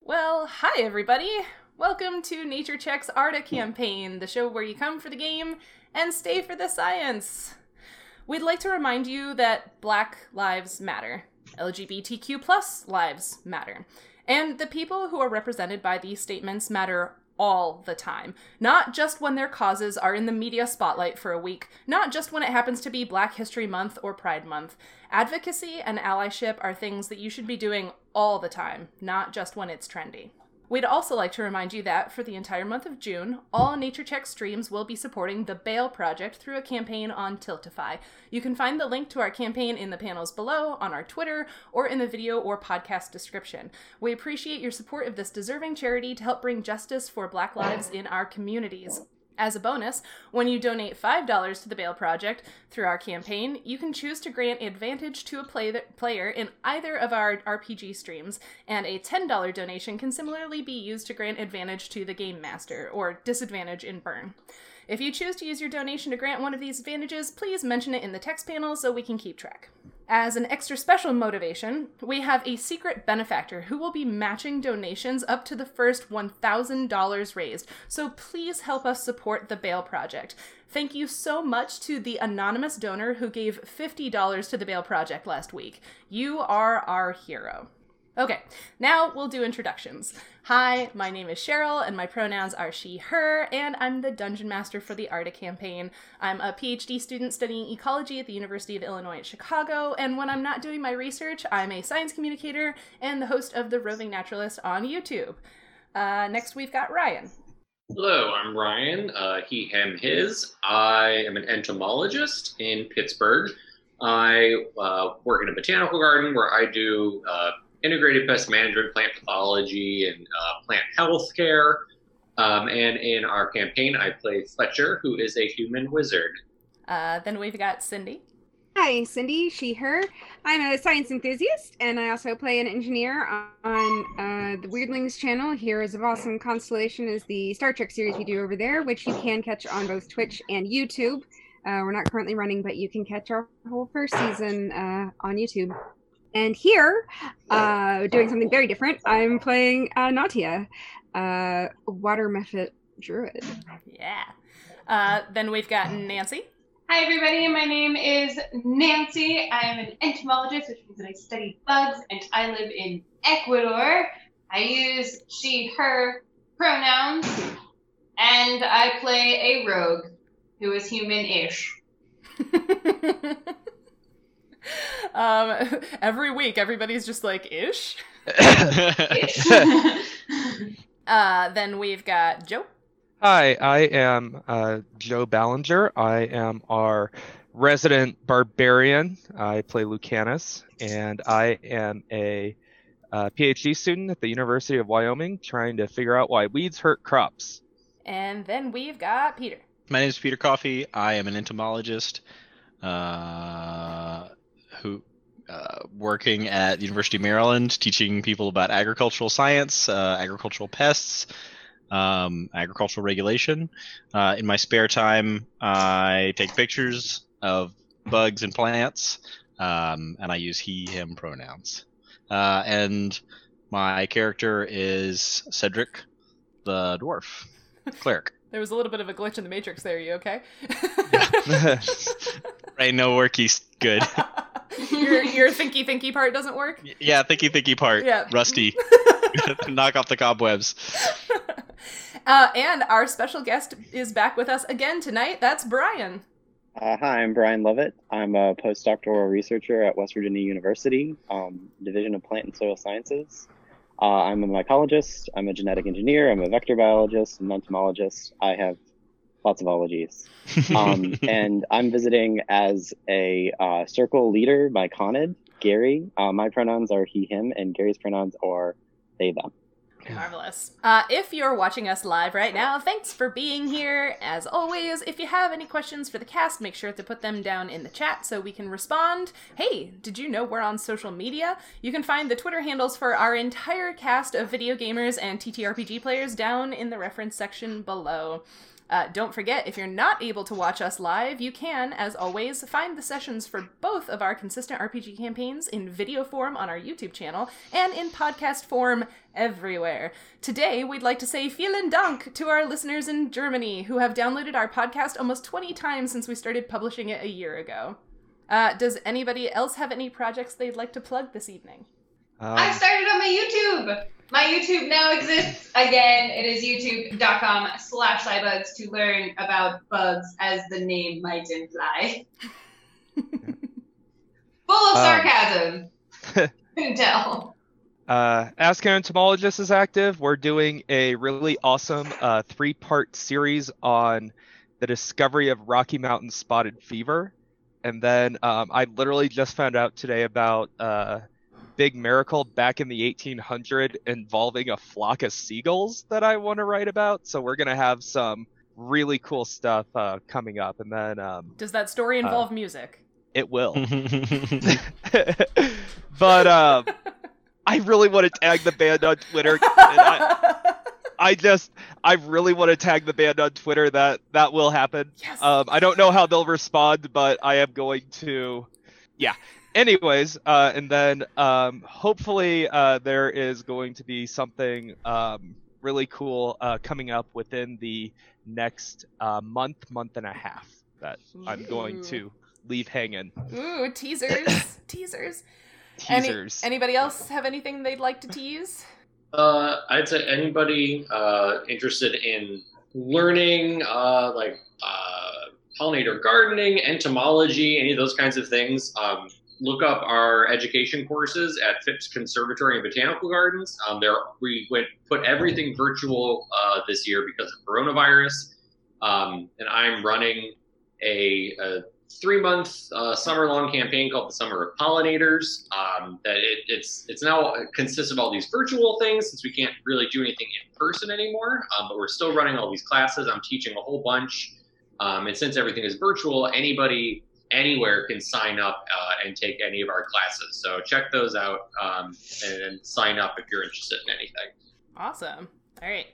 Well, hi everybody. Welcome to Nature Check's Arda campaign, the show where you come for the game and stay for the science. We'd like to remind you that black lives matter. LGBTQ plus lives matter. And the people who are represented by these statements matter all the time. Not just when their causes are in the media spotlight for a week, not just when it happens to be Black History Month or Pride Month. Advocacy and allyship are things that you should be doing all the time, not just when it's trendy. We'd also like to remind you that for the entire month of June, all Nature Check streams will be supporting the Bail Project through a campaign on Tiltify. You can find the link to our campaign in the panels below, on our Twitter, or in the video or podcast description. We appreciate your support of this deserving charity to help bring justice for Black lives in our communities. As a bonus, when you donate $5 to the Bail Project through our campaign, you can choose to grant advantage to a play player in either of our RPG streams, and a $10 donation can similarly be used to grant advantage to the Game Master, or disadvantage in Burn. If you choose to use your donation to grant one of these advantages, please mention it in the text panel so we can keep track. As an extra special motivation, we have a secret benefactor who will be matching donations up to the first $1,000 raised. So please help us support the Bail Project. Thank you so much to the anonymous donor who gave $50 to the Bail Project last week. You are our hero. Okay, now we'll do introductions. Hi, my name is Cheryl, and my pronouns are she, her, and I'm the dungeon master for the Arda campaign. I'm a PhD student studying ecology at the University of Illinois at Chicago, and when I'm not doing my research, I'm a science communicator and the host of The Roving Naturalist on YouTube. Uh, next, we've got Ryan. Hello, I'm Ryan. Uh, he, him, his. I am an entomologist in Pittsburgh. I uh, work in a botanical garden where I do uh, integrated pest management, plant pathology, and uh, plant health care. Um, and in our campaign, I play Fletcher, who is a human wizard. Uh, then we've got Cindy. Hi, Cindy, she, her. I'm a science enthusiast, and I also play an engineer on uh, the Weirdlings channel. Here is a awesome constellation is the Star Trek series we do over there, which you can catch on both Twitch and YouTube. Uh, we're not currently running, but you can catch our whole first season uh, on YouTube. And here, uh, doing something very different, I'm playing uh, Nautia, uh, water method druid. Yeah. Uh, then we've got Nancy. Hi, everybody. My name is Nancy. I'm an entomologist, which means that I study bugs, and I live in Ecuador. I use she, her pronouns, and I play a rogue who is human ish. um, every week, everybody's just like, ish. Uh, then we've got Joe. Hi, I am uh, Joe Ballinger. I am our resident barbarian. I play Lucanus, and I am a uh, PhD student at the University of Wyoming trying to figure out why weeds hurt crops. And then we've got Peter. My name is Peter Coffey. I am an entomologist uh, who uh, working at the University of Maryland, teaching people about agricultural science, uh, agricultural pests, um, agricultural regulation. Uh, in my spare time, I take pictures of bugs and plants, um, and I use he/him pronouns. Uh, and my character is Cedric, the dwarf cleric. There was a little bit of a glitch in the Matrix there. You okay? Right, no workies. Good. your your thinky thinky part doesn't work. Yeah, thinky thinky part. Yeah. Rusty. Knock off the cobwebs. Uh, and our special guest is back with us again tonight. That's Brian. Uh, hi, I'm Brian Lovett. I'm a postdoctoral researcher at West Virginia University, um, Division of Plant and Soil Sciences. Uh, I'm a mycologist, I'm a genetic engineer, I'm a vector biologist, an entomologist. I have lots of ologies. Um, and I'm visiting as a uh, circle leader by Conid, Gary. Uh, my pronouns are he, him, and Gary's pronouns are they, them. Marvelous. Uh, if you're watching us live right now, thanks for being here. As always, if you have any questions for the cast, make sure to put them down in the chat so we can respond. Hey, did you know we're on social media? You can find the Twitter handles for our entire cast of video gamers and TTRPG players down in the reference section below. Uh, don't forget, if you're not able to watch us live, you can, as always, find the sessions for both of our consistent RPG campaigns in video form on our YouTube channel and in podcast form everywhere. Today, we'd like to say vielen Dank to our listeners in Germany who have downloaded our podcast almost 20 times since we started publishing it a year ago. Uh, does anybody else have any projects they'd like to plug this evening? I Um, started on my YouTube. My YouTube now exists again. It is youtube.com slash cybugs to learn about bugs as the name might imply. Full of Um. sarcasm. Couldn't tell. Uh, Ask an Entomologist is active. We're doing a really awesome uh, three part series on the discovery of Rocky Mountain spotted fever. And then um, I literally just found out today about uh, Big Miracle back in the 1800 involving a flock of seagulls that I want to write about. So we're going to have some really cool stuff uh, coming up. And then um, Does that story involve music? it will. That's but um, I really want to tag the band on Twitter. And I, I just I really want to tag the band on Twitter that that will happen. yes. Um, I don't know how they'll respond, but I am going to. Yeah. Anyways, uh, and then um, hopefully uh, there is going to be something um, really cool uh, coming up within the next uh, month, month and a half that I'm going Ooh. to leave hanging. Ooh, teasers, teasers. Any- Teasers. anybody else have anything they'd like to tease? Uh, I'd say anybody uh, interested in learning, uh, like uh, pollinator gardening, entomology, any of those kinds of things, um, look up our education courses at Phipps Conservatory and Botanical Gardens. Um, there we went put everything virtual uh, this year because of coronavirus, um, and I'm running a, a three month uh, summer long campaign called the Summer of Pollinators. Um, that it, it's it's now it consists of all these virtual things since we can't really do anything in person anymore. Um, but we're still running all these classes. I'm teaching a whole bunch, um, and since everything is virtual, anybody anywhere can sign up uh, and take any of our classes. So check those out um, and, and sign up if you're interested in anything. Awesome. All right.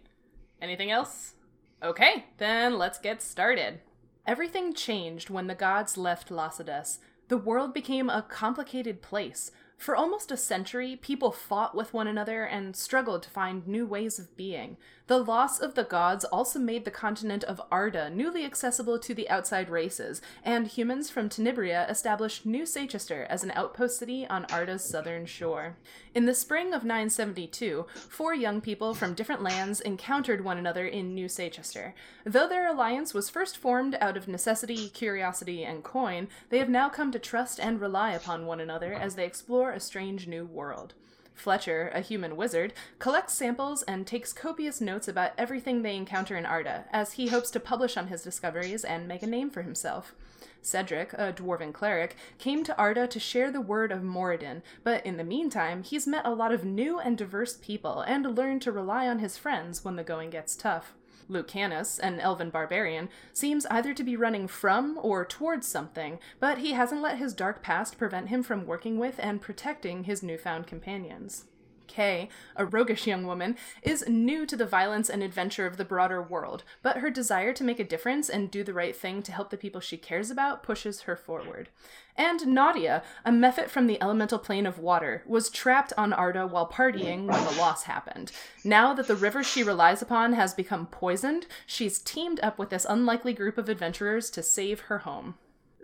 Anything else? Okay, then let's get started. Everything changed when the gods left Lacidus. The world became a complicated place. For almost a century, people fought with one another and struggled to find new ways of being. The loss of the gods also made the continent of Arda newly accessible to the outside races, and humans from Tenebria established New Sachester as an outpost city on Arda's southern shore. In the spring of 972, four young people from different lands encountered one another in New Sachester. Though their alliance was first formed out of necessity, curiosity, and coin, they have now come to trust and rely upon one another as they explore a strange new world. Fletcher, a human wizard, collects samples and takes copious notes about everything they encounter in Arda, as he hopes to publish on his discoveries and make a name for himself. Cedric, a dwarven cleric, came to Arda to share the word of Moradin, but in the meantime, he's met a lot of new and diverse people and learned to rely on his friends when the going gets tough. Lucanus, an elven barbarian, seems either to be running from or towards something, but he hasn't let his dark past prevent him from working with and protecting his newfound companions. Kay, a roguish young woman, is new to the violence and adventure of the broader world, but her desire to make a difference and do the right thing to help the people she cares about pushes her forward. And Nadia, a mephit from the elemental plane of water, was trapped on Arda while partying when the loss happened. Now that the river she relies upon has become poisoned, she's teamed up with this unlikely group of adventurers to save her home.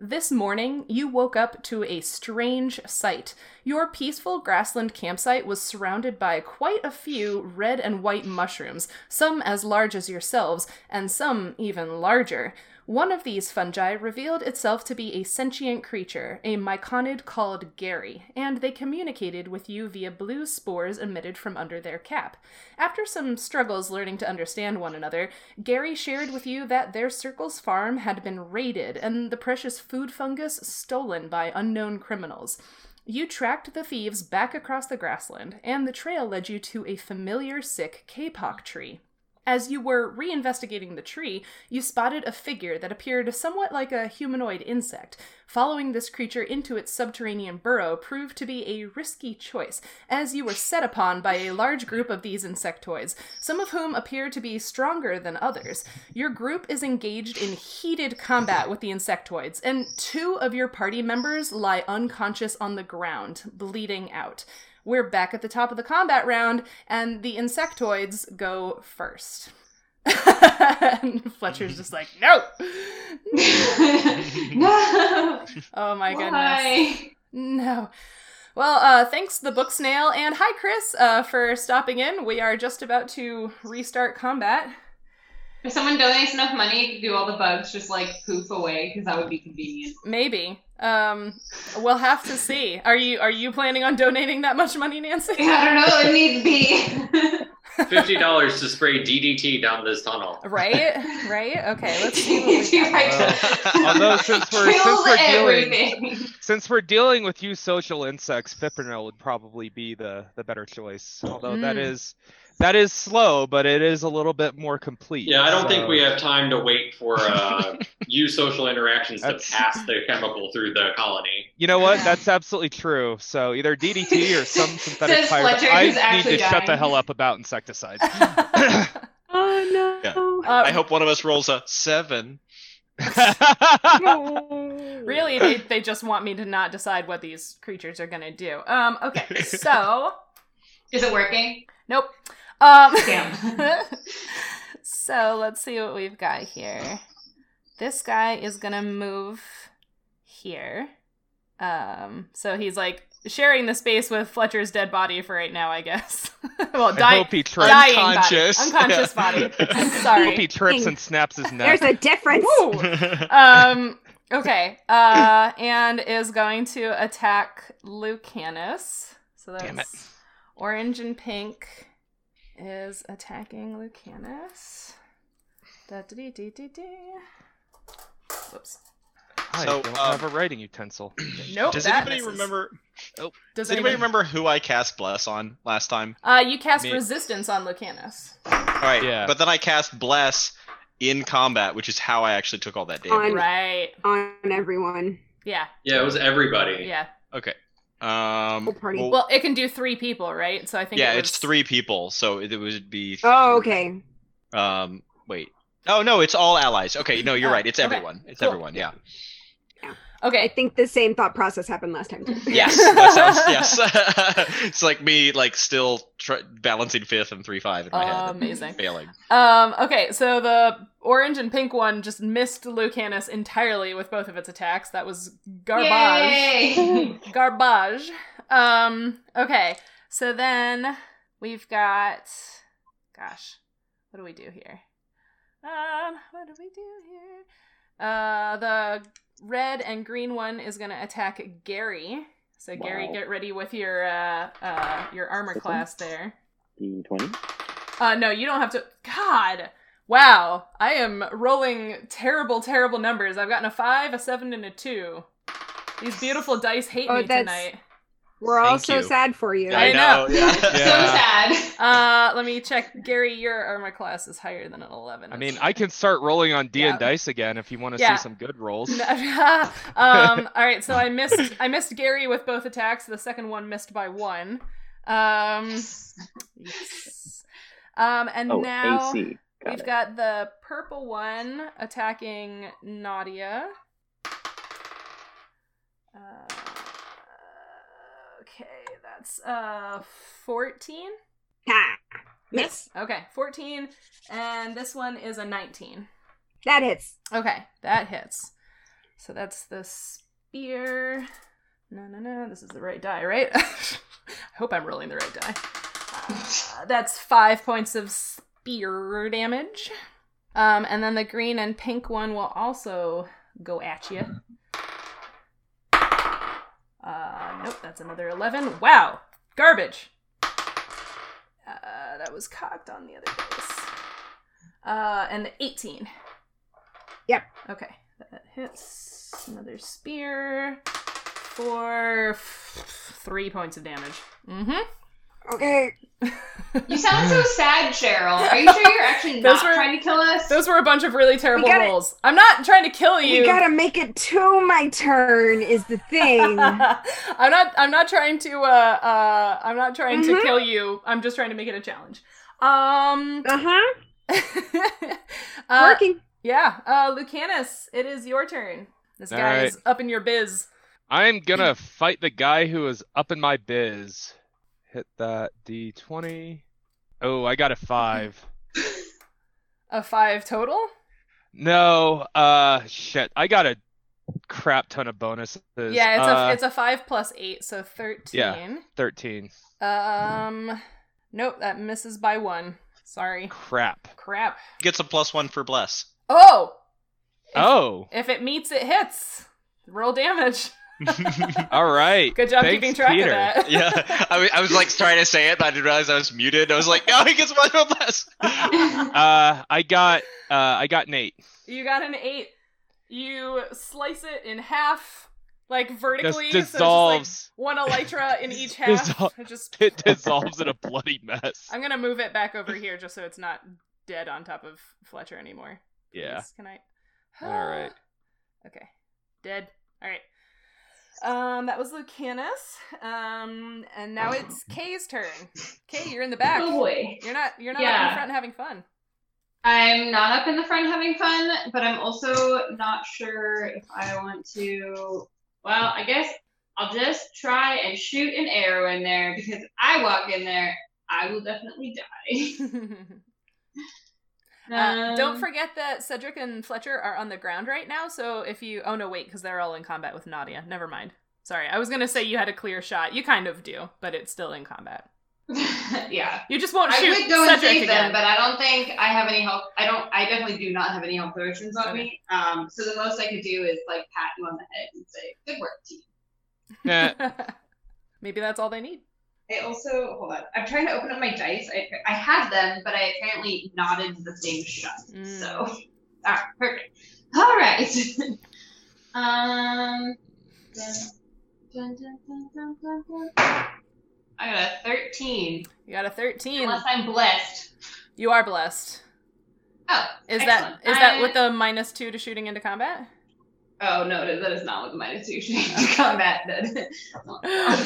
This morning, you woke up to a strange sight. Your peaceful grassland campsite was surrounded by quite a few red and white mushrooms, some as large as yourselves, and some even larger. One of these fungi revealed itself to be a sentient creature, a myconid called Gary, and they communicated with you via blue spores emitted from under their cap. After some struggles learning to understand one another, Gary shared with you that their Circles farm had been raided and the precious food fungus stolen by unknown criminals. You tracked the thieves back across the grassland, and the trail led you to a familiar sick kapok tree. As you were reinvestigating the tree, you spotted a figure that appeared somewhat like a humanoid insect. Following this creature into its subterranean burrow proved to be a risky choice, as you were set upon by a large group of these insectoids, some of whom appear to be stronger than others. Your group is engaged in heated combat with the insectoids, and two of your party members lie unconscious on the ground, bleeding out. We're back at the top of the combat round, and the insectoids go first. and Fletcher's just like, no! no. Oh my goodness. Why? No. Well, uh, thanks the book snail and hi Chris uh, for stopping in. We are just about to restart combat. If someone donates enough money to do all the bugs, just like poof away, because that would be convenient. Maybe. Um, we'll have to see. Are you are you planning on donating that much money, Nancy? Yeah, I don't know. It needs be. Fifty dollars to spray DDT down this tunnel. Right, right. Okay, let's see. What we You're got. right. Although since we're since Killed we're dealing everything. since we're dealing with you social insects, Fipronil would probably be the the better choice. Although that Mm. is that is slow, but it is a little bit more complete. Yeah, I don't think so- we have time to wait for uh, you social interactions to That's- pass the chemical through the colony. You know what? Yeah. That's absolutely true. So either DDT or some synthetic Says pirate. Fletcher, I who's need actually to shut the dying. hell up about insecticides. Oh no. Uh, I hope one of us rolls a seven. No. Really, they, they just want me to not decide what these creatures are gonna do. Um, okay, so Is it working? nope. Um, Damn. so let's see what we've got here. This guy is gonna move here. Um, so he's like sharing the space with Fletcher's dead body for right now, I guess. well, I dying, hope he trips. dying Unconscious. body, unconscious Yeah. body. I'm I hope sorry. he trips and snaps his neck. There's a difference. Woo! um okay uh and is going to attack lucanus so that's Damn orange and pink is attacking lucanus da dee dee dee dee whoops I So, don't uh, um, have a writing utensil. nope Does that anybody misses. remember? does Does anybody remember who I cast bless on last time? uh you cast Me. resistance on lucanus All right. Yeah. But then I cast bless in combat, which is how I actually took all that damage. On- right On everyone. yeah Yeah, it was everybody. yeah Okay. Um. Whole party. well it can do three people right so i think yeah, it it's was- three people, so it would be. Oh, okay. Um. Wait. Oh no, it's all allies. Okay. No, you're Oh, right. It's okay. everyone. It's Cool. everyone. Yeah. I okay think the same thought process happened last time. too. Yes, that sounds yes. it's like me, like still tr- balancing fifth and three five in my head, amazing failing. Um, okay, so the orange and pink one just missed Lucanus entirely with both of its attacks. That was garbage. Yay. Garbage. Um, okay, so then we've got. Gosh, what do we do here? Um, what do we do here? Uh, the red and green one is gonna attack Gary. So Gary, Wow. get ready with your uh, uh, your armor Six class ones? there. D20. Uh, no, you don't have to. God, wow, I am rolling terrible, terrible numbers. I've gotten a five, a seven, and a two. These beautiful dice hate Oh, me that's- tonight. We're all Thank so you. sad for you. I know. Oh, Yeah. So Yeah. sad. Uh, let me check. Gary, your armor class is higher than an eleven. I mean, I can start rolling on D Yeah. and dice again if you want to Yeah. see some good rolls. um. All right, so I missed. I missed Gary with both attacks. The second one missed by one. Um. Yes. Um. And Oh, now AC. Got We've it. got the purple one attacking Nadia. Uh, okay, that's uh 14. Ha. Miss. Okay, 14 and this one is a 19. That hits. Okay, that hits. So that's the spear. No, no, no. This is the right die, right? I hope I'm rolling the right die. Uh, that's five points of spear damage. Um, and then the green and pink one will also go at you. Uh, nope, that's another 11. Wow, garbage. Uh, that was cocked on the other dice. Uh, and 18. Okay, that hits. Another spear for f- three points of damage. Mm-hmm. Okay. You sound so sad, Cheryl. Are you sure you're actually Those not were- trying to kill us? Those were a bunch of really terrible gotta- rolls. I'm not trying to kill you. You gotta make it to my turn, is the thing. I'm not. I'm not trying to. Uh, uh, I'm not trying to Mhm. kill you. I'm just trying to make it a challenge. Um. huh. uh, Uh-huh. Working. Yeah. Uh, Lucanus, it is your turn. This All guy right. is up in your biz. I'm gonna fight the guy who is up in my biz. Hit that d20. Oh, I got a five. A five total. No, uh, shit. I got a crap ton of bonuses. yeah. It's uh, a it's a five plus eight, so thirteen. thirteen. Um. Nope, that misses by one. Sorry. Crap. Crap. Gets a plus one for bless. Oh, Oh, if it meets, it hits. Roll damage. all right. Good job Thanks, keeping track Peter. of that. yeah, I, wa- I was like trying to say it, but I didn't realize I was muted. I was like, no, he gets one for bless. Oh, Uh, I got uh, I got an eight. You got an eight. You slice it in half, like vertically. Just So dissolves. it's just like one elytra in each half. Dissol- It just It dissolves in a bloody mess. I'm gonna move it back over here just so it's not dead on top of Fletcher anymore. Yeah. Please, Can I? All right. Okay. Dead. All right. Um, that was Lucanus. Um, and now it's Kay's turn. Kay, you're in the back. oh boy. You're not. You're not up in Yeah. front having fun. I'm not up in the front having fun, but I'm also not sure if I want to. Well, I guess I'll just try and shoot an arrow in there because I walk in there, I will definitely die. Uh, don't Um, forget that Cedric and Fletcher are on the ground right now. So if you, oh no, wait, because they're all in combat with Nadia. Never mind. Sorry, I was gonna say you had a clear shot. You kind of do, but it's still in combat. Um, yeah. You just won't I Oh, shoot would go and Cedric save again. them, but I don't think I have any help. I don't. I definitely do not have any health potions on Okay. me. Um, so the most I could do is like pat you on the head and say, "Good work, team." Nah, Maybe that's all they need. I also hold on. I'm trying to open up my dice. I, I had them, but I apparently knotted the thing shut. Mm. So, all right, perfect. All right. um. Dun, dun, dun, dun, dun, dun, dun. I got a 13. You got a thirteen. Unless I'm blessed. You are blessed. Oh, Is Excellent. that is that I- with the minus two to shooting into combat? oh no, no, that is not what the minus two should be to combat. That.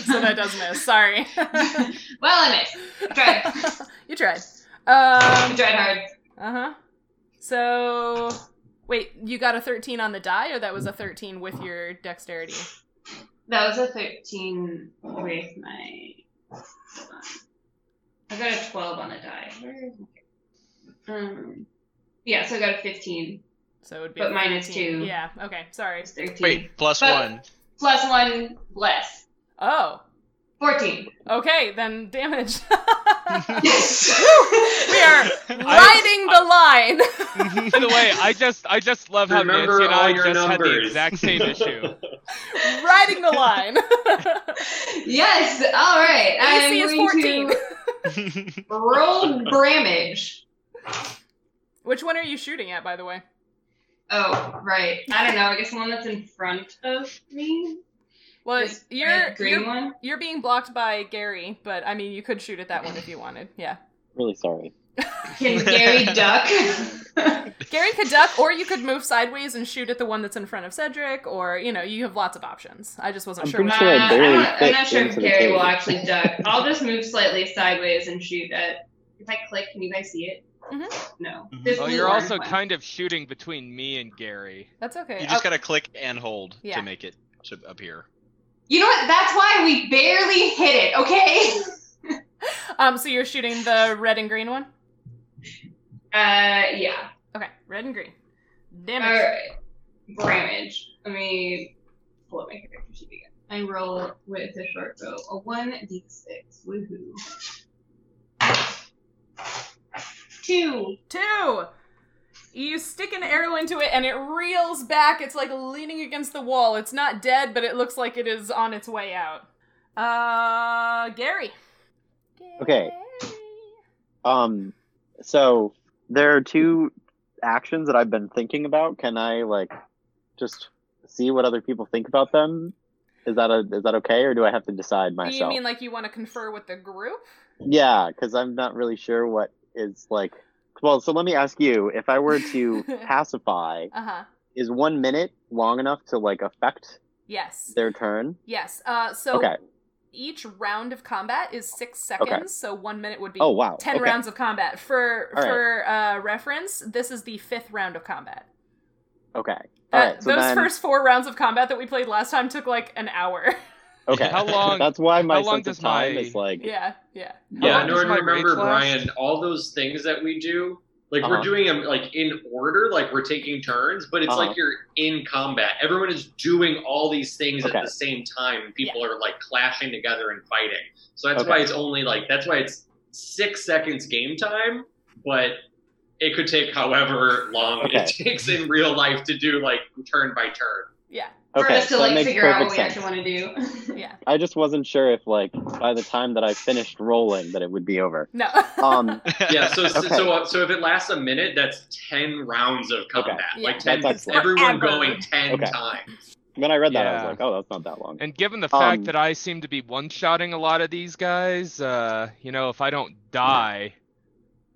so that does miss. Sorry. well, I missed. Tried. you tried. Um, I tried hard. Uh huh. So, wait, you got a 13 on the die, or that was a 13 with your dexterity? That was a 13 with my. I got a 12 on a die. Where is it? Um, yeah, so I got a 15. So it would be. But a minus 13. two. Yeah, okay, sorry. It's 13. Wait, plus But- one. Plus one, less. Oh, 14. okay, then damage. Yes! we are riding the line. By the way, I just I just love how Remember Nancy and all I your just had the numbers. exact same issue. riding the line. Yes! All right. I'm AC is going 14. to roll damage. Which one are you shooting at, by the way? Oh, right. I don't know. I guess the one that's in front of me. Well, This you're green you're, one. you're being blocked by Gary, but I mean, you could shoot at that one if you wanted. Yeah, Really sorry. Can Gary duck? Gary could duck, or you could move sideways and shoot at the one that's in front of Cedric, or you know, you have lots of options. I just wasn't I'm sure. pretty Which sure I Uh, barely I'm not, I'm fit not sure if into the Gary will cage. actually duck. I'll just move slightly sideways and shoot at. If I click, can you guys see it? Mhm. No. Mhm. This Oh, blue you're orange also one. kind of shooting between me and Gary. That's okay. You just Oh, gotta click and hold Yeah. to make it to appear. You know what? That's why we barely hit it. Okay. um, so you're shooting the red and green one. Uh, yeah. Okay, red and green. All Damage. right. Damage. Let me pull up my character sheet again. I roll with a short bow. A one d six. Woohoo. Two. Two. You stick an arrow into it and it reels back. It's like leaning against the wall. It's not dead, but it looks like it is on its way out. Uh, Gary. Okay. Um, so there are two actions that I've been thinking about. Can I like just see what other people think about them? Is that a is that okay, or do I have to decide Do you myself? mean like you want to confer with the group? Yeah, because I'm not really sure what is like. Well, so let me ask you: if I were to pacify, Uh huh. is one minute long enough to like affect Yes. their turn? Yes. Uh, so Okay. each round of combat is six seconds. So one minute would be Oh wow. ten okay. rounds of combat. For All right. for uh, reference, this is the fifth round of combat. Okay. All That, right. So Uh, those then, first four rounds of combat that we played last time took like an hour. okay. How long- That's why my how long sense of does time my- is like. yeah. Yeah. Yeah, yeah, and no does one my remembered rage last? Ryan. All those things that we do, like Uh-huh. we're doing them like in order, like we're taking turns, but it's Uh-huh. like you're in combat. Everyone is doing all these things Okay. at the same time. People are like clashing together and fighting. So that's Okay. why it's only like that's why it's six seconds game time, but it could take however long Okay. it takes in real life to do like turn by turn. Yeah. for Okay. us to so that like makes figure out perfect what we sense. actually want to do. Yeah. I just wasn't sure if like by the time that I finished rolling that it would be over. No. Um. Yeah, so so Okay. so, so if it lasts a minute, that's ten rounds of combat. Yeah. Like ten, That's excellent. everyone Forever. going ten Okay. times. When I read that, I Yeah. was like, "Oh, that's not that long." And given the fact Um, that I seem to be one-shotting a lot of these guys, uh, you know, if I don't die,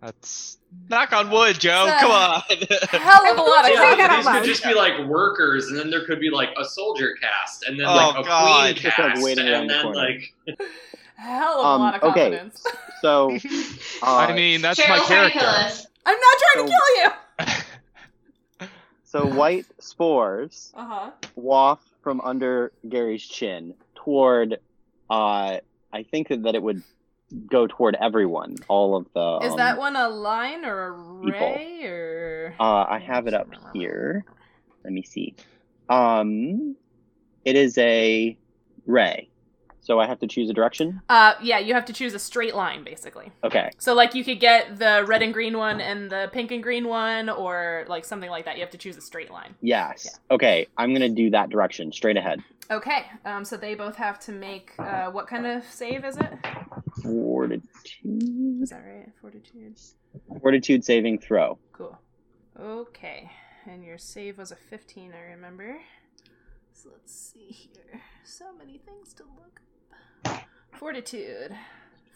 that's Knock on wood, Joe. Come on. Hell of a lot of Yeah. combat. that out these could loud. just be like workers, and then there could be like a soldier cast, and then Oh, like a God. queen Just, like, cast, waiting around and the then corner. like Hell of a Um, lot of okay. confidence. So, uh, I mean, that's my Cheryl's trying to kill character. us. I'm not trying to So- kill you. so white spores Uh huh. waft from under Gary's chin toward. Uh, I think that it would go toward everyone. All of the. Is um, that one a line or a ray or? Uh, I have it up here. Let me see. Um, it is a ray. So I have to choose a direction. Uh, yeah, you have to choose a straight line basically. Okay. So like you could get the red and green one and the pink and green one or like something like that. You have to choose a straight line. Yes. Okay. I'm gonna do that direction straight ahead. Okay. Um, so they both have to make uh, what kind of save is it? Fortitude. Is that right? Fortitude. Fortitude saving throw. Cool. Okay. And your save was a 15, I remember. So let's see here. So many things to look up. Fortitude.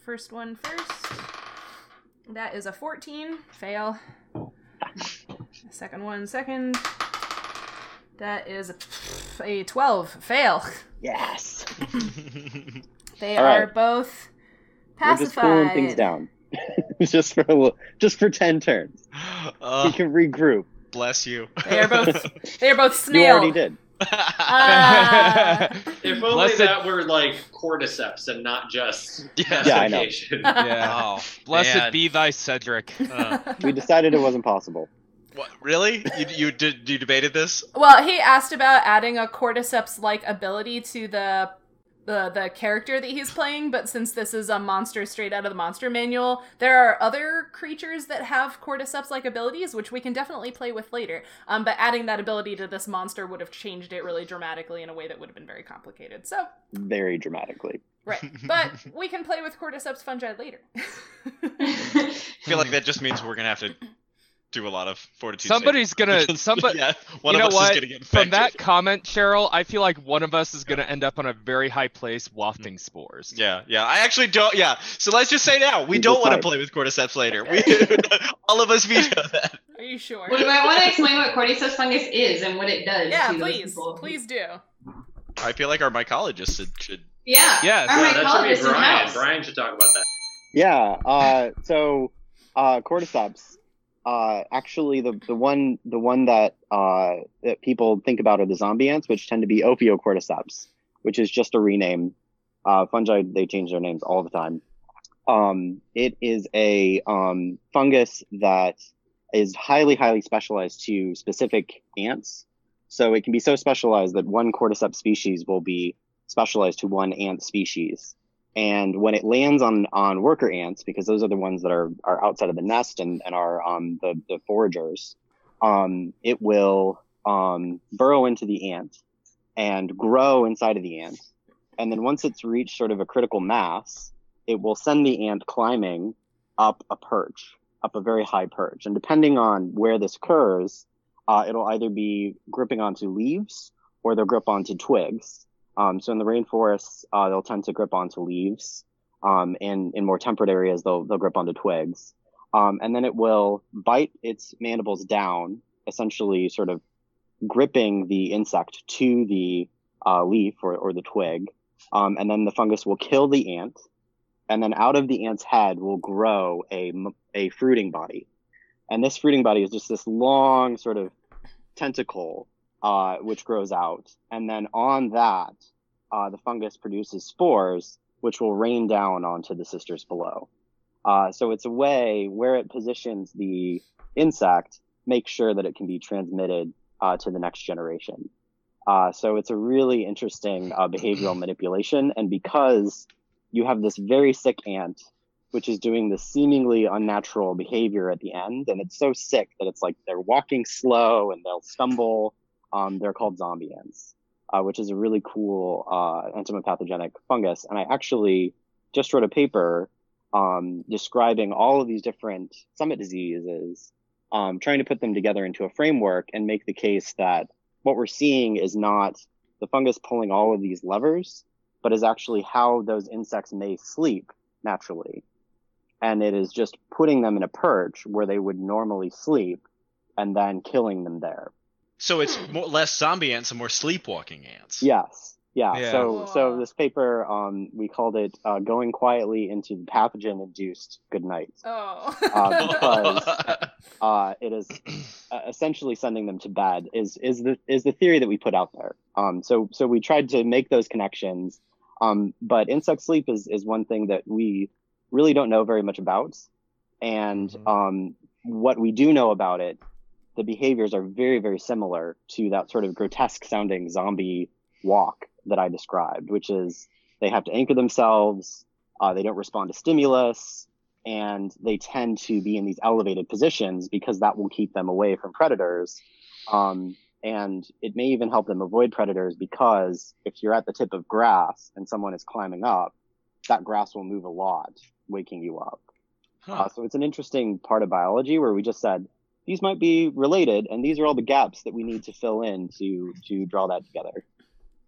First one first. That is a 14. Fail. Second one second. That is a, a 12. Fail. Yes. They All are right. both We're just cooling pacified. things down. just for a little, just for ten turns. Oh, we can regroup. bless you. They are both they are both snailed. You already did. Ah. if only Blessed- that were like cordyceps and not just Yeah. Yeah, I know. pacification. yeah. Oh, Blessed man. be thy Cedric. Uh, We decided it wasn't possible. what, really? You, you did? You debated this? Well, he asked about adding a cordyceps like ability to the the the character that he's playing, but since this is a monster straight out of the monster manual, there are other creatures that have cordyceps like abilities, which we can definitely play with later. Um, but adding that ability to this monster would have changed it really dramatically in a way that would have been very complicated. So Very dramatically. right, but we can play with cordyceps fungi later. I feel like that just means we're gonna have to do a lot of fortitude. saving Somebody's gonna. throws. Somebody. yeah, one you of know us is what? gonna get infected. From that comment, Cheryl, I feel like one of us is gonna end up on a very high place wafting spores. Mm. Yeah, yeah. I actually don't. Yeah. So let's just say now we You don't want to decide. play with cordyceps later. We, all of us veto that. Are you sure? Well, do I want to explain what cordyceps fungus is and what it does? Yeah, to those please, people? please do. I feel like our mycologist should. should Yeah. Yes. Our Yeah, that should mycologist be in the Brian. house. Brian should talk about that. Yeah. Uh, so uh, cordyceps. Uh, actually, the, the one the one that uh, that people think about are the zombie ants, which tend to be opiocordyceps, which is just a rename. Uh, fungi they change their names all the time. Um, it is a um, fungus that is highly highly specialized to specific ants. So it can be so specialized that one cordyceps species will be specialized to one ant species and when it lands on on worker ants because those are the ones that are are outside of the nest and and are um the the foragers um it will um burrow into the ant and grow inside of the ant and then once it's reached sort of a critical mass it will send the ant climbing up a perch up a very high perch and depending on where this occurs uh, it'll either be gripping onto leaves or they'll grip onto twigs um, so in the rainforests, uh, they'll tend to grip onto leaves. Um, and in more temperate areas, they'll they'll grip onto twigs. Um, and then it will bite its mandibles down, essentially sort of gripping the insect to the uh, leaf or, or the twig. Um, and then the fungus will kill the ant, and then out of the ant's head will grow a m- a fruiting body, and this fruiting body is just this long sort of tentacle uh, which grows out, and then on that uh, the fungus produces spores which will rain down onto the sisters below. Uh, so it's a way where it positions the insect, make sure that it can be transmitted uh, to the next generation. Uh, so it's a really interesting uh, behavioral manipulation. And because you have this very sick ant, which is doing this seemingly unnatural behavior at the end, and it's so sick that it's like they're walking slow and they'll stumble. Um, they're called zombie ants, uh, which is a really cool uh, entomopathogenic fungus. And I actually just wrote a paper um, describing all of these different summit diseases, um, trying to put them together into a framework and make the case that what we're seeing is not the fungus pulling all of these levers, but is actually how those insects may sleep naturally. And it is just putting them in a perch where they would normally sleep and then killing them there. So it's more, less zombie ants and more sleepwalking ants. Yes. Yeah. Yeah. So so Cool. this paper, um, we called it uh, "Going Quietly into the Pathogen Induced Good Night." Oh. Uh, because- Uh, it is uh, essentially sending them to bed is is the is the theory that we put out there. Um, so so we tried to make those connections, um, but insect sleep is is one thing that we really don't know very much about, and Mhm. um, what we do know about it, the behaviors are very very similar to that sort of grotesque sounding zombie walk that I described, which is they have to anchor themselves, uh, they don't respond to stimulus, and they tend to be in these elevated positions because that will keep them away from predators. Um, and it may even help them avoid predators because if you're at the tip of grass and someone is climbing up, that grass will move a lot, waking you up. Huh. Uh, so it's an interesting part of biology where we just said these might be related, and these are all the gaps that we need to fill in to to draw that together.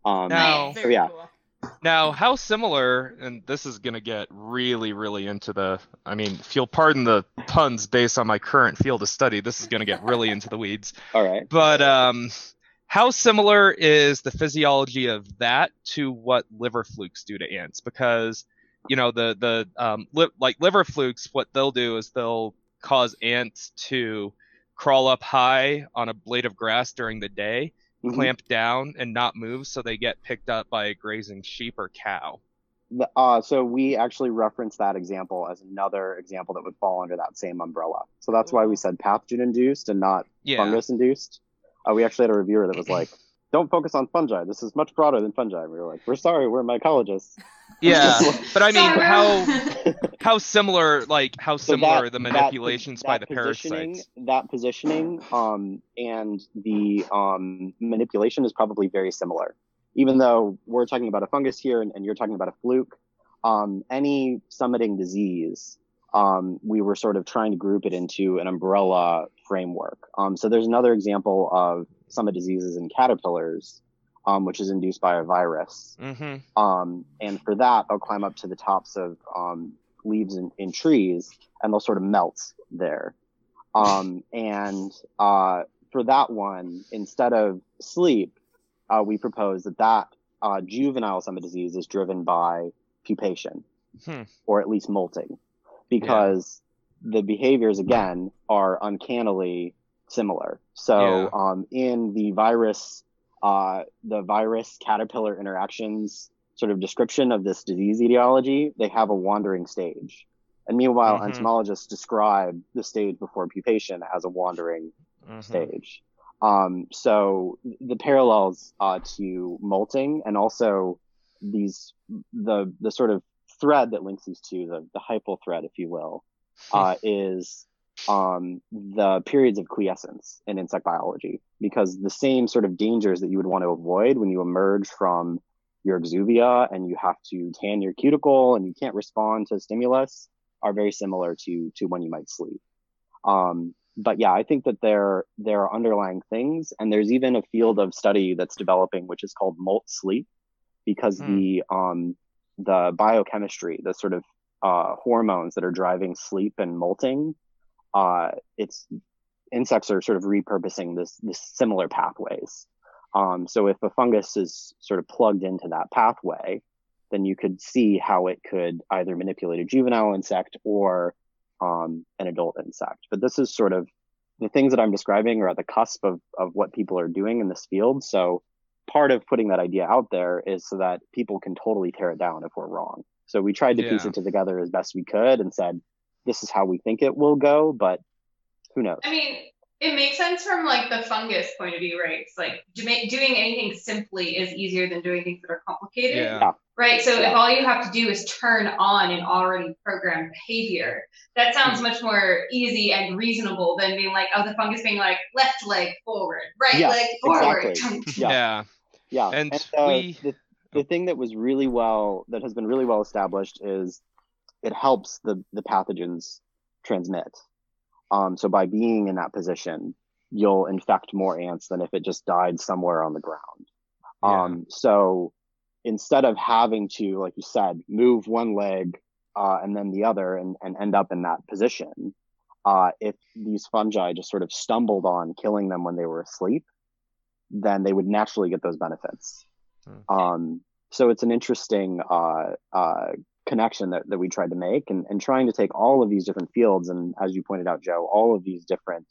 Um, Now- Very yeah. cool. Now, how similar, and this is going to get really, really into the. I mean, if you'll pardon the puns based on my current field of study, this is going to get really into the weeds. all right. But um, how similar is the physiology of that to what liver flukes do to ants? Because you know the the um, li- like liver flukes, what they'll do is they'll cause ants to crawl up high on a blade of grass during the day, Mhm. clamp down, and not move, so they get picked up by a grazing sheep or cow. The- Uh, so we actually reference that example as another example that would fall under that same umbrella. So that's why we said pathogen induced and not Yeah. fungus induced. Uh, we actually had a reviewer that was like, "Don't focus on fungi. This is much broader than fungi." We were like, "We're sorry, we're mycologists." Yeah. but I mean, Sorry. how how similar like how So similar that- are the that- manipulations by the that positioning- parasites? That positioning um, and the um, manipulation is probably very similar. Even though we're talking about a fungus here and, and you're talking about a fluke, um, any summiting disease, um, we were sort of trying to group it into an umbrella framework. Um, so there's another example of summit diseases in caterpillars, um, which is induced by a virus. Mm-hmm. Um, and for that, they'll climb up to the tops of um, leaves in, in trees and they'll sort of melt there. Um, and uh, for that one, instead of sleep, uh, we propose that that uh, juvenile summit disease is driven by pupation Hmm. or at least molting because the behaviors, again, are uncannily similar. So um, in the virus uh, the virus caterpillar interactions sort of description of this disease etiology, they have a wandering stage. And meanwhile, Mhm. entomologists describe the stage before pupation as a wandering Mm-hmm. stage. Um, so th- the parallels uh, to molting and also these the the sort of thread that links these two, the, the hypal thread, if you will, uh, is um, the periods of quiescence in insect biology because the same sort of dangers that you would want to avoid when you emerge from your exuvia and you have to tan your cuticle and you can't respond to stimulus are very similar to to when you might sleep. Um, but yeah, I think that there there are underlying things, and there's even a field of study that's developing, which is called molt sleep, because Hmm. the um, the biochemistry, the sort of uh, hormones that are driving sleep and molting, uh, it's insects are sort of repurposing this, this similar pathways. Um, so if a fungus is sort of plugged into that pathway, then you could see how it could either manipulate a juvenile insect or um, an adult insect. But this is sort of the things that I'm describing are at the cusp of, of what people are doing in this field. So part of putting that idea out there is so that people can totally tear it down if we're wrong. So we tried to piece Yeah. it together as best we could and said, this is how we think it will go, but who knows? I mean, it makes sense from like the fungus point of view, right? It's like do- ma- doing anything simply is easier than doing things that are complicated, Yeah. right? So if Yeah. all you have to do is turn on an already programmed behavior, that sounds much more easy and reasonable than being like, oh, the fungus being like left leg forward, right Yeah, leg forward. exactly. Yeah. Yeah. Yeah, And uh, we- the, the thing that was really well that has been really well established is it helps the the pathogens transmit. Um, so by being in that position, you'll infect more ants than if it just died somewhere on the ground. Um, so instead of having to, like you said, move one leg uh, and then the other and, and end up in that position, uh, if these fungi just sort of stumbled on killing them when they were asleep, then they would naturally get those benefits. Hmm. Um, so it's an interesting uh, uh, connection that, that we tried to make and, and trying to take all of these different fields and as you pointed out joe all of these different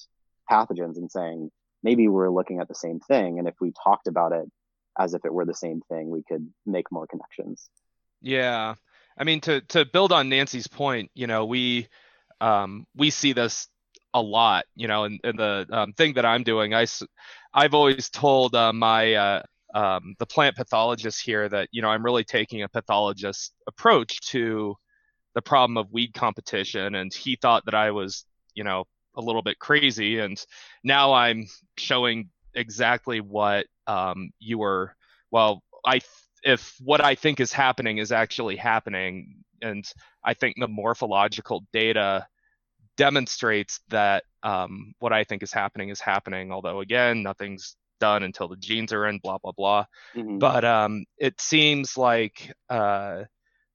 pathogens and saying maybe we're looking at the same thing and if we talked about it as if it were the same thing we could make more connections Yeah. I mean to to build on Nancy's point, you know, we um we see this a lot, you know, and, and the um, thing that I'm doing, I have always told uh, my uh, um, the plant pathologist here that you know I'm really taking a pathologist approach to the problem of weed competition, and he thought that I was you know a little bit crazy, and now I'm showing exactly what um, you were. Well, I th- if what I think is happening is actually happening, and I think the morphological data demonstrates that um, what I think is happening is happening. Although again, nothing's done until the genes are in. Blah blah blah. Mhm. But um, it seems like uh,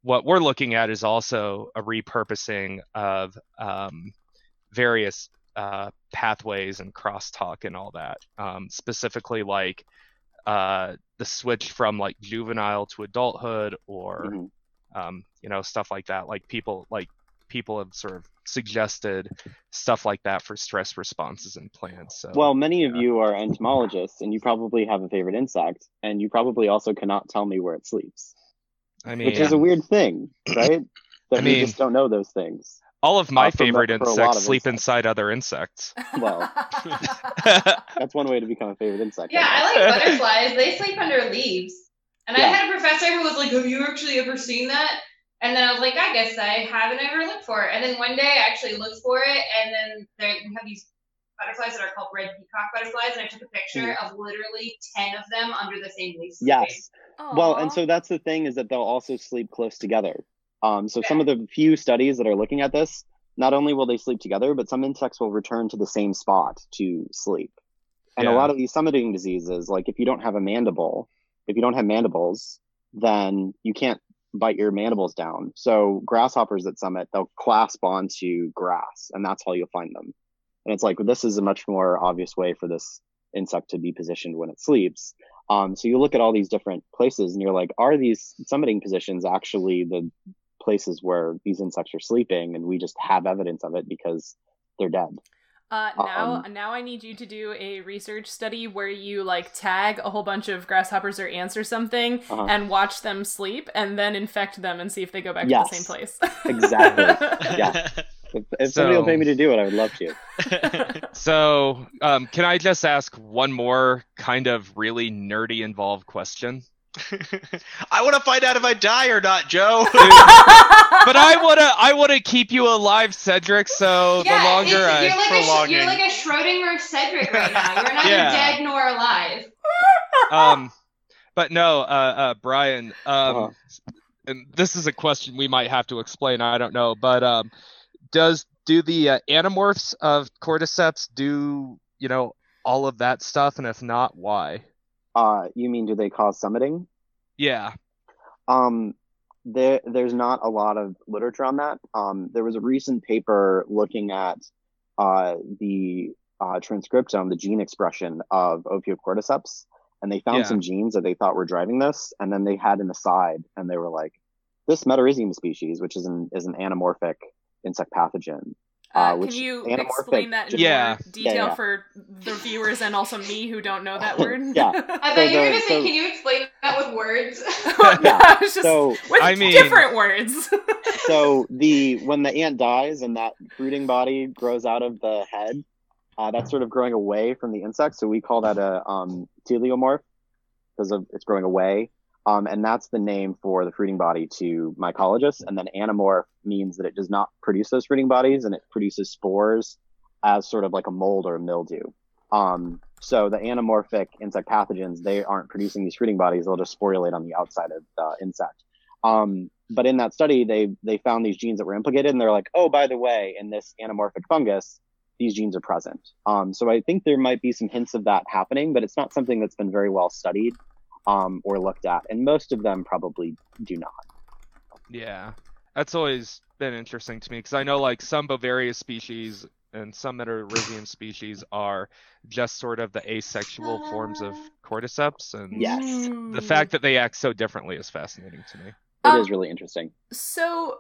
what we're looking at is also a repurposing of um, various uh, pathways and crosstalk and all that. Um, specifically, like uh, the switch from like juvenile to adulthood, or Mhm. um, you know stuff like that. Like people like people have sort of suggested stuff like that for stress responses in plants. So well many of yeah. you are entomologists and you probably have a favorite insect and you probably also cannot tell me where it sleeps I mean, which is a weird thing right that I we mean- just don't know those things all of my uh, for mo- favorite for a lot insects of sleep insects. inside other insects. Well. that's one way to become a favorite insect Yeah, guess. I like butterflies. They sleep under leaves. And I Yeah. had a professor who was like, Have you actually ever seen that? And then I was like, I guess I haven't ever looked for it. And then one day I actually looked for it, and then there we have these butterflies that are called red peacock butterflies, and I took a picture of literally ten of them under the same leaf. Hmm. yes Well, and Aw. so that's the thing is that they'll also sleep close together. Um, so some of the few studies that are looking at this, not only will they sleep together, but some insects will return to the same spot to sleep. And a Yeah. lot of these summiting diseases, like if you don't have a mandible, if you don't have mandibles, then you can't bite your mandibles down. So grasshoppers that summit, they'll clasp onto grass, and that's how you'll find them. And it's like this is a much more obvious way for this insect to be positioned when it sleeps. Um, so you look at all these different places, and you're like, are these summiting positions actually the places where these insects are sleeping? And we just have evidence of it because they're dead. Uh, now, Um, now I need you to do a research study where you like tag a whole bunch of grasshoppers or ants or something, Uh-huh. and watch them sleep, and then infect them and see if they go back Yes. to the same place. Exactly. Yeah. If, if somebody will So- pay me to do it, I would love to. So um, can I just ask one more kind of really nerdy involved question? I want to find out if I die or not, Joe. But I wanna I wanna keep you alive, Cedric. So yeah, the longer it's- I you're like prolonging. A, Sch- you're like a Schrodinger Cedric right now. You're neither Yeah. dead nor alive. um but no uh uh brian um Uh-huh. and this is a question we might have to explain i don't know but um does do the uh, anamorphs of cordyceps do you know all of that stuff and if not why Uh, you mean do they cause summiting? yeah Um, there there's not a lot of literature on that. Um, there was a recent paper looking at uh, the uh, transcriptome, the gene expression of Ophiocordyceps, and they found Yeah. some genes that they thought were driving this, and then they had an aside, and they were like, "This Metarhizium species, which is an is an anamorphic insect pathogen, Uh, can which you anamorphic- explain that in Yeah. more detail Yeah, yeah. for the viewers and also me who don't know that word? Yeah. I thought So you were the- gonna say, so- can you explain that with words? Yeah. Oh, I was just- So- with I mean- different words. so the when the ant dies and that brooding body grows out of the head, uh, that's sort of growing away from the insect. So we call that a um, teleomorph because of it's growing away. Um, and that's the name for the fruiting body to mycologists. And then anamorph means that it does not produce those fruiting bodies and it produces spores as sort of like a mold or a mildew. Um, so the anamorphic insect pathogens, they aren't producing these fruiting bodies. They'll just sporulate on the outside of the insect. Um, but in that study, they they found these genes that were implicated, and they're like, oh, by the way, in this anamorphic fungus, these genes are present. Um, so I think there might be some hints of that happening, but it's not something that's been very well studied um, or looked at, and most of them probably do not. Yeah, that's always been interesting to me because I know like some Bavaria species and some Metarhizium species are just sort of the asexual forms of cordyceps, and Yes. Mm. Hmm. the fact that they act so differently is fascinating to me. It is Um, really interesting. So,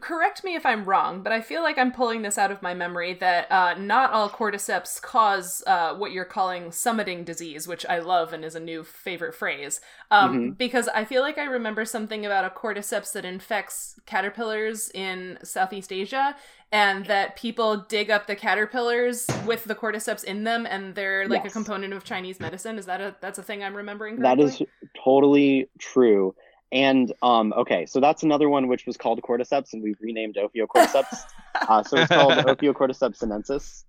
correct me if I'm wrong, but I feel like I'm pulling this out of my memory that uh, not all cordyceps cause uh, what you're calling summiting disease, which I love and is a new favorite phrase. Um, Mm-hmm. Because I feel like I remember something about a cordyceps that infects caterpillars in Southeast Asia, and that people dig up the caterpillars with the cordyceps in them, and they're like a Yes. component of Chinese medicine. Is that a that's a thing I'm remembering? That correctly? is totally true. And um, okay, so that's another one which was called cordyceps, and we've renamed Ophiocordyceps. uh, so it's called Ophiocordyceps sinensis,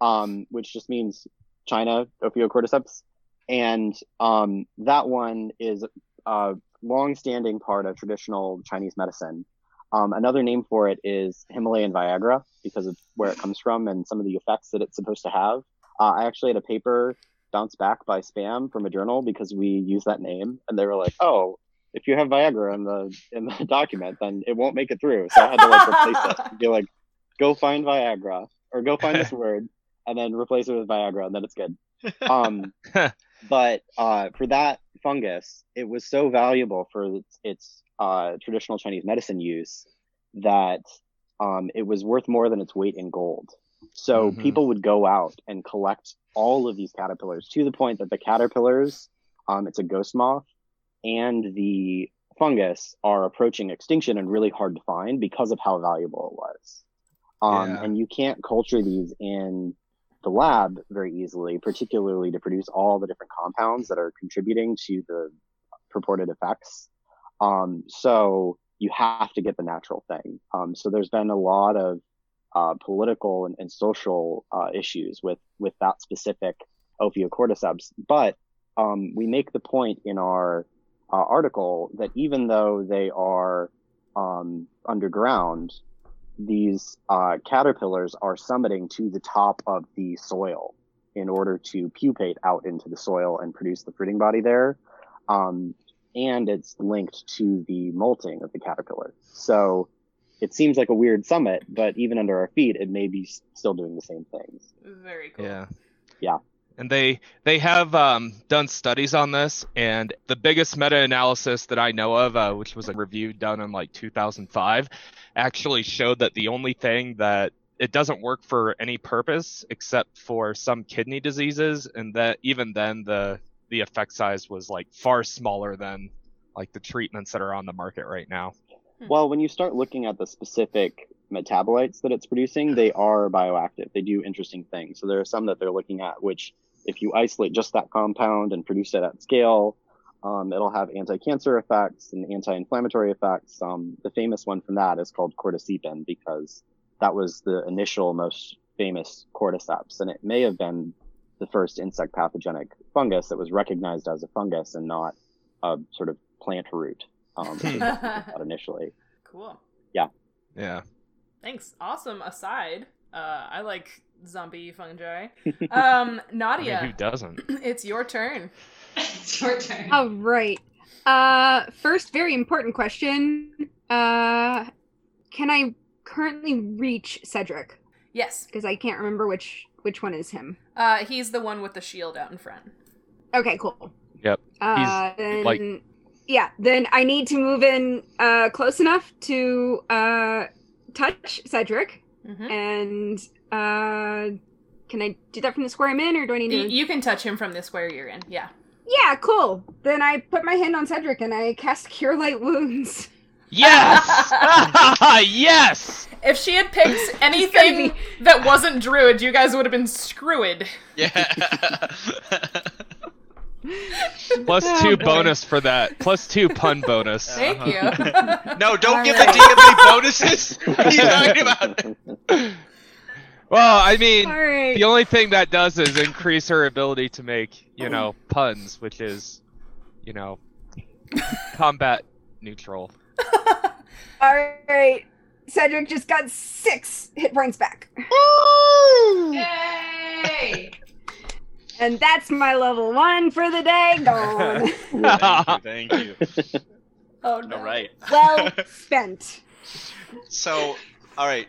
um, which just means China Ophiocordyceps, and um, that one is uh, a long-standing part of traditional Chinese medicine. Um, another name for it is Himalayan Viagra because of where it comes from and some of the effects that it's supposed to have. Uh, I actually had a paper bounced back by spam from a journal because we use that name, and they were like, "Oh, if you have Viagra in the in the document, then it won't make it through." So I had to like replace it and be like, "Go find Viagra or go find this word, and then replace it with Viagra, and then it's good." Um, but uh, for that fungus, it was so valuable for its, its uh, traditional Chinese medicine use that um, it was worth more than its weight in gold. So Mhm. people would go out and collect all of these caterpillars to the point that the caterpillars, um, it's a ghost moth, and the fungus are approaching extinction and really hard to find because of how valuable it was. Um, Yeah. And you can't culture these in the lab very easily, particularly to produce all the different compounds that are contributing to the purported effects. Um, so you have to get the natural thing. Um, so there's been a lot of uh, political and, and social uh, issues with with that specific Ophiocordyceps, but um, we make the point in our uh, article that even though they are um, underground, these uh, caterpillars are summiting to the top of the soil in order to pupate out into the soil and produce the fruiting body there. Um, and it's linked to the molting of the caterpillar. So it seems like a weird summit, but even under our feet, it may be s- still doing the same things. very cool. Yeah. Yeah. And they they have um, done studies on this, and the biggest meta-analysis that I know of, uh, which was a review done in like 2005, actually showed that the only thing that it doesn't work for any purpose except for some kidney diseases, and that even then the the effect size was like far smaller than like the treatments that are on the market right now. Well, when you start looking at the specific metabolites that it's producing, they are bioactive. They do interesting things. So there are some that they're looking at, which if you isolate just that compound and produce it at scale, um, it'll have anti-cancer effects and anti-inflammatory effects. Um, the famous one from that is called cordycepin because that was the initial most famous cordyceps, and it may have been the first insect pathogenic fungus that was recognized as a fungus and not a sort of plant root. Um, which Hmm. is what we think about initially. Cool. Yeah. Thanks. Awesome aside. Uh, I like zombie fungi. Um, I mean, who Nadia, doesn't? it's your turn. it's your turn. All right. Uh, first, very important question. Uh, can I currently reach Cedric? Yes. Because I can't remember which which one is him. Uh, he's the one with the shield out in front. Okay, cool. Yep, Uh, then, like- yeah, then I need to move in uh, close enough to uh, touch Cedric. Mm-hmm. And uh, can I do that from the square I'm in, or do I need to? You can touch him from the square you're in. Yeah. Yeah, cool. Then I put my hand on Cedric and I cast Cure Light Wounds. Yes! yes! If she had picked anything that wasn't druid, you guys would have been screwed. Yeah. Plus Oh, two boy. bonus for that. Plus two pun bonus. Thank you. no, don't All give right. the DM any bonuses. What are you talking about? Well, I mean, All right. the only thing that does is increase her ability to make, you know, puns, which is, you know, combat neutral. All right. Cedric just got six hit points back. Yay! And that's my level one for the day. Gone. Thank you. Thank you. Oh All right. well spent. So, all right.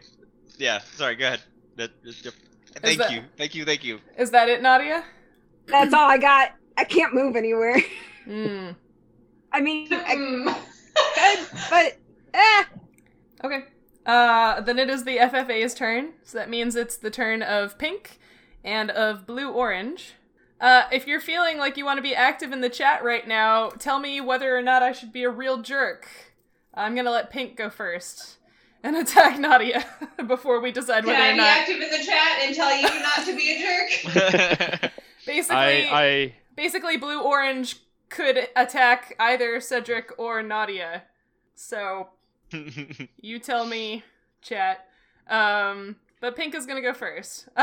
Yeah. Sorry. Go ahead. That- that- yep. Thank that- you. Thank you. Thank you. Is that it, Nadia? That's all I got. I can't move anywhere. Mm. I mean, I Mm. could, but eh. Okay. Uh, then it is the FFA's turn. So that means it's the turn of pink and of blue orange. Uh, if you're feeling like you want to be active in the chat right now, tell me whether or not I should be a real jerk. I'm gonna let pink go first and attack Nadia before we decide Can whether I or be not. active in the chat and tell you not to be a jerk? Basically, I, basically blue orange could attack either Cedric or Nadia. So you tell me, chat. Um, but pink is gonna go first.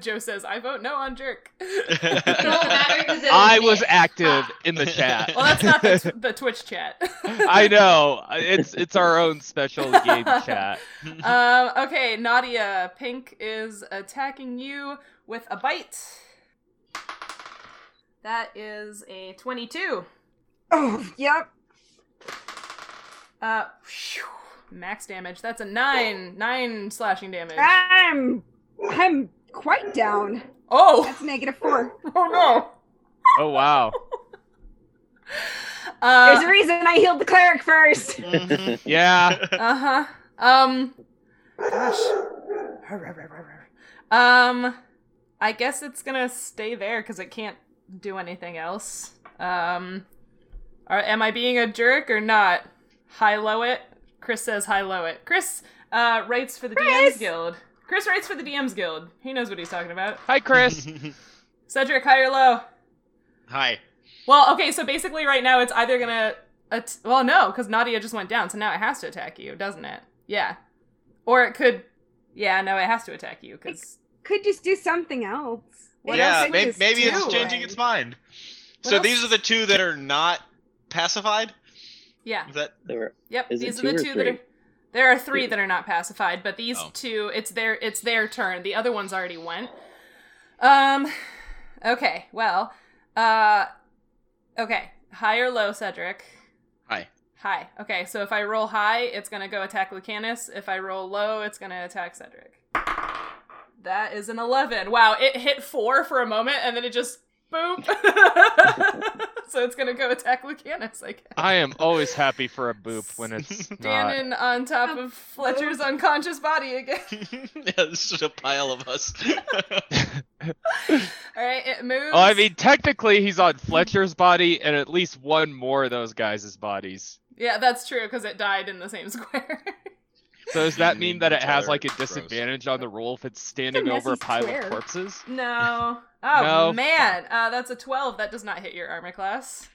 Joe says, "I vote no on jerk." It won't matter 'cause it'll I, I be was it. active in the chat. Well, that's not the, t- the Twitch chat. I know it's it's our own special game chat. Um, okay, Nadia, pink is attacking you with a bite. That is a twenty-two. Oh, yep. Uh, phew, max damage. That's a nine, nine slashing damage. Ah. I'm I'm quite down. Oh, That's negative four. oh no. Oh wow. Uh, There's a reason I healed the cleric first. Yeah. Uh huh. Um. Gosh. Um. I guess it's gonna stay there because it can't do anything else. Um. Are, am I being a jerk or not? High low it. Chris says high low it. Chris uh, writes for the Chris! DMs Guild. Chris writes for the DMs Guild. He knows what he's talking about. Hi, Chris. Cedric, high or low? Hi. Well, okay, so basically right now it's either gonna. At- well, no, because Nadia just went down, so now it has to attack you, doesn't it? Yeah. Or it could. Yeah, no, it has to attack you, because. Could just do something else. What yeah, else could may- this maybe it's do? changing its mind. What so else? these are the two that are not pacified. Yeah. Is that There were- Yep. Is it these two are the or two that three? are. There are three Two. that are not pacified, but these Oh. two, it's their it's their turn. The other ones already went. Um. Okay. Well. Uh. Okay. High or low, Cedric? High. High. Okay. So if I roll high, it's gonna go attack Lucanus. If I roll low, it's gonna attack Cedric. That is an eleven. Wow. It hit four for a moment, and then it just boom. so it's gonna go attack Lucanus. I guess. I am always happy for a boop when it's not. Dannon on top of Fletcher's unconscious body again. yeah, this is a pile of us. All right, it moves. Oh, I mean, technically, he's on Fletcher's body and at least one more of those guys' bodies. yeah, that's true because it died in the same square. So does that mean that it Each has other. like a Gross. disadvantage on the roll if it's standing It's a over a messy pile square. of corpses? no. Oh No. man, uh, that's a twelve. That does not hit your armor class.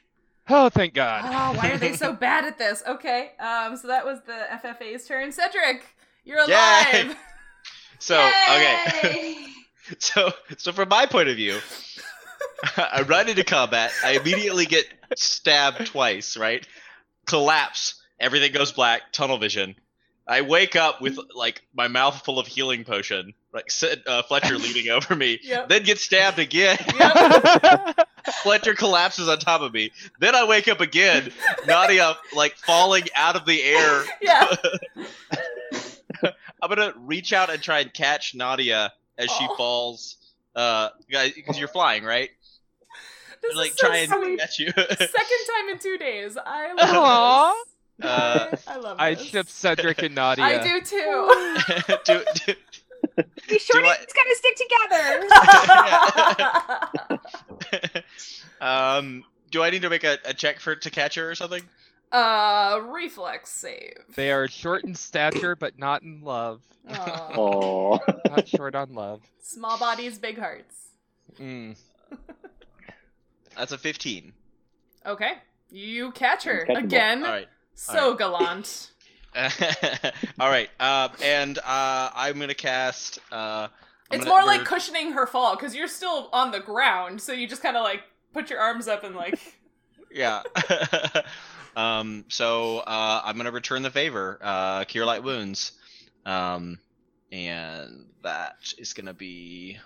Oh, thank God. Oh, why are they so bad at this? Okay, um, so that was the FFA's turn. Cedric, you're Yay! alive. so okay. Yay! So, so from my point of view, I run into combat. I immediately get stabbed twice. Right, collapse. Everything goes black. Tunnel vision. I wake up with like my mouth full of healing potion. Like said, uh, Fletcher leaning over me. Yep. Then get stabbed again. Yep. Fletcher collapses on top of me. Then I wake up again, Nadia like falling out of the air. yeah. I'm gonna reach out and try and catch Nadia as she Oh. falls. Uh, guys, because you're flying, right? This like is so try and sweet. catch you. Second time in two days. I Aw. love this. Uh, I love this. I ship Cedric and Nadia. I do too. do, do, We sure I- it's gotta stick together. um, do I need to make a, a check for to catch her or something? uh, reflex save. They are short in stature, but not in love. Aw. Oh, Not short on love. Small bodies, big hearts. Mm. That's a 15. Okay. You catch her Catchable. again. All right. So gallant. All right. Um, and uh, I'm gonna cast. Uh, I'm It's gonna- more we're- like cushioning her fall because you're still on the ground, so you just kind of like put your arms up and like. yeah. um. So uh, I'm gonna return the favor. Uh, cure light wounds. Um, and that is gonna be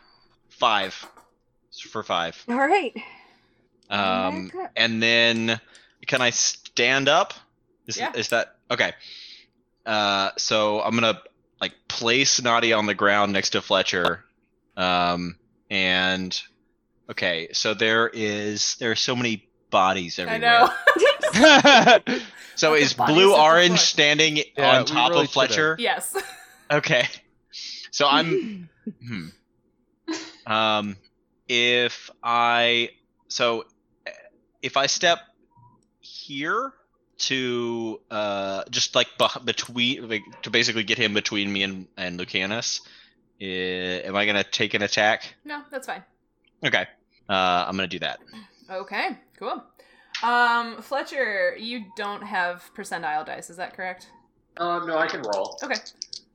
five for five. All right. Um, Back up. and then can I stand up? Is, Yeah. is that okay? Uh, so I'm gonna like place Nadia on the ground next to Fletcher. Um, and okay, so there is there are so many bodies I everywhere. know. So Lots is of bodies on blue the orange floor. standing Yeah, on we top really of Fletcher? yes. Okay. So I'm. hmm. Um, if I so eh, if I step here to uh just like beh- between like to basically get him between me and and Lucanus, eh, am I gonna take an attack? No, that's fine. Okay. Uh, I'm gonna do that. Okay. Cool. Um, Fletcher, you don't have percentile dice. Is that correct? Um, no, I can roll. Okay.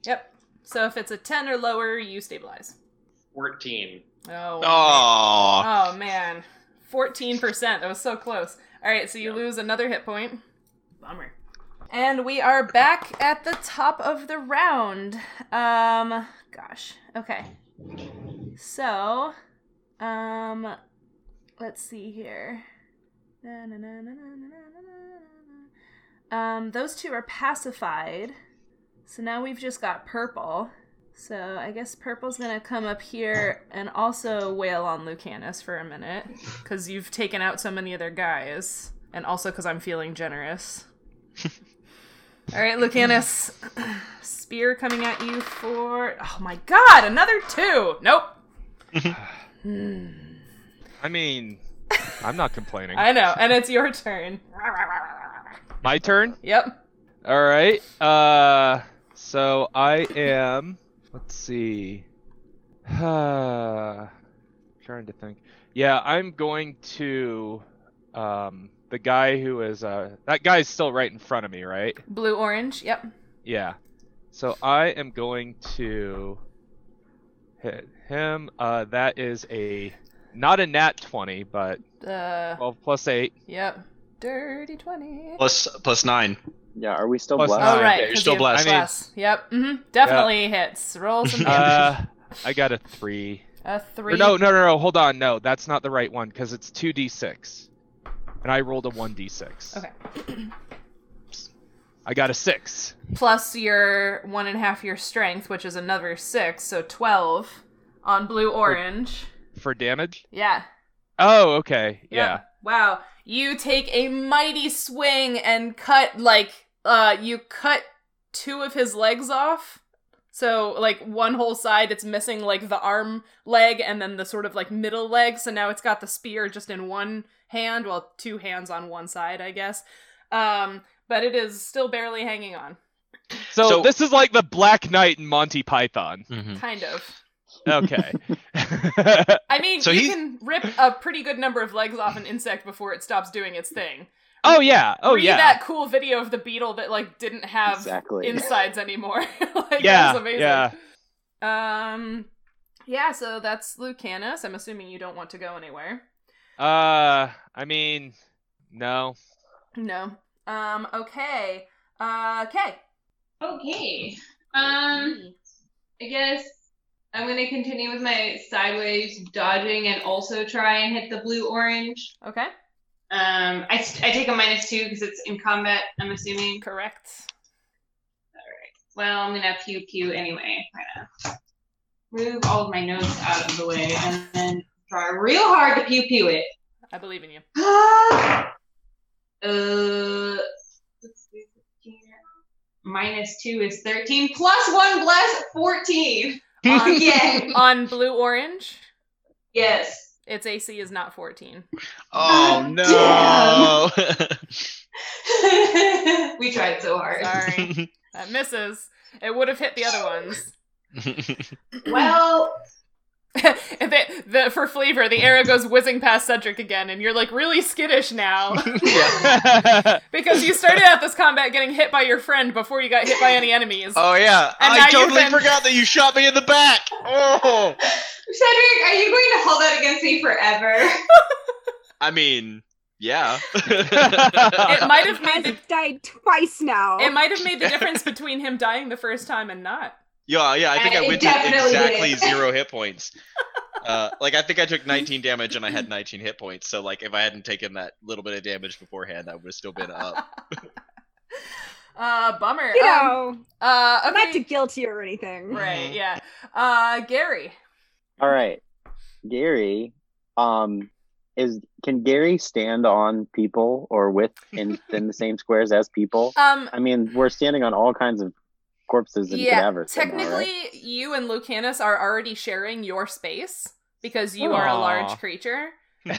Yep. So if it's a ten or lower, you stabilize. 14. Oh. Oh, Oh man, fourteen percent. That was so close. All right, so you lose another hit point. Bummer. And we are back at the top of the round. Um, gosh. Okay. So, um, let's see here. Na, na, na, na, na, na, na, na, na, na. Um, those two are pacified. So now we've just got purple. So I guess purple's gonna come up here and also wail on Lucanus for a minute, because you've taken out so many other guys, and also because I'm feeling generous. All right, Lucanus, spear coming at you for oh my god, another two. Nope. Hmm. I mean, I'm not complaining. I know, and it's your turn. My turn. Yep. All right. Uh, so I am. Let's see. trying to think. Yeah, I'm going to. Um, the guy who is uh, that guy's still right in front of me, right? Blue orange. Yep. Yeah. So I am going to hit him. Uh, that is a not a nat twenty, but Uh. twelve plus eight. Yep. Dirty twenty. plus plus nine. yeah. Are we still Plus blessed? nine. Oh right, Yeah, you're 'cause still you have blessed. I mean- plus. Yep. hmm Definitely hits. Roll some damage. Uh, I got a three. a Or three. no, no, no, no. Hold on. No, that's not the right one because it's two d six, and I rolled a one d six. Okay. I got a six. Plus your one and a half your strength, which is another six, so twelve on blue orange. for damage. Yeah. Oh, okay. Yeah. Wow. You take a mighty swing and cut like uh you cut two of his legs off. So like one whole side it's missing like the arm leg and then the sort of like middle leg. So now it's got the spear just in one hand, well two hands on one side, I guess. Um but it is still barely hanging on. So, So- this is like the Black Knight in Monty Python. Kind of. Okay. I mean, So you he's- can rip a pretty good number of legs off an insect before it stops doing its thing. oh yeah. Oh Re yeah. that cool video of the beetle that like didn't have Exactly. insides anymore. like, that Yeah, was amazing. yeah. Um, yeah. So that's Lucanus. I'm assuming you don't want to go anywhere. Uh, I mean, no. No. Um. Okay. Uh, okay. Okay. Um, I guess I'm going to continue with my sideways dodging and also try and hit the blue orange. Okay. Um, I, st- I take a minus two because it's in combat, I'm assuming. Correct. Well, I'm going to pew pew anyway. Kinda Move all of my notes out of the way and then try real hard to pew pew it. I believe in you. uh, let's do 15. minus two is 13, plus one bless, 14. On, Yeah. on blue orange, Yes. its AC is not 14. Oh no! God we tried so hard. Sorry. that misses. It would have hit the other ones. Well, And the, the, for flavor, the arrow goes whizzing past Cedric again, and you're like really skittish now Yeah. because you started out this combat getting hit by your friend before you got hit by any enemies. Oh yeah, And now I you've totally been- forgot that you shot me in the back. Oh, Cedric, are you going to hold that against me forever? I mean, yeah. It might have made Has the, died twice now. it might have made the difference between him dying the first time and not. Yeah, yeah, I think Uh, I it went to definitely exactly did. zero hit points. Uh, like I think I took 19 damage and I had 19 hit points. So like if I hadn't taken that little bit of damage beforehand, I would have still been up. Uh, bummer. you Um, know, uh, okay. not to guilt you or anything. Right, yeah. Uh, Gary. All right, Gary. Um, is can Gary stand on people or with in, in the same squares as people? Um, I mean, we're standing on all kinds of corpses and yeah, cadavers. right now, technically, right? you and Lucanus are already sharing your space because you are a Aw. large creature.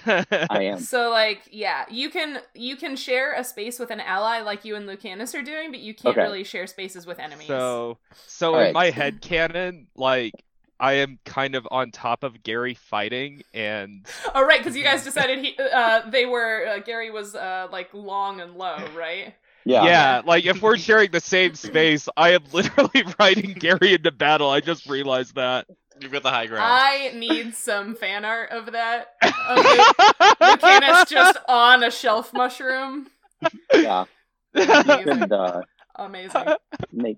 I am. So, like, yeah, you can you can share a space with an ally like you and Lucanus are doing, but you can't Okay. really share spaces with enemies. So, so All in right. my head canon, like I am kind of on top of Gary fighting, and Oh, right, because you guys decided he, uh, they were uh, Gary was uh, like long and low, right? Yeah. like if we're sharing the same space, I am literally riding Gary into battle. I just realized that. You've got the high Ah, ground. I need some fan art of that. Of Lu- Lucanus just on a shelf mushroom. yeah. Amazing. Could uh, Amazing. make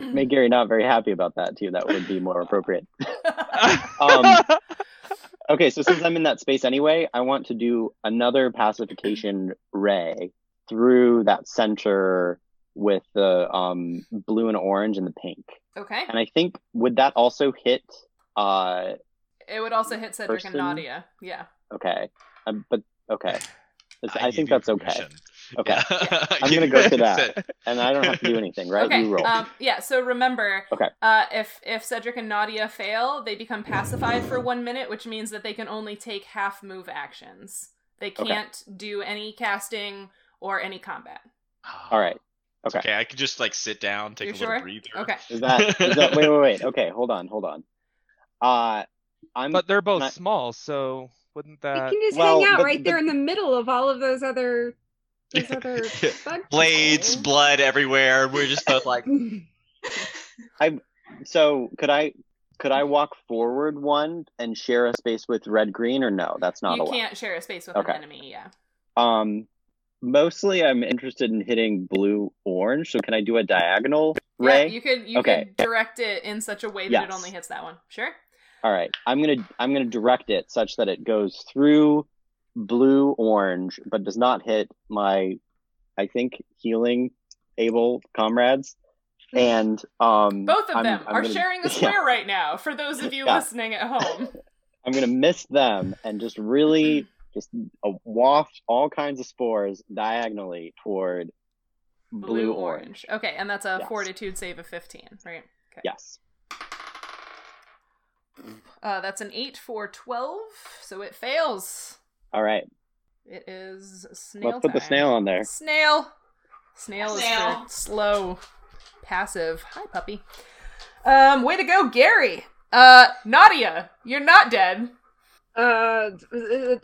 make Gary not very happy about that too. That would be more appropriate. um, Okay, so since I'm in that space anyway, I want to do another pacification ray through that center with the um, blue and orange and the pink. Okay. And I think would that also hit? Uh, It would also hit Cedric and person? Nadia. Yeah. okay, um, but okay, I, think that's okay. Okay, I'm gonna go for that. and I don't have to do anything, right? Okay. You roll. Um, yeah. So remember, Okay. uh, if if Cedric and Nadia fail, they become pacified for one minute, which means that they can only take half move actions. They Okay. can't do any casting or any combat. All right. It's okay. Okay, I could just like sit down, take You a little sure? breather. Okay. Is that, is that wait, wait, wait. Okay, hold on, hold on. Uh, I'm but they're both Not- small, so wouldn't Uh, You that? can just well, hang out but- right there but- in the middle of all of those other those other bug Blades, people. blood everywhere. We're just both like, so could I could I walk forward one and share a space with red green or no? That's not you allowed. can't share a space with Okay. an enemy. Yeah. Um, mostly I'm interested in hitting blue orange. So can I do a diagonal ray? Yeah, you could you Okay. could direct it in such a way that it Yes. only hits that one. Sure. All right, I'm gonna I'm gonna direct it such that it goes through blue orange, but does not hit my I think healing able comrades. And um, Both of I'm- them I'm are gonna- sharing the yeah. square right now. For those of you Yeah. listening at home. I'm gonna miss them and just Mm-hmm. really just uh, waft all kinds of spores diagonally toward blue, blue orange. orange. Okay, and that's a Yes. fortitude save of 15, right? Okay. Yes. Uh, that's an 8 for 12, so it fails. All right. It is snail Let's put the time. snail on there. Snail. Snail is Snail. for slow, passive. Hi, puppy. Um, way to go, Gary. Uh, Nadia, you're not dead. Uh, uh,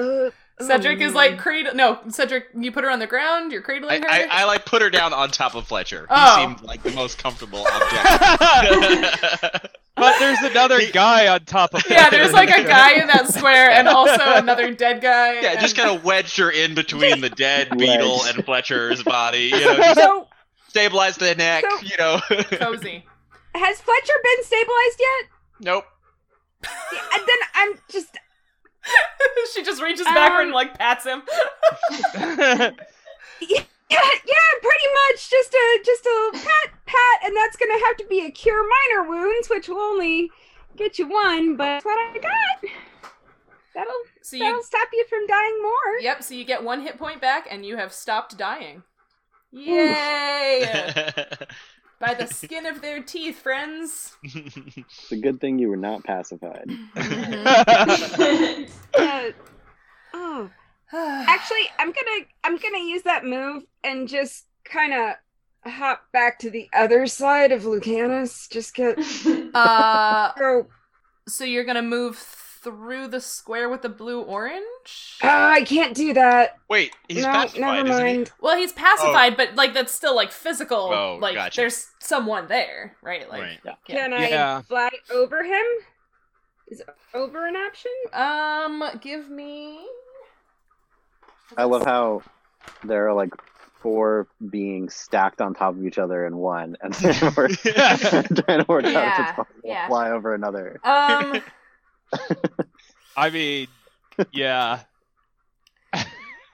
uh, Cedric oh, is like man. cradle. No, Cedric, you put her on the ground. You're I, cradling her. I, I like put her down on top of Fletcher. Oh. He seemed like the most comfortable object. but there's another guy on top of. yeah, there's like a Gary. guy in that square, and also another dead guy. yeah, just and- kind of wedged her in between the dead beetle Legs. and Fletcher's body. You know, just So stabilize the neck. So- you know. cozy. has Fletcher been stabilized yet? Nope. And then I'm just she just reaches backward and Um, like pats him. yeah, yeah, pretty much just a just a pat pat, and that's gonna have to be a cure minor wounds, which will only get you one, but that's what I got. That'll So that'll you stop you from dying more. Yep, so you get one hit point back and you have stopped dying. Yay! By the skin of their teeth, friends. It's a good thing you were not pacified. Mm-hmm. Uh, oh, Uh, actually, I'm gonna I'm gonna use that move and just kind of hop back to the other side of Lucanus. Just get uh oh, so you're gonna move through the square with the blue orange? Ah, I can't do that. Wait, he's no, pacified, never isn't mind. Well, he's pacified, but like that's still like physical. Oh, like gotcha. there's someone there, right? Like right. Yeah. Can I Yeah. fly over him? Is over an option? um give me I love how there are like four beings stacked on top of each other in one, and then we're trying to work Yeah, out to t- yeah. fly over another. um I mean, yeah.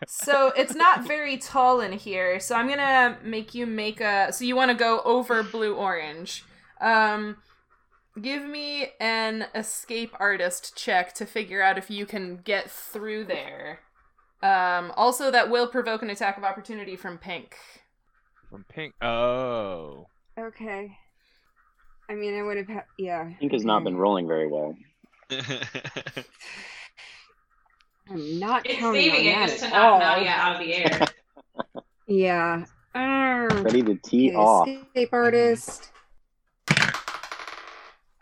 so it's not very tall in here so i'm gonna make you make a so you want to go over blue orange um give me an escape artist check to figure out if you can get through there um also that will provoke an attack of opportunity from pink From pink. Oh. Okay. I mean, I would have. Ha- yeah. Pink has not been rolling very well. I'm not It's counting saving on it that just to at knock all. Nadia out of the air. Yeah. Arr. Ready to tee Okay, off. Escape artist.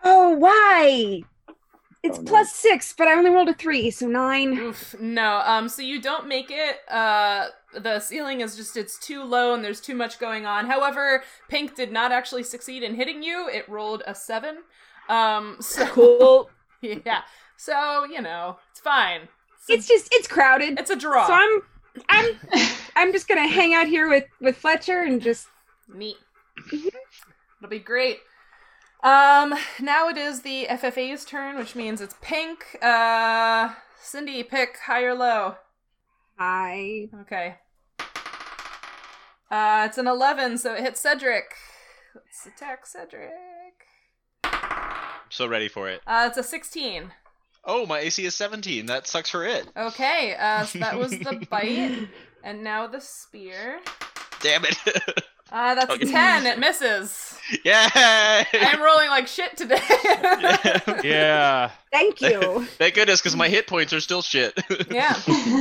Oh, why? It's Oh, no. plus six, but I only rolled a three, so nine. Oof, no. Um, so you don't make it. Uh, the ceiling is just it's too low and there's too much going on. However, Pink did not actually succeed in hitting you. It rolled a seven. Um, so cool. yeah. So you know it's fine. It's a, It's just it's crowded. it's a draw. So I'm I'm I'm just gonna hang out here with with Fletcher and just Neat. Mhm. It'll be great. Um, now it is the FFA's turn, which means it's Pink. Uh, Cindy, pick high or low. I Okay. Uh, it's an 11, so it hits Cedric. Let's attack Cedric. so ready for it. Uh, it's a 16. Oh, my AC is 17. That sucks for it. Okay, uh, so that was the bite. And now the spear. Damn it. Uh, that's Okay. a 10. It misses. Yay! I'm rolling like shit today. Yeah. thank you. Thank goodness, because my hit points are still shit. yeah.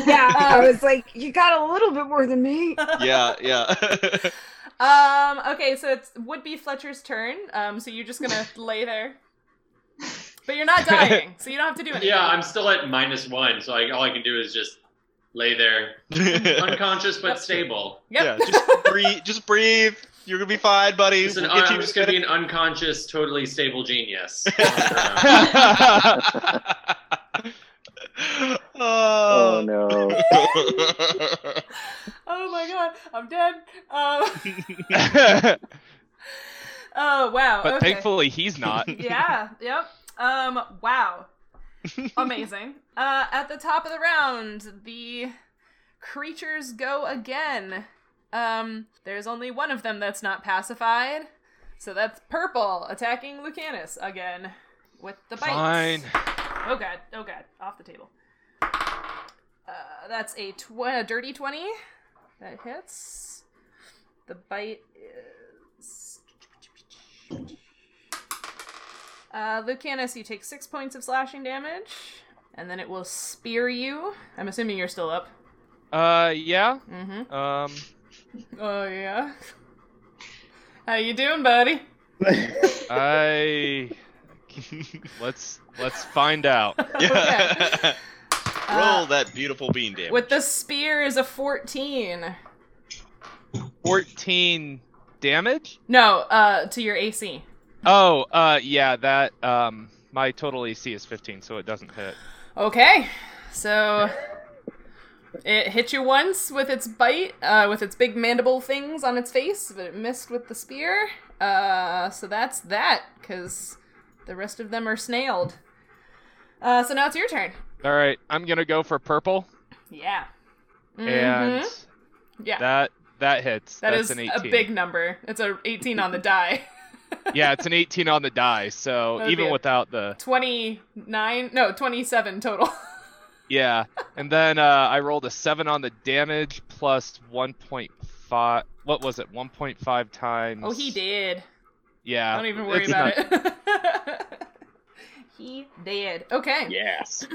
yeah, I was like, you got a little bit more than me. yeah, yeah. Um, okay, so it's would be Fletcher's turn. Um, so you're just gonna lay there. But you're not dying, so you don't have to do anything. Yeah, I'm still at minus one, so I, all I can do is just lay there, unconscious but Yep. stable. Yep. Yeah, just breathe. Just breathe. You're gonna be fine, buddy. Just an, We'll get I'm you- just gonna be an unconscious, totally stable genius. Uh, Oh oh no! Oh my god, I'm dead. Um, oh wow. But okay. thankfully, he's not. yeah. Yep. Um. Wow. Amazing. Uh, at the top of the round, the creatures go again. Um. There's only one of them that's not pacified, so that's purple attacking Lucanus again with the bites. Fine. Oh god. Oh god. Off the table. Uh, that's a, tw- a dirty twenty. That hits. The bite is. Uh, Lucanus, you take six points of slashing damage, and then it will spear you. I'm assuming you're still up. Uh, yeah. Mm-hmm. Um, Oh yeah. How you doing, buddy? I let's let's find out. Okay. yeah. Uh, Roll that beautiful bean damage. With the spear is a 14. Fourteen damage. No, uh, to your AC. Oh, uh, yeah. That um, my total AC is fifteen, so it doesn't hit. Okay, so it hit you once with its bite, uh, with its big mandible things on its face, but it missed with the spear. Uh, so that's that, because The rest of them are snailed. Uh, so now it's your turn. All right, I'm gonna go for purple, Yeah. and Mhm. yeah, that that hits. that That's is an a 18. big number. It's a 18 on the die. yeah, it's an 18 on the die. So That'd be even a- without the 29, no, 27 total. Yeah, and then uh, I rolled a seven on the damage plus one point five. What was it? One point five times. oh, he did. Yeah. Don't even worry it's about it. he did. Okay. Yes.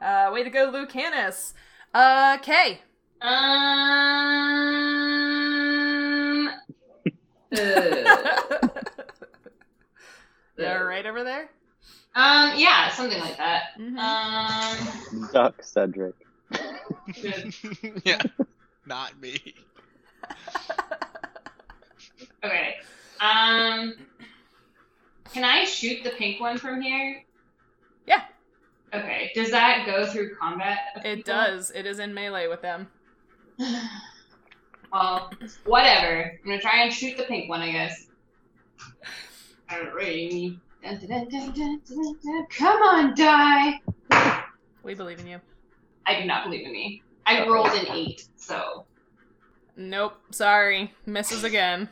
Uh, way to go, Lucanus. Uh, Kay. Um. uh, They're right over there. um. Yeah, something like that. Mhm. Um. Duck Cedric. good. yeah, not me. Okay. Um. Can I shoot the pink one from here? Yeah. Okay. Does that go through combat? of It people? does. It is in melee with them. well, whatever. I'm gonna try and shoot the pink one, I guess. All right. Dun, dun, dun, dun, dun, dun, dun. Come on, die! We believe in you. I do not believe in me. I rolled an eight, so Nope. Sorry. Misses again.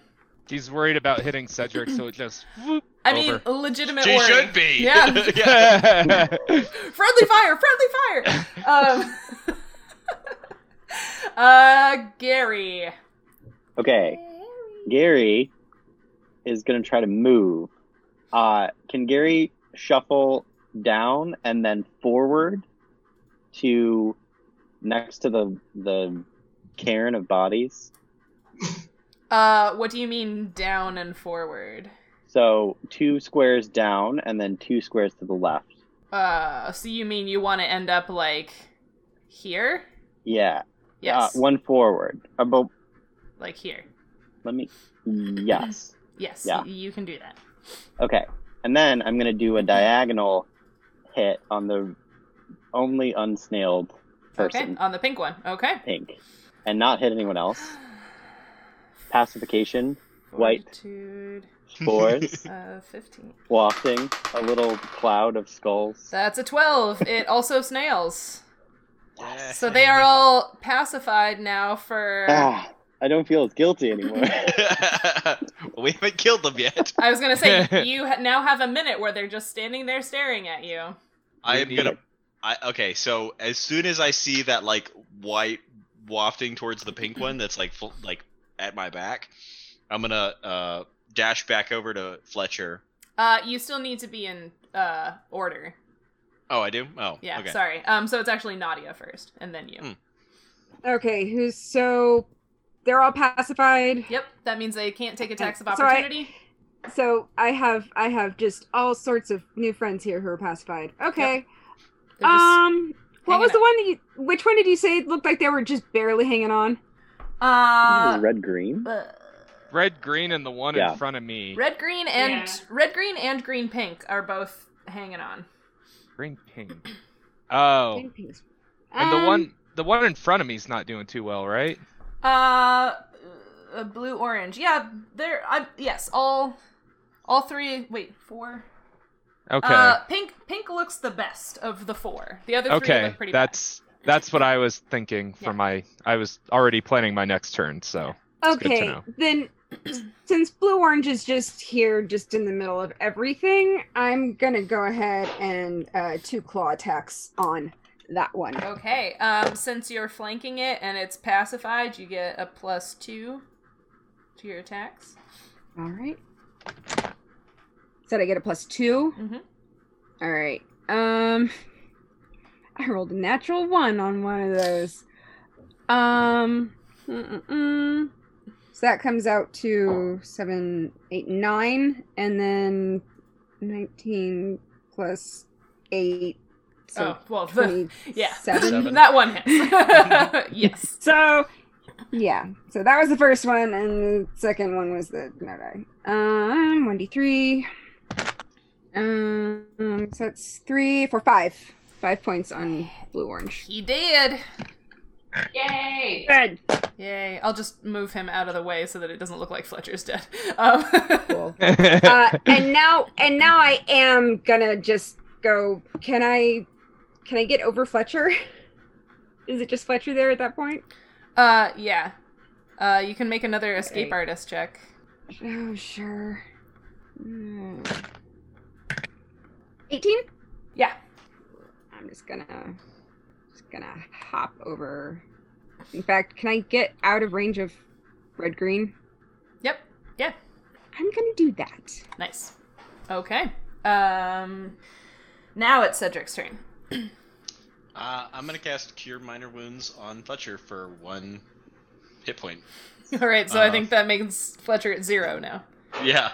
He's worried about hitting Cedric, so it just. Whoop, I mean, Over. legitimate she worry. should be. Yeah. friendly fire. Friendly fire. Um. uh, Gary. Okay, Gary is gonna try to move. Uh, can Gary shuffle down and then forward to next to the the cairn of bodies? Uh, what do you mean down and forward? So two squares down and then two squares to the left. Uh, so you mean you want to end up like here? Yeah. Yes. Uh, one forward. About like here. let me. Yes. Yes. Yeah. y- you can do that. Okay. And then I'm going to do a diagonal hit on the only unsnailed person, Okay. On the pink one. Okay. pink, and not hit anyone else. Pacification, White. Fortitude, spores, uh, 15. wafting, a little cloud of skulls. That's a 12. It also snails. Yeah. So they are all pacified now for. ah, I don't feel as guilty anymore. we haven't killed them yet. I was going to say, you ha- now have a minute where they're just standing there staring at you. I We am need gonna. it. I okay. So as soon as I see that like white wafting towards the pink one, that's like full, like at my back, I'm gonna uh dash back over to Fletcher. Uh, you still need to be in uh, order. Oh, I do. Oh, Yeah, Okay. sorry. Um, so it's actually Nadia first, and then you. Hmm. Mm. Okay, who's so they're all pacified. Yep, that means they can't take attacks of So I- opportunity. So I have I have just all sorts of new friends here who are pacified. Okay. They're just- um what hanging was the out. one that you which one did you say looked like they were just barely hanging on? Uh, Red green. Red, green, and the one Yeah. in front of me. red, green, and Yeah. red, green, and green, pink are both hanging on. Green, pink. Oh, Green peas. and the Um, one the one in front of me's not doing too well, right? Uh, uh, blue, orange. Yeah, there. I yes, all, all three. Wait, four. Okay. Uh, pink, pink looks the best of the four. The other three okay. look pretty bad. That's that's what I was thinking for Yeah. my. I was already planning my next turn, so It's good to Okay, know. then since Blue Orange is just here, just in the middle of everything, I'm gonna go ahead and uh, two claw attacks on that one. Okay. Um, since you're flanking it and it's pacified, you get a plus two to your attacks. All right. Said I get a plus two. Mhm. All right. Um, I rolled a natural one on one of those. Um, mm-mm-mm. so that comes out to seven, eight, nine, and then nineteen plus eight, so oh well, the, yeah, twenty-seven. Seven. that one hits. yes. So, yeah. So that was the first one, and the second one was the no die. Um, one d three. Um, so that's three, four, five. Five points on blue orange. He did. Yay! Good. Yay. I'll just move him out of the way so that it doesn't look like Fletcher's dead. Um, Cool. Uh, and now, and now I am gonna just go. Can I, can I get over Fletcher? Is it just Fletcher there at that point? uh, yeah. Uh, you can make another escape Okay. artist check. Oh sure. Hmm. Eighteen. Yeah. I'm just gonna just gonna hop over. In fact, can I get out of range of red green? Yep. Yeah. I'm gonna do that. Nice. Okay. Um, now it's Cedric's turn. Uh, I'm gonna cast Cure Minor Wounds on Fletcher for one hit point. All right. So I Uh. think that makes Fletcher at zero now. Yeah.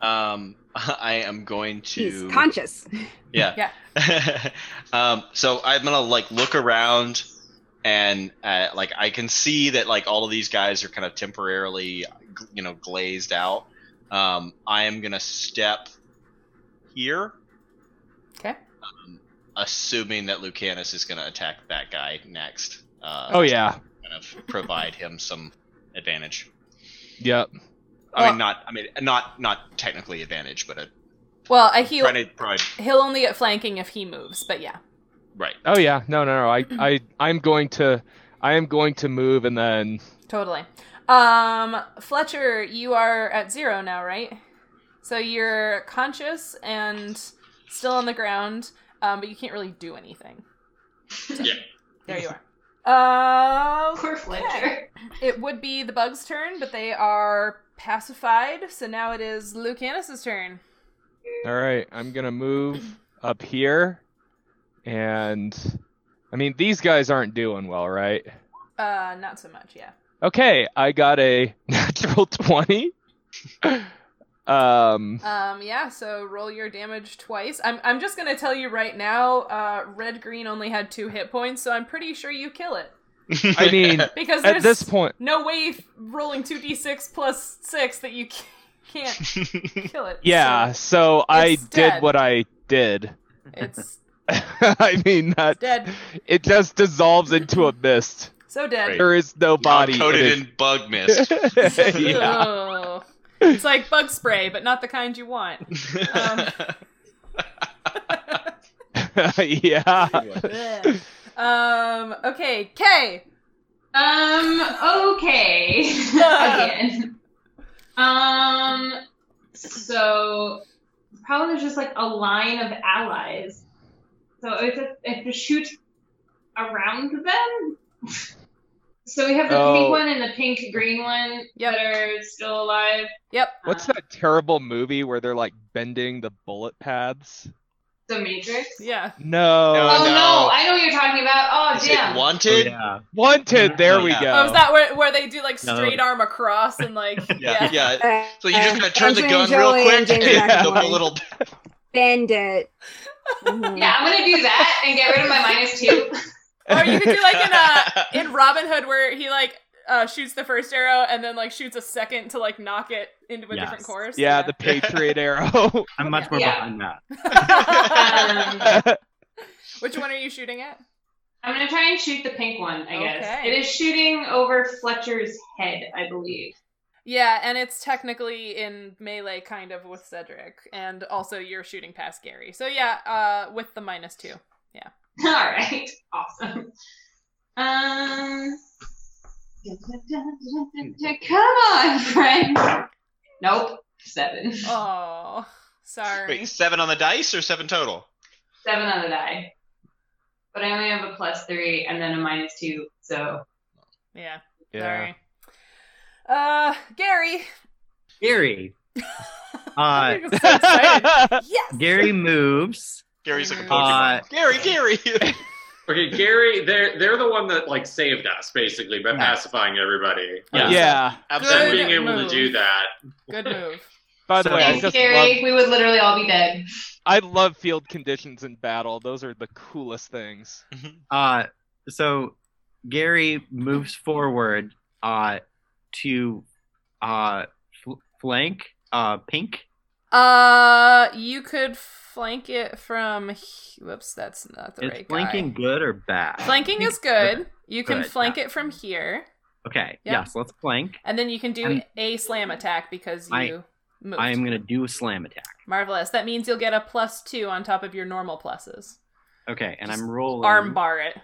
Um, I am going He's to. conscious. yeah. Yeah. um, so I'm gonna like look around, and uh, like I can see that like all of these guys are kind of temporarily, g- you know, glazed out. Um, I am gonna step here, Um, okay. assuming that Lucanus is gonna attack that guy next. Uh, oh yeah, to kind of provide him some advantage. yep. I Well- mean, not. I mean, not not technically advantage, but a, Well, I, he'll trying to provide. he'll only get flanking if he moves, but yeah. Right. Oh yeah, no, no, no. I, I, I'm going to, I am going to move, and then Totally. Um, Fletcher, you are at zero now, right? So you're conscious and still on the ground, um, but you can't really do anything. Yeah. There you are. Uh, Poor Fletcher. it would be the bug's turn, but they are pacified, so now it is Lucanus's turn. all right, I'm gonna move up here, and, I mean, these guys aren't doing well, right? Uh, not so much, yeah. Okay, I got a natural twenty. um, Um, yeah, so roll your damage twice. I'm, I'm just gonna tell you right now, uh, red green only had two hit points, so I'm pretty sure you kill it. I mean, Because at there's this point, no way f- rolling 2d6 plus 6 that you c- can't kill it. yeah. So So I It's did dead. what I did. it's I mean, that dead. it just dissolves into a mist. So dead. There is no body. coated it. in bug mist. Um, yeah. Ugh. It's like bug spray, but not the kind you want. Um, yeah. Ugh. um, okay, K. Um, okay. Again. Um, so probably there's just like a line of allies. So if I have to shoot around them. So we have the Oh. pink one and the pink green one Yep. that are still alive. Yep. What's Uh, that terrible movie where they're like bending the bullet paths? The Matrix. Yeah. No. No. Oh, Oh, no. I know what you're talking about. Oh Is damn. it wanted? yeah. Oh, Wanted. There we Yeah. go. Oh, is that where, where they do like No. straight arm across and like yeah. yeah. Uh, So you just uh, gotta turn the Angelina gun real Jolie quick and James and Yeah. the McAvoy. bullet. Bend it. Mhm. Yeah, I'm gonna do that and get rid of my minus two. Or you could do like in uh in Robin Hood where he like uh, shoots the first arrow and then like shoots a second to like knock it into a Yes. different course. yeah, the Patriot arrow. I'm much more Yeah. behind that. Um, Which one are you shooting at? I'm gonna try and shoot the pink one. I guess Okay. it is shooting over Fletcher's head, I believe. Yeah, and it's technically in melee, kind of, with Cedric, and also you're shooting past Gary. So yeah, uh, with the minus two. All right, awesome. Um, come on, friend. Nope, seven. Oh, sorry. Wait, seven on the dice or seven total? Seven on the die. But I only have a plus three and then a minus two, so Yeah, yeah. sorry. Uh, Gary. Gary. Uh, I'm so excited. yes. Gary moves. Gary's like a Pokemon. Uh, Gary, Gary. Okay, Gary, they're they're the one that like saved us basically by Nice. pacifying everybody. Yeah. Yeah. And Good being Absolutely. able move. to do that. Good move. By the So- way, I thanks, just Gary. love, We would literally all be dead. I love field conditions in battle. Those are the coolest things. Uh, so Gary moves forward uh, to uh, fl- flank uh, Pink Uh, you could flank it from. he- Whoops, that's not the Is right flanking guy. good or bad? Flanking is good. You can Good, flank yeah. it from here, Okay. Yeah. Yes. Let's flank. and then you can do I'm- a slam attack because I- you moved. I am gonna do a slam attack. Marvelous. That means you'll get a plus two on top of your normal pluses. Okay, and Just I'm rolling. Arm bar it.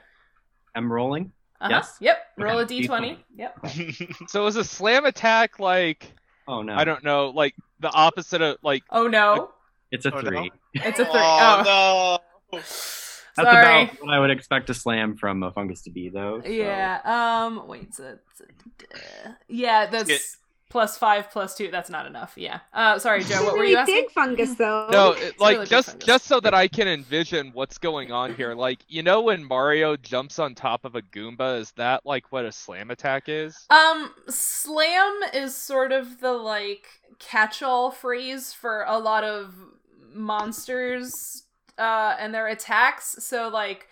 I'm rolling. Uh-huh. Yes? Yep. Roll Okay, a d20. D20. Yep. So is a slam attack like Oh no. I don't know, like the opposite of like Oh no. It's a Oh, no. three. It's a three. Oh. Oh, no. That's Sorry. about what I would expect a slam from a fungus to be, though. so- Yeah. Um. Wait. So, so- yeah. That's Skit. plus five plus two. That's not enough. Yeah. Uh. Sorry, It's Joe. a What were really you asking? big fungus, though. No, it, like really big just fungus. just so that I can envision what's going on here. Like you know when Mario jumps on top of a Goomba, is that like what a slam attack is? Um. Slam is sort of the like catch-all phrase for a lot of monsters uh, and their attacks. So like.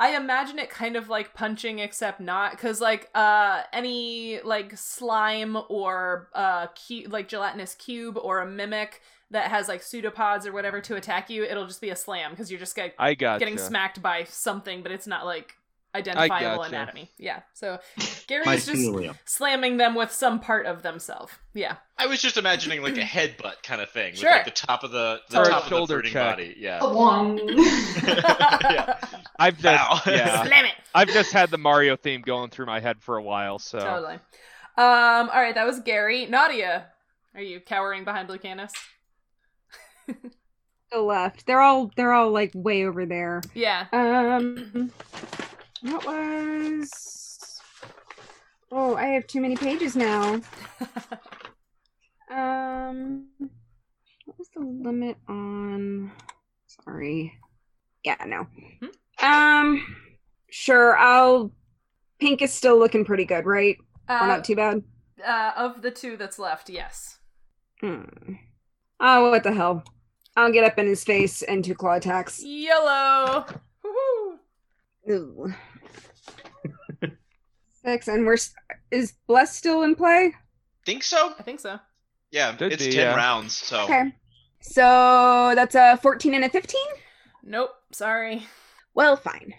I imagine it kind of like punching, except not, because like uh, any like slime or uh, cu- like gelatinous cube or a mimic that has like pseudopods or whatever to attack you, it'll just be a slam because you're just like I got getting smacked by something, but it's not like identifiable gotcha. anatomy. Yeah. So My Gary's just Coolio. slamming them with some part of themselves. Yeah. I was just imagining like a headbutt kind of thing, Sure. Oh. with like the top of the, the Or a top of the shoulder fruiting check. body. Yeah. One. yeah. I've just Wow. yeah. Slam it. I've just had the Mario theme going through my head for a while, so Totally. Um, all right, that was Gary. Nadia. Are you cowering behind Blue Canis? Go left. They're all they're all like way over there. Yeah. Um, that was. Oh, I have too many pages now. Um, what was the limit on? Sorry. Yeah, no. Um, sure. I'll. Pink is still looking pretty good, right? Or uh, not too bad. uh, of the two that's left, yes. Hmm. Oh, what the hell! I'll get up in his face and two claw attacks. Yellow. Woohoo. Ooh. Six, and we're s- is Bless still in play? Think so? I think so. Yeah. Could it's be, ten yeah. rounds, so Okay. So that's a fourteen and a fifteen. Nope. Sorry. Well, fine.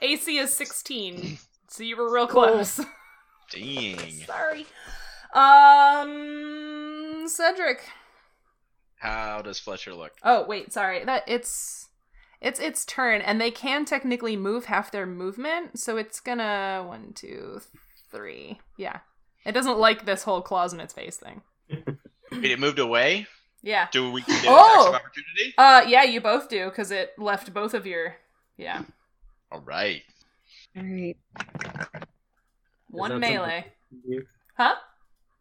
AC is 16. So you were real close. Dang. Sorry. Um, Cedric. How does Fletcher look? Oh wait, sorry. That it's it's its turn, and they can technically move half their movement, so it's gonna one, two, three. Yeah, it doesn't like this whole claws in its face thing. Wait, it moved away? Yeah. Do we get Oh! an attack of opportunity? Uh, yeah, you both do because it left both of your. Yeah, All right. All right. one that melee, Do- huh?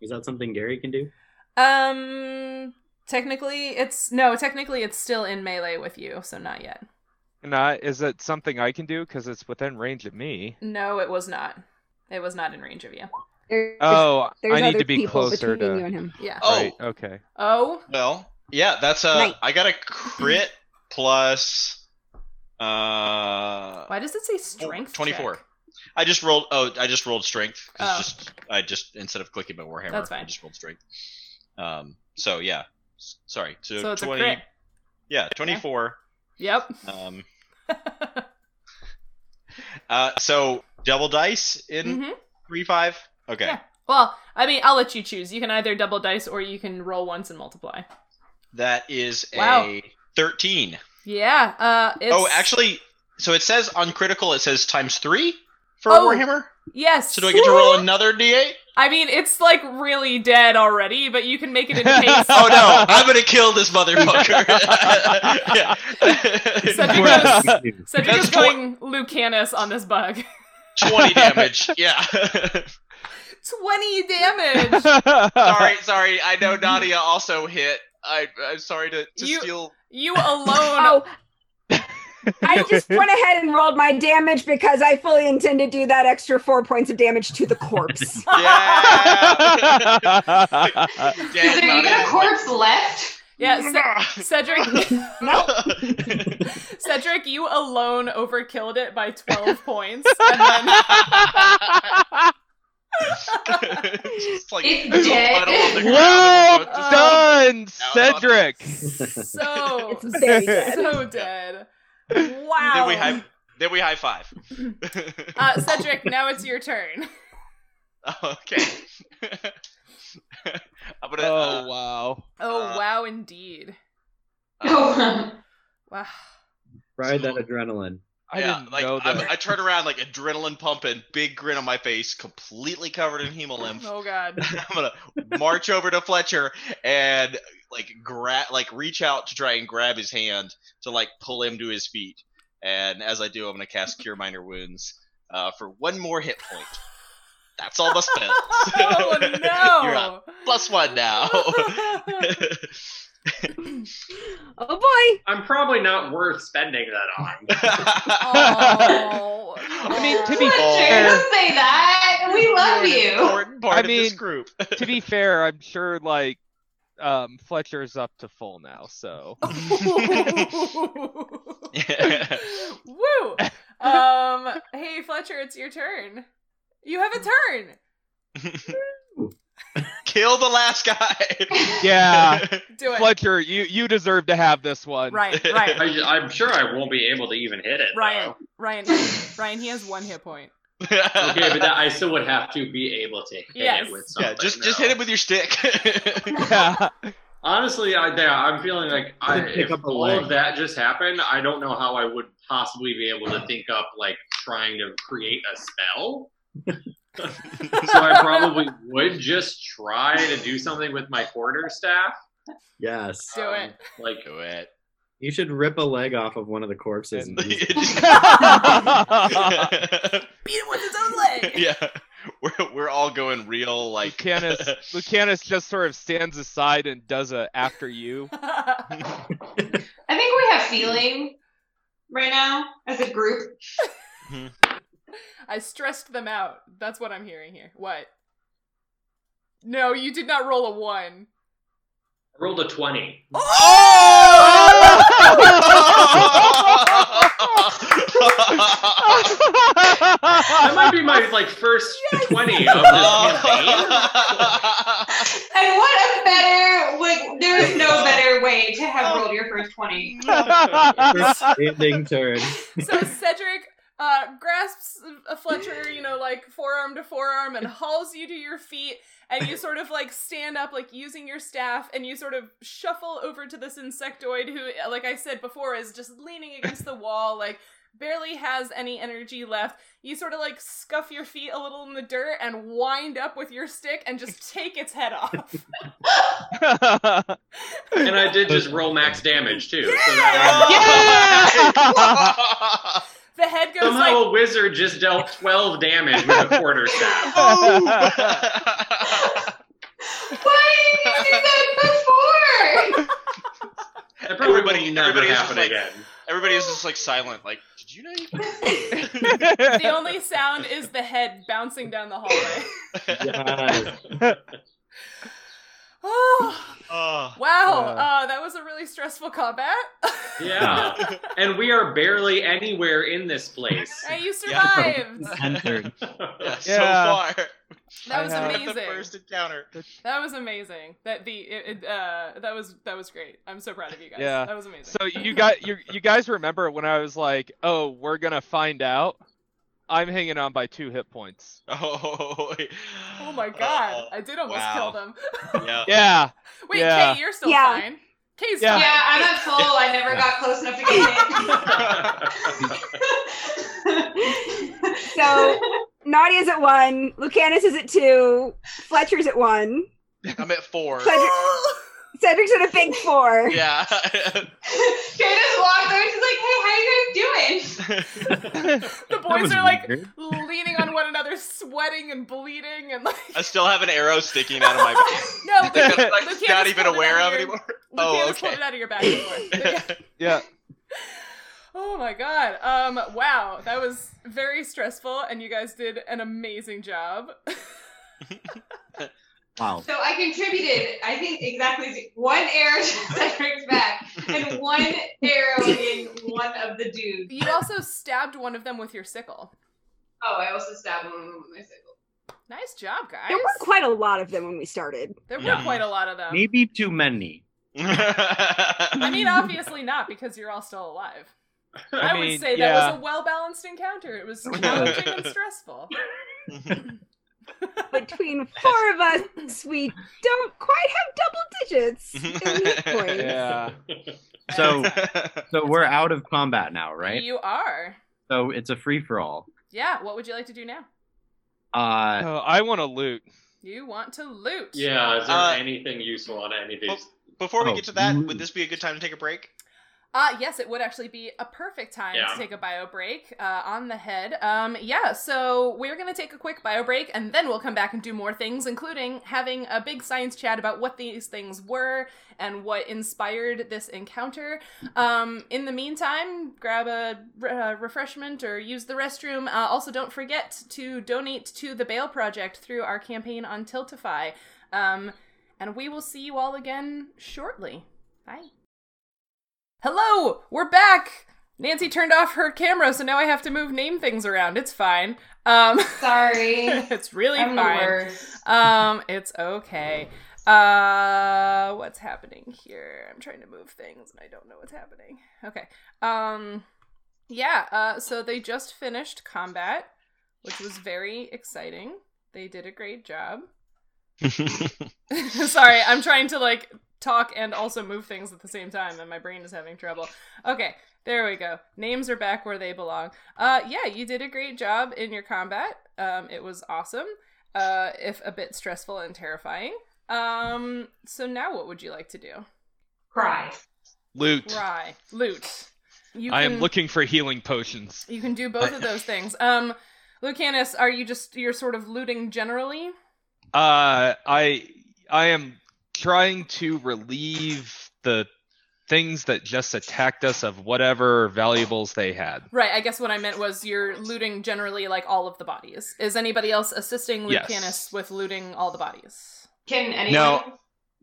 Is that something Gary can do? Um, technically, it's no. Technically, it's still in melee with you, so not yet. and I, is it something I can do cuz it's within range of me? No, it was not. It was not in range of you. There's, Oh, there's I need other to be people closer between to you and him. Yeah. Oh. Right, okay. Oh, Well, yeah, that's a. I Nice. got a crit plus. Uh, why does it say strength? check? 24. I just rolled. Oh, I just rolled strength. 'cause Oh. just I just instead of clicking my warhammer, That's fine. I just rolled strength. Um. So yeah. S- Sorry. So, So it's a twenty. crit. Yeah, twenty-four. Yep. Um. Uh. So double dice in hmm three five. Okay. Yeah. Well, I mean, I'll let you choose. You can either double dice or you can roll once and multiply. That is a Wow. thirteen. Yeah. Uh, it's, Oh, actually, so it says on critical it says times three for Oh. warhammer. yes. So do I get to roll another d8? I mean, it's like really dead already, but you can make it in haste. Oh no, I'm gonna kill this motherfucker. yeah. Cedric What goes- can you do? Cedric is That's twi- going Lucanus on this bug. 20 damage. Yeah. Twenty damage. sorry, sorry. I know Nadia also hit. I, I'm sorry to, to You- steal. You alone. Oh, I just went ahead and rolled my damage because I fully intend to do that extra four points of damage to the corpse. Oh. Yeah. Is Dead, there even a Nadia. corpse left? Yeah. Ce- Cedric. Cedric, you alone overkilled it by twelve points, and then it's just like It's there's a dead. puddle on the ground. Well Everyone's just- done, Now- Cedric. so It's very dead. so dead. Wow. Then we high. Then we high five. uh, Cedric, now it's your turn. okay. I'm gonna. Oh uh, wow. Oh Uh, wow, indeed. Oh, Wow. Ride So- that adrenaline. I yeah, didn't like know I'm- that. I turn around like adrenaline pumping, big grin on my face, completely covered in hemolymph. Oh god. I'm gonna march over to Fletcher and like grab, like reach out to try and grab his hand to like pull him to his feet. And as I do, I'm gonna cast Cure Minor Wounds uh, for one more hit point. That's all the spells. oh no. You're up. Plus one now. Oh I'm probably not worth spending that on. oh. I mean, to be Fletcher, fair- don't say that. We love You're an you. Important part I of this mean- group. to be fair, I'm sure like um, Fletcher's up to full now, so Woo. Um. Hey Fletcher, it's your turn. You have a turn. Kill the last guy. yeah, Do it. Fletcher, you you deserve to have this one. Right. Right. I, I'm sure I won't be able to even hit it. Ryan, though. Ryan, Ryan, he has one hit point. Okay, but that, I still would have to be able to hit Yes. it with something. yeah, just just hit though. it with your stick. Yeah. Honestly, I, yeah, I'm feeling like I, Then pick if up a all leg. of that just happened, I don't know how I would possibly be able to think up like trying to create a spell. so I probably would just try to do something with my quarter staff. Yes. Do it. Like Do it. You should rip a leg off of one of the corpses. And use Beat him with his own leg. yeah, we're we're all going real like. Lucanus Lucanus just sort of stands aside and does a after you. I think we have feeling right now as a group. I stressed them out. That's what I'm hearing here. What? No, you did not roll a one. I rolled a twenty. That might be my like first twenty of this Oh. campaign. And what a better, like, there is no better way to have rolled your first 20. this ending turn. So Cedric uh, grasps a Fletcher, you know, like forearm to forearm, and hauls you to your feet. And you sort of like stand up, like using your staff, and you sort of shuffle over to this insectoid who, like I said before, is just leaning against the wall, like barely has any energy left. You sort of like scuff your feet a little in the dirt and wind up with your stick and just take its head off. And I did just roll max damage too. So Yeah! that The head goes was, somehow like a wizard just dealt twelve damage with a quarter staff. Oh! Why didn't you do that before? That probably Everybody- will never everybody's happen just like- again. Everybody is just like silent. Like, did you know? the only sound is the head bouncing down the hallway. Yes. Oh Oh. wow, Uh. uh, that was a really stressful combat. Yeah. and we are barely anywhere in this place. Hey, you Yeah. survived. Entered. Yeah, Yeah. So far, That was I have- the amazing. first encounter. That was amazing. That the it, it, uh, that was that was great. I'm so proud of you guys. Yeah. That was amazing. So you got you you guys remember when I was like, "Oh, we're gonna find out." I'm hanging on by two hit points. Oh. Oh my god, I did almost wow. kill them. Uh, yeah. Yeah, Wait, Yeah. Kay, you're still Yeah. fine. Kay's Yeah. fine. Yeah, I'm not full. I never got close enough to get it. So- boy. Nadia's at one. Lucanus is at two. Fletcher's at one. I'm at four. Cedric, Cedric's at a big four. yeah. Jay just walked over. She's like, "Hey, how you guys doing?" the That boys was are like weird. leaning on one another, sweating and bleeding, and like I still have an arrow sticking out of my back. no, Luke, That I'm, like, Lucanus not even pulled it aware out of of your- anymore. Luke Oh, Hannah's okay. pulled it out of your back before. yeah. oh my god. Um. Wow, that was very stressful, and you guys did an amazing job. Wow. So I contributed. I think exactly one arrow to Cedric's back and one arrow in one of the dudes. You also stabbed one of them with your sickle. Oh, I also stabbed one with my sickle. Nice job, guys. There were quite a lot of them when we started. There were Yeah. quite a lot of them. Maybe too many. I mean, obviously not because you're all still alive. I, mean, would say that yeah. was a well balanced encounter. It was challenging and stressful. Between four of us, we don't quite have double digits in hit points. Yeah. So, so we're out of combat now, right? You are. So it's a free for all. Yeah. What would you like to do now? Uh, Oh, I want to loot. You want to loot. Yeah, is there Uh, anything useful on any of these? Before we Oh, get to that, mm. would this be a good time to take a break? Uh, yes, it would actually be a perfect time Yeah. to take a bio break uh, on the head. Um, yeah, so we're going to take a quick bio break and then we'll come back and do more things, including having a big science chat about what these things were and what inspired this encounter. Um, in the meantime, grab a re- uh, refreshment or use the restroom. Uh, also, don't forget to donate to the Bail Project through our campaign on Tiltify. Um, and we will see you all again shortly. Bye. Hello, we're back. Nancy turned off her camera, so now I have to move name things around. It's fine. Um, Sorry. it's really I'm the fine. worst. Um, it's okay. Uh, what's happening here? I'm trying to move things, and I don't know what's happening. Okay. Um, yeah. Uh, so they just finished combat, which was very exciting. They did a great job. Sorry, I'm trying to like talk and also move things at the same time, and my brain is having trouble. Okay, there we go. Names are back where they belong. Uh, yeah, you did a great job in your combat. Um, it was awesome, uh, if a bit stressful and terrifying. Um, so now what would you like to do? Cry. Loot. Cry, loot. You I am looking for healing potions. You can do both of those things. Um, Lucanus, are you just you're sort of looting generally? Uh, I I am trying to relieve the things that just attacked us of whatever valuables they had. Right, I guess what I meant was you're looting generally like all of the bodies. Is anybody else assisting Yes. Lucanus with looting all the bodies? Can anyone? No.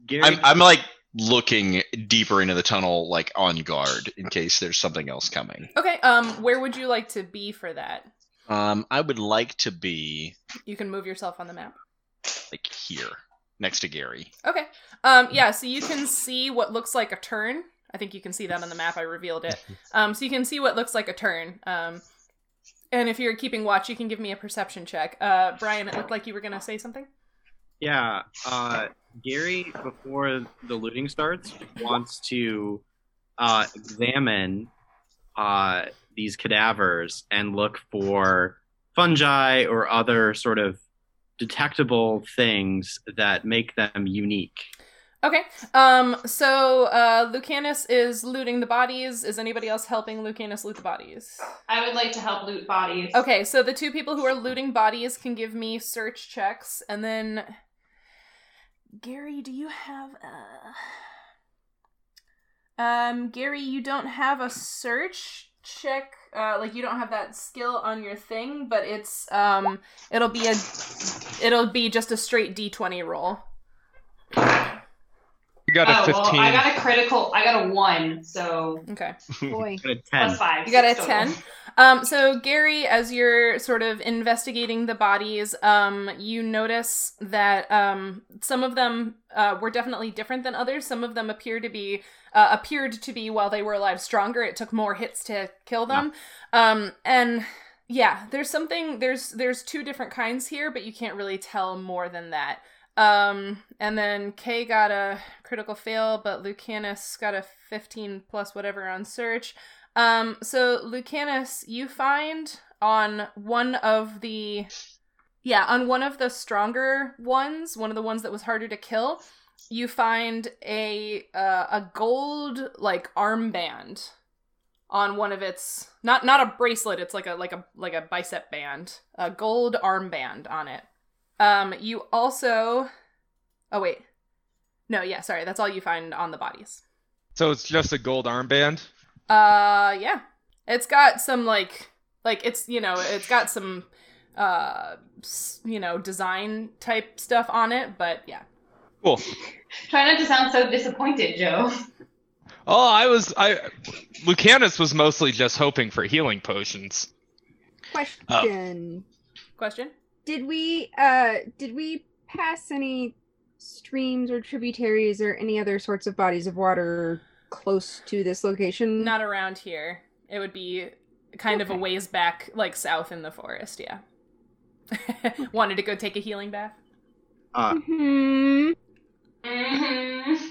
Gary, I'm, I'm like looking deeper into the tunnel, like on guard in case there's something else coming. Okay, um where would you like to be for that? Um, I would like to be You can move yourself on the map. like here next to Gary. Okay. Um yeah, so you can see what looks like a turn. I think you can see that on the map. I revealed it. Um so you can see what looks like a turn. Um and if you're keeping watch, you can give me a perception check. Uh Brian, it looked like you were going to say something. Yeah, uh, Gary, before the looting starts, wants to uh, examine uh, these cadavers and look for fungi or other sort of detectable things that make them unique. Okay. Um so uh Lucanus is looting the bodies. Is anybody else helping Lucanus loot the bodies? I would like to help loot bodies. Okay, so the two people who are looting bodies can give me search checks, and then Gary, do you have a? Um, Gary, you don't have a search check. Uh, like you don't have that skill on your thing, but it's um, it'll be a, it'll be just a straight D twenty roll. You got a oh, well, fifteen. I got a critical. I got a one, so Okay. Boy. Got a plus 10. five. You got a six total. 10. Um, so, Gary, as you're sort of investigating the bodies, um, you notice that um, some of them uh, were definitely different than others. Some of them appear to be uh, appeared to be while they were alive stronger. It took more hits to kill them, um, and yeah, there's something. There's there's two different kinds here, but you can't really tell more than that. Um, and then Kay got a critical fail, but Lucanus got a 15 plus whatever on search. Um, so Lucanus, you find on one of the yeah, on one of the stronger ones, one of the ones that was harder to kill, you find a uh, a gold like armband on one of its not not a bracelet, it's like a like a like a bicep band, a gold armband on it. Um, you also oh wait, no, yeah, sorry, that's all you find on the bodies. So it's just a gold armband. Uh, yeah. It's got some like like it's you know it's got some uh s- you know design type stuff on it, but yeah. Cool. Try not to sound so disappointed, Joe. Oh, I was I Lucanus was mostly just hoping for healing potions. Question. Question. Did we uh did we pass any streams or tributaries or any other sorts of bodies of water close to this location? Not around here. It would be kind of a ways back, like south in the forest. Yeah. Wanted to go take a healing bath. Uh, Hmm. Mm-hmm.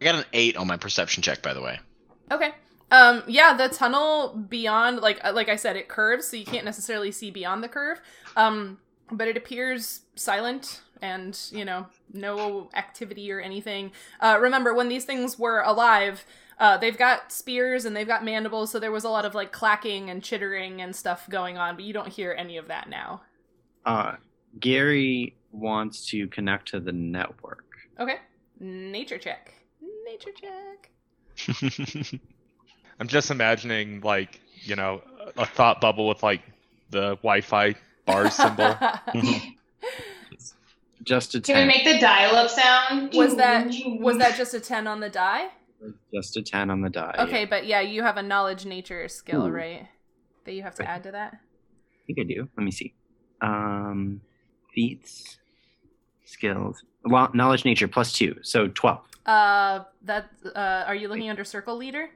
I got an eight on my perception check, by the way. Okay. Um yeah, the tunnel beyond like uh, like I said it curves so you can't necessarily see beyond the curve. Um but it appears silent and, you know, no activity or anything. Uh remember when these things were alive, uh they've got spears and they've got mandibles so there was a lot of like clacking and chittering and stuff going on, but you don't hear any of that now. uh, Gary wants to connect to the network. Okay. Nature check. Nature check. I'm just imagining like you know a thought bubble with like the Wi-Fi bar symbol. Just a Can we make ten. the dial-up sound? was that was that just a 10 on the die? just a ten on the die. Okay, but yeah, you have a knowledge nature skill, Ooh. right? That you have to add to that. I think I do. Let me see. Um, feats, skills, lo- knowledge, nature, plus two, so twelve. Uh, that uh, are you looking under circle leader?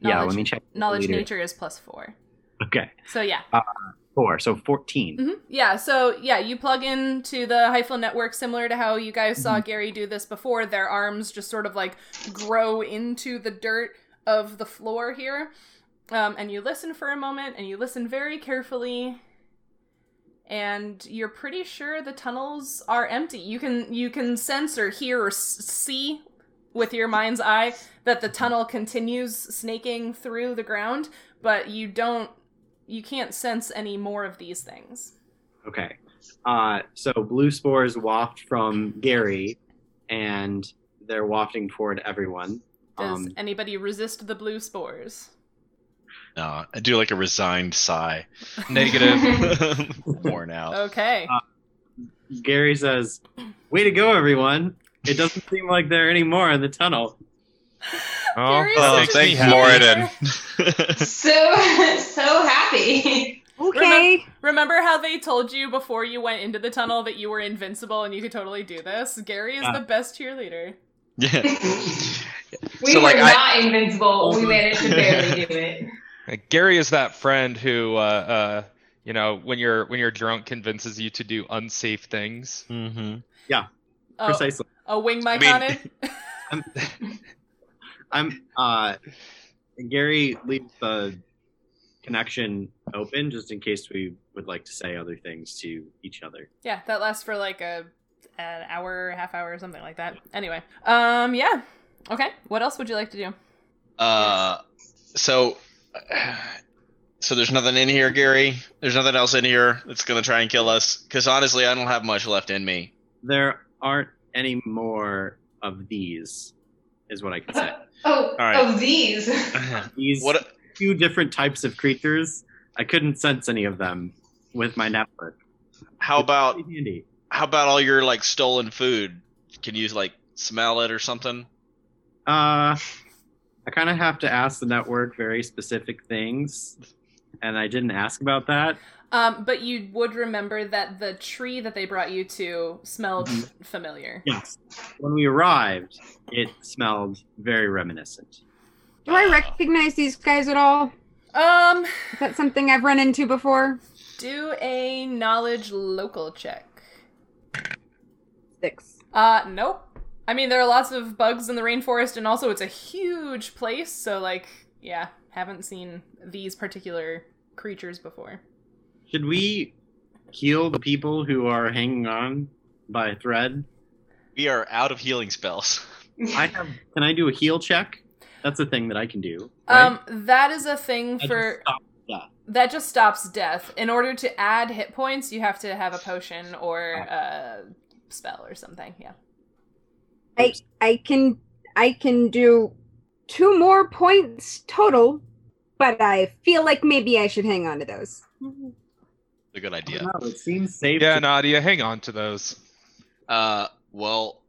yeah, Knowledge- let me check. the Knowledge leader. nature is plus four. Okay, So yeah, four, so 14 hmm yeah. So yeah, you plug into the Hyphal network, similar to how you guys saw Gary do this before. Their arms just sort of like grow into the dirt of the floor here, um, and you listen for a moment, and you listen very carefully, and you're pretty sure the tunnels are empty. You can you can sense or hear or s- see with your mind's eye that the tunnel continues snaking through the ground, but you don't you can't sense any more of these things. Mm-hmm. Okay. Uh, so blue spores waft from Gary, and they're wafting toward everyone. Does Um, anybody resist the blue spores? No, I do like a resigned sigh. Worn out. Okay. uh, Gary says, "Way to go, everyone! It doesn't seem like there are any more in the tunnel." Oh, Gary's that uh, such makes a me cheerleader. happy. Moradin. so so happy? Okay. Remember how they told you before you went into the tunnel that you were invincible and you could totally do this? Gary is Uh. the best cheerleader. yeah. We So, were like, I- not invincible. We managed to barely do it. Uh, Gary is that friend who, uh, uh, you know, when you're when you're drunk, convinces you to do unsafe things. Mm-hmm. Oh, Precisely. A wing my I mean- Conan? I'm. Uh, Gary leaves the connection open just in case we would like to say other things to each other. yeah, that lasts for like a an hour, half hour, or something like that. Anyway, um, yeah. Okay. What else would you like to do? Uh, so, so there's nothing in here, Gary. There's nothing else in here that's gonna try and kill us. Because honestly, I don't have much left in me. There aren't any more of these, is what I can say. Oh, right. of these. These what? two different types of creatures. I couldn't sense any of them with my network. How about Pretty handy. how about all your like stolen food? Can you like smell it or something? Uh, I kind of have to ask the network very specific things, and I didn't ask about that. Um, but you would remember that the tree that they brought you to smelled Mm-hmm. familiar. Yes. When we arrived, it smelled very reminiscent. Do I Uh, recognize these guys at all? Um, Is that something I've run into before? do a knowledge local check. Six. Uh, nope. I mean, there are lots of bugs in the rainforest, and also it's a huge place, so, like, yeah, haven't seen these particular creatures before. Should we heal the people who are hanging on by a thread? We are out of healing spells. I have. Can I do a heal check? That's a thing that I can do. Right? Um, that is a thing I for. just stop. That just stops death. In order to add hit points, you have to have a potion or Ah. a spell or something, yeah. I I can I can do two more points total, but I feel like maybe I should hang on to those. A good I idea. don't know, it seems safe. Yeah, to- Nadia, hang on to those. Uh, well,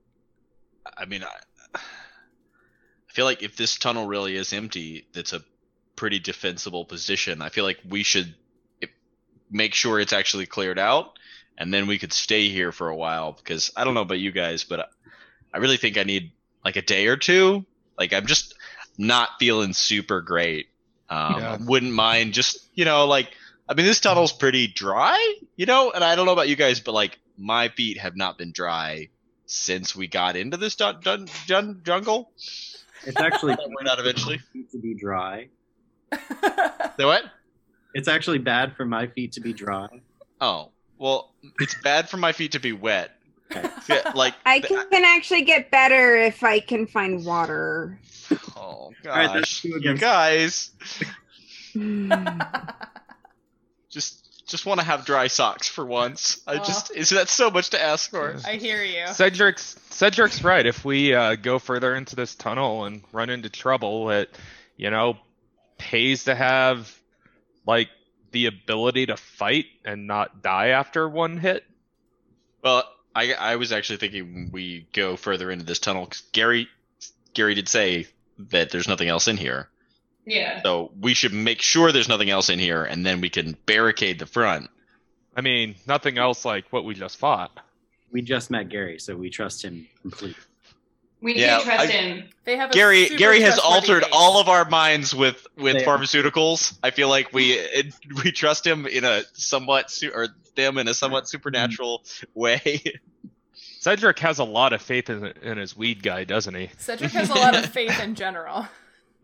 I mean, I, I feel like if this tunnel really is empty, that's a pretty defensible position. I feel like we should if, make sure it's actually cleared out and then we could stay here for a while because I don't know about you guys, but I- I really think I need like a day or two. Like I'm just not feeling super great. Um, Yeah. Wouldn't mind just you know like I mean this tunnel's pretty dry, you know, and I don't know about you guys, but like my feet have not been dry since we got into this dun- dun- dun- jungle. It's actually That went out eventually. to be dry. They what? It's actually bad for my feet to be dry. Oh, well, it's bad for my feet to be wet. Yeah, like I th- can, can actually get better if I can find water. Oh right, that's gosh, two you against- guys Hmm. just just want to have dry socks for once. I Aw. just is that so much to ask for? I hear you. Cedric's Cedric's right. If we uh, go further into this tunnel and run into trouble, it you know pays to have like the ability to fight and not die after one hit. Well, I I was actually thinking we go further into this tunnel. 'cause Gary Gary did say that there's nothing else in here, Yeah. so we should make sure there's nothing else in here, and then we can barricade the front. I mean, nothing else like what we just fought. We just met Gary, so we trust him completely. We Yeah, can trust I- him. They have a Gary super Gary has trustworthy altered base. all of our minds with with They- pharmaceuticals. I feel like we it, we trust him in a somewhat su- or them in a somewhat supernatural way. Cedric has a lot of faith in, in his weed guy, doesn't he? Cedric has a lot of faith in general.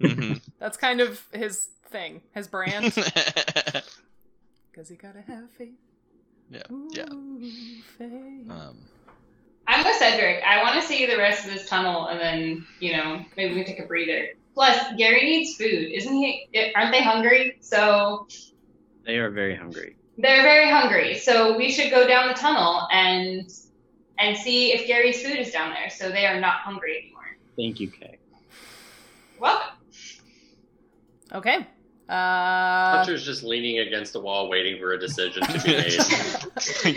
Mhm. That's kind of his thing, his brand. Because you gotta have faith. Yeah, Ooh, yeah. faith. um, I'm with Cedric. I want to see the rest of this tunnel, and then you know maybe we can take a breather. Plus, Gary needs food, isn't he? Aren't they hungry? So They are very hungry. they're very hungry. So we should go down the tunnel and and see if Gary's food is down there, so they are not hungry anymore. Thank you, Kay. Welcome. okay. Uh, Hunter's just leaning against the wall, waiting for a decision to be made.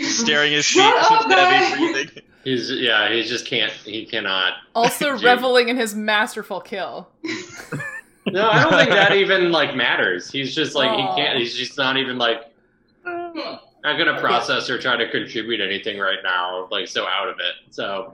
staring his feet, Shut up, guy! heavy breathing. he's yeah, he just can't. He cannot. also Dude. reveling in his masterful kill. No, I don't think that even like matters. He's just like Aw. he can't. He's just not even like not gonna process or try to contribute anything right now. Like so out of it. So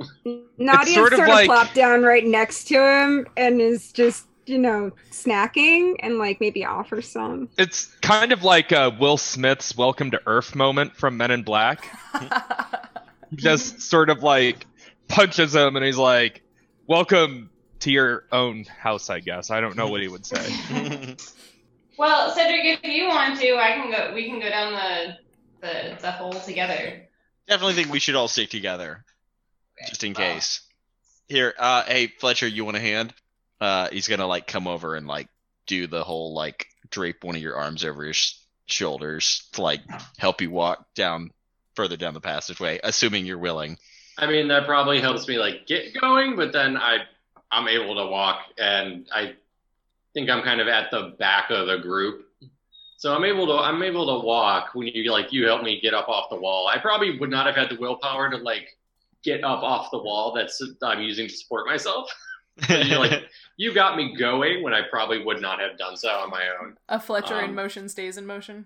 Nadia's sort sort of of, like- plopped down right next to him and is just, you know, snacking and like maybe offer some. It's kind of like uh, Will Smith's "Welcome to Earth" moment from Men in Black. He Mm-hmm. just sort of like punches him, and he's like, "Welcome to your own house," I guess. I don't know what he would say. Well, Cedric, if you want to, I can go. We can go down the the, the hole together. Definitely think we should all stick together, just in Okay. case. Here, uh, hey Fletcher, you want a hand? Uh, he's gonna like come over and like do the whole like drape one of your arms over your sh- shoulders to like help you walk down further down the passageway, assuming you're willing. I mean that probably helps me like get going, but then I I'm able to walk, and I think I'm kind of at the back of the group. So I'm able to I'm able to walk when you like you help me get up off the wall. I probably would not have had the willpower to like get up off the wall that's I'm using to support myself. you're like, you got me going when I probably would not have done so on my own. A Fletcher in Um, motion stays in motion.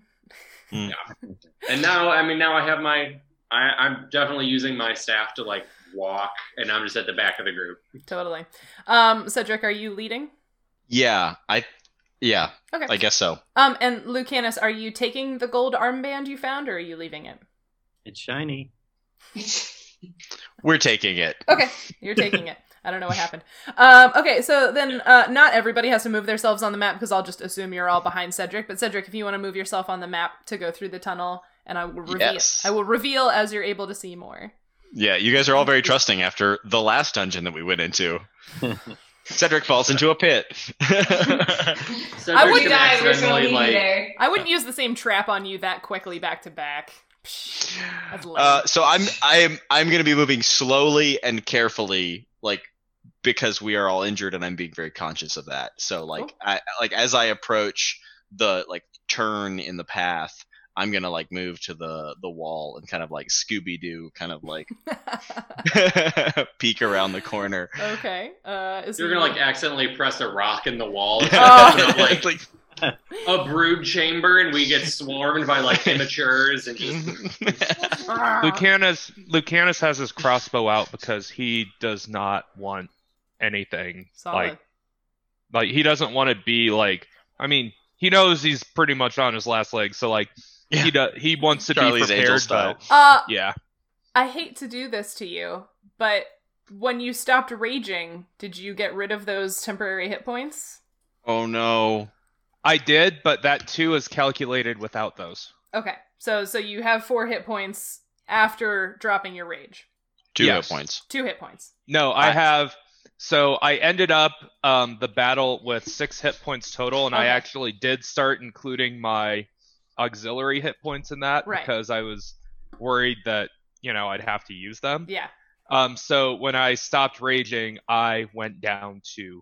And now, I mean, now I have my, I, I'm definitely using my staff to like walk, and I'm just at the back of the group. Totally. Um, Cedric, are you leading? yeah, I, yeah, Okay. I guess so. Um, and Lucanus, are you taking the gold armband you found, or are you leaving it? It's shiny. We're taking it. Okay, you're taking it. I don't know what happened. Um, okay, so then uh, not everybody has to move themselves on the map because I'll just assume you're all behind Cedric. But Cedric, if you want to move yourself on the map to go through the tunnel, and I will reveal, Yes. I will reveal as you're able to see more. Yeah, you guys are all very trusting after the last dungeon that we went into. Cedric falls into a pit. So I there's would some die if we're still accidentally, leaving like- you there. I wouldn't use the same trap on you that quickly back to back. Psh, That's lame. uh, so I'm I'm I'm gonna be moving slowly and carefully, like because we are all injured and I'm being very conscious of that. So like Cool. I like as I approach the like turn in the path, I'm gonna like move to the the wall and kind of like Scooby Doo, kind of like peek around the corner. okay. Uh, is You're he- gonna like accidentally press a rock in the wall. Oh. and, like, Like, a brood chamber and we get swarmed by like immatures and just Lucanus Lucanus has his crossbow out because he does not want anything Solid. like like he doesn't want to be like I mean he knows he's pretty much on his last leg so like he do, he wants to Charlie's be Angel prepared style. but Uh, yeah I hate to do this to you, but when you stopped raging, did you get rid of those temporary hit points? oh no. I did but that too is calculated without those Okay, so so you have four hit points after dropping your rage. Two Yes. hit points. Two hit points. no I I- have so I ended up um, the battle with six hit points total and I Okay. actually did start including my auxiliary hit points in that Right. because I was worried that you know I'd have to use them Yeah. Um, so when I stopped raging, I went down to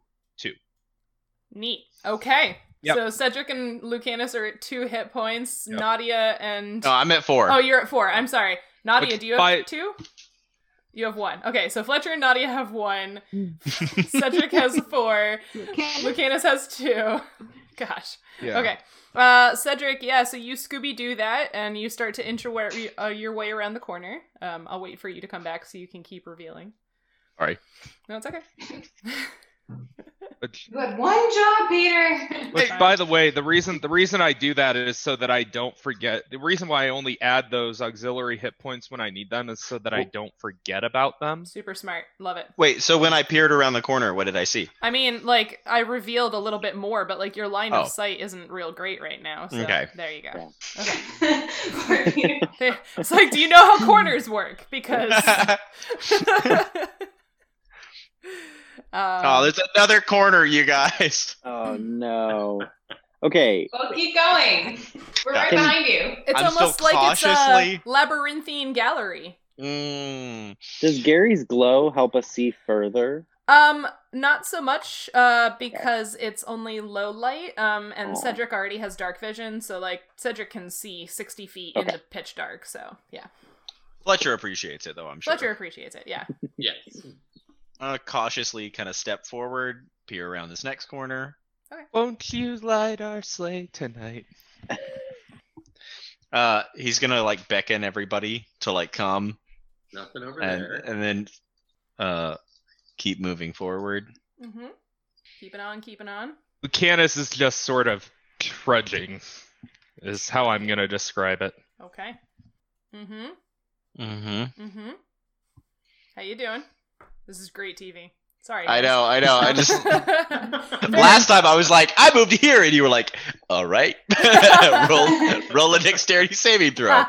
Neat. Okay. Yep. So Cedric and Lucanus are at two hit points. Yep. Nadia and No, I'm at four. oh, you're at four. I'm sorry, Nadia. Okay, do you have by- two? You have one. Okay, so Fletcher and Nadia have one. Cedric has four. Okay. Lucanus has two. Gosh. yeah. Okay. Uh, Cedric, yeah, so you Scooby Doo that and you start to inch aware, uh, your way around the corner. Um, I'll wait for you to come back so you can keep revealing. Sorry. No, it's okay. Which, You had one job, Peter. which, by the way, the reason the reason I do that is so that I don't forget. The reason why I only add those auxiliary hit points when I need them is so that I don't forget about them. Super smart. Love it. Wait, so when I peered around the corner, what did I see? I mean, like, I revealed a little bit more, but, like, your line Oh. of sight isn't real great right now. So Okay. There you go. Poor Peter. They- It's like, do you know how corners work? Because. Um, oh, there's another corner, you guys. Oh no. Okay. Well, keep going. We're right Yeah. behind you. it's I'm still almost like it's cautiously- a labyrinthine gallery. Mm. Does Gary's glow help us see further? Um, not so much, uh, because it's only low light. Um, and Oh. Cedric already has dark vision, so like Cedric can see sixty feet Okay. into pitch dark. So yeah, Fletcher appreciates it, though, I'm sure. Fletcher appreciates it. Yeah, yes. I'm gonna cautiously kind of step forward, peer around this next corner. Won't you light our sleigh tonight? Uh, he's gonna like beckon everybody to like come Nothing over and there. and then uh keep moving forward. mm-hmm. keeping on, keeping on. Lucanus is just sort of trudging, is how I'm gonna describe it. Okay. Mm-hmm. Mm-hmm. Mm-hmm. How you doing? This is great TV. Sorry. I guys. know, I know. I just Fair- last time I was like, I moved here, and you were like, all right, roll roll a dexterity saving throw.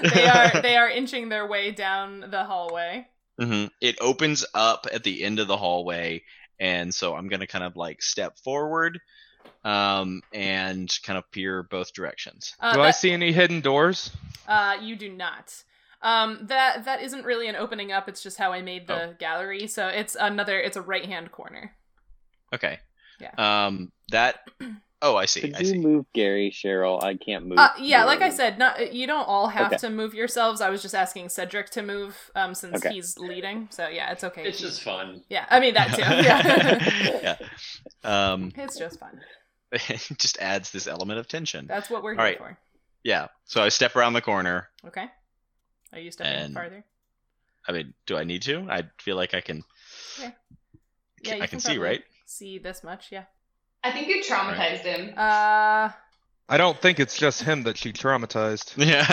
they are they are inching their way down the hallway. hmm It opens up at the end of the hallway, and so I'm gonna kind of like step forward, um, and kind of peer both directions. Uh, Do that- I see any hidden doors? Uh, you do not. Um, that that isn't really an opening up. It's just how I made Oh. the gallery. So it's another. It's a right hand corner. Okay. Yeah. Um, that. Oh, I see. Could I you see. move Gary, Cheryl? I can't move. Uh, yeah, like I Gary. said, not you don't all have Okay. to move yourselves. I was just asking Cedric to move, um, since Okay. he's leading. So yeah, it's okay. It's just fun. yeah, I mean that too. Yeah, yeah. Um, it's just fun. it just adds this element of tension. That's what we're here All right. for. Yeah. So I step around the corner. Okay. Are you stepping And- farther? I mean, do I need to? I feel like I can. Yeah. I can, see, probably right? See this much? Yeah. I think you traumatized him. Uh, I don't think it's just him that she traumatized. Yeah.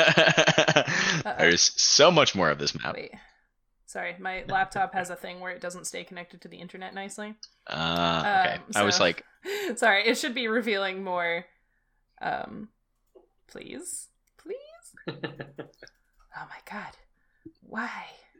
There's so much more of this map. wait. Sorry, my laptop has a thing where it doesn't stay connected to the internet nicely. Uh, okay. Um, I was so- like, Sorry, it should be revealing more. Um, please, please. oh my god, why?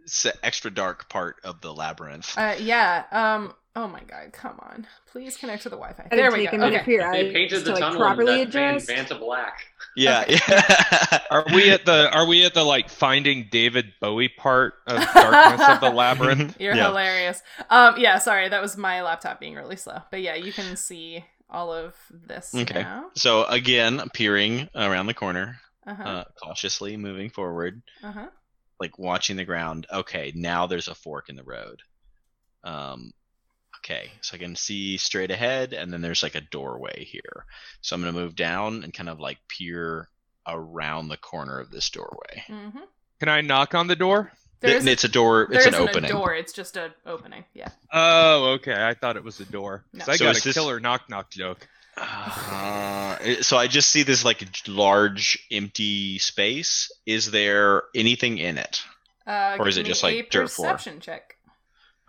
it's the extra dark part of the labyrinth. Uh, yeah. Um. Oh my god, come on. Please connect to the Wi-Fi. There There we go. a minute Okay. for your They eyes painted to the like tunnel properly in that Van, adjust. Vanta Black. yeah. Are we at the are we at the like finding David Bowie part of darkness of the labyrinth? You're Mm-hmm. yeah. hilarious. Um. Yeah. Sorry, that was my laptop being really slow. But yeah, you can see all of this Okay. now. So again, peering around the corner, Uh-huh. uh, cautiously moving forward, Uh-huh. like watching the ground. Okay, now there's a fork in the road. Um, Okay, so I can see straight ahead, and then there's like a doorway here. So I'm gonna move down and kind of like peer around the corner of this doorway. Mm-hmm. Can I knock on the door? Th- it's a door. It's isn't an opening. a door. It's just an opening. Yeah. Oh, okay. I thought it was a door. 'Cause No. I So got is a this- killer knock knock joke. Uh, so I just see this like j- large empty space. Is there anything in it? Uh, Or give is it me just, a like, dirt floor? perception check?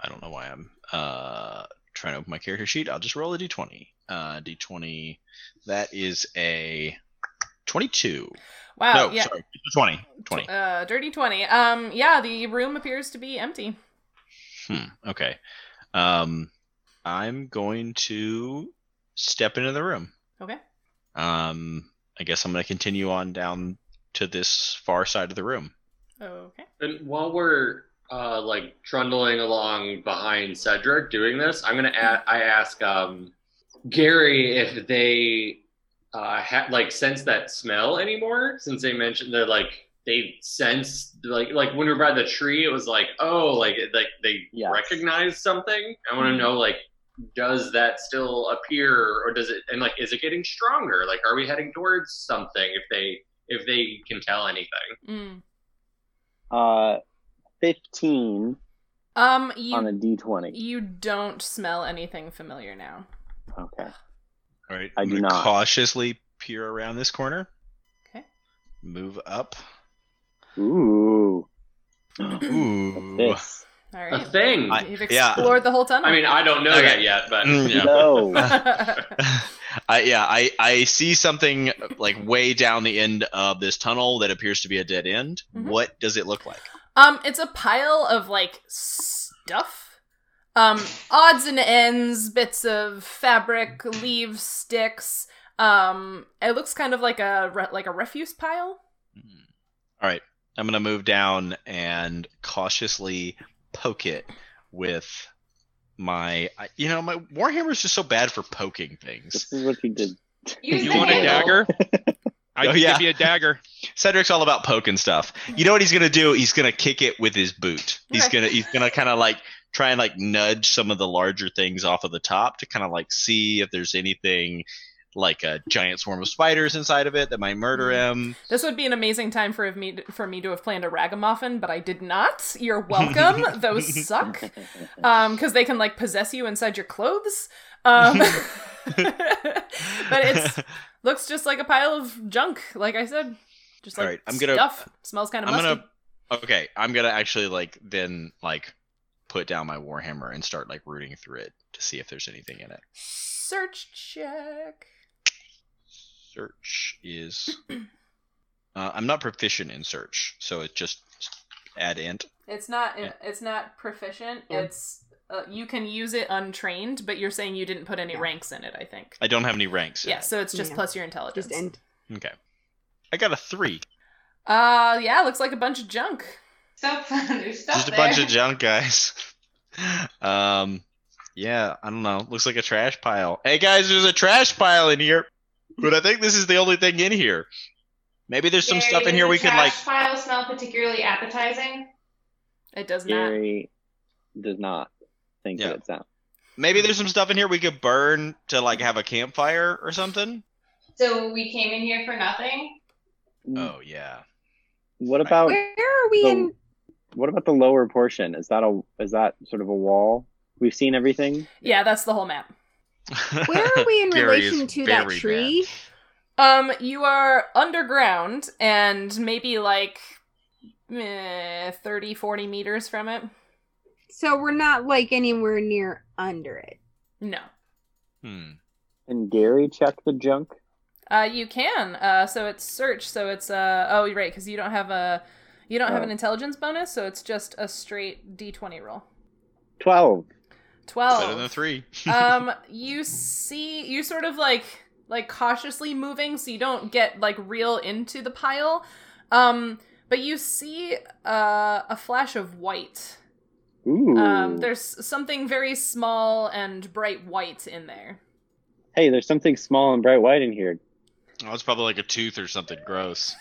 I don't know why I'm uh, trying to open my character sheet. I'll just roll a d20. Uh, d20. That is a 22. Wow. no, Oh, yeah. sorry, 20. 20. Uh, dirty twenty. Um. Yeah. The room appears to be empty. Hmm. Okay. Um, I'm going to step into the room. Okay. Um, I guess I'm going to continue on down to this far side of the room. Okay. And while we're uh, like trundling along behind Cedric doing this, I'm gonna add, I ask um, Gary if they uh, ha- like sense that smell anymore, since they mentioned that like they sense like like when we were by the tree, it was like oh like it- like they Yes. recognize something. I want to Mhm. know like does that still appear or does it and like is it getting stronger? Like are we heading towards something? If they if they can tell anything. Mm. Uh, 15 Um. You on a d20. you don't smell anything familiar now. Okay. All right. I I'm do gonna not. cautiously peer around this corner. Okay. Move up. Ooh. Ooh. This. All A right. thing. I- You've yeah. explored the whole tunnel. I mean, I don't know Okay. that yet, but Mm, yeah. No. I yeah, I I see something like way down the end of this tunnel that appears to be a dead end. Mhm. What does it look like? Um, it's a pile of like stuff. Um, odds and ends, bits of fabric, leaves, sticks. Um, it looks kind of like a re- like a refuse pile. All right, Hmm. I'm gonna move down and cautiously poke it with my. I- You know, my warhammer's just so bad for poking things. this is what you did. Use You the want a handle. dagger? I Oh, can yeah. give you a dagger. Cedric's all about poking stuff. You know what he's gonna do? He's gonna kick it with his boot. He's Okay. gonna he's gonna kind of like try and like nudge some of the larger things off of the top to kind of like see if there's anything like a giant swarm of spiders inside of it that might murder Hmm. him. This would be an amazing time for me for me to have planned a ragamuffin, but I did not. You're welcome. Those suck. Uh, Um, because they can like possess you inside your clothes. Um, but it's looks just like a pile of junk. Like I said, just like All right, I'm gonna- stuff. Smells kind of I'm musty. gonna okay. I'm gonna actually like then like put down my warhammer and start like rooting through it to see if there's anything in it. Search check. Search is. Uh, I'm not proficient in search, so it just add int. It's not. Yeah. It's not proficient. Mm. It's uh, you can use it untrained, but you're saying you didn't put any Yeah. ranks in it. I think. I don't have any ranks. in yeah. it. So it's just Yeah. plus your intelligence. Just end. Okay. I got a three. Uh, yeah. Looks like a bunch of junk. So there's stuff Just a there. bunch of junk, guys. um, yeah, I don't know. Looks like a trash pile. Hey, guys, there's a trash pile in here, but I think this is the only thing in here. Maybe there's some Gary, stuff in here does we the could like. trash Pile smell particularly appetizing. It does not. Gary does not think Yeah. that it's out. Maybe there's some stuff in here we could burn to like have a campfire or something. So we came in here for nothing. Oh yeah. What about Where are we the- in? what about the lower portion? Is that a is that sort of a wall? We've seen everything. Yeah. That's the whole map. Where are we in Gary is relation to that very mad. tree? Um, you are underground and maybe like eh, 30, 40 meters from it. So we're not like anywhere near under it. No. Hmm. And Gary checked the junk. Uh, you can. Uh, so it's search. So it's uh. Oh, you're right, because you don't have a, you don't have Oh. an intelligence bonus. So it's just a straight d20 roll. Twelve. Twelve. Better than three. um, you see, you sort of like like cautiously moving, so you don't get like real into the pile. Um, but you see uh, a flash of white. Ooh. Um, there's something very small and bright white in there. hey, there's something small and bright white in here. oh, it's probably like a tooth or something gross.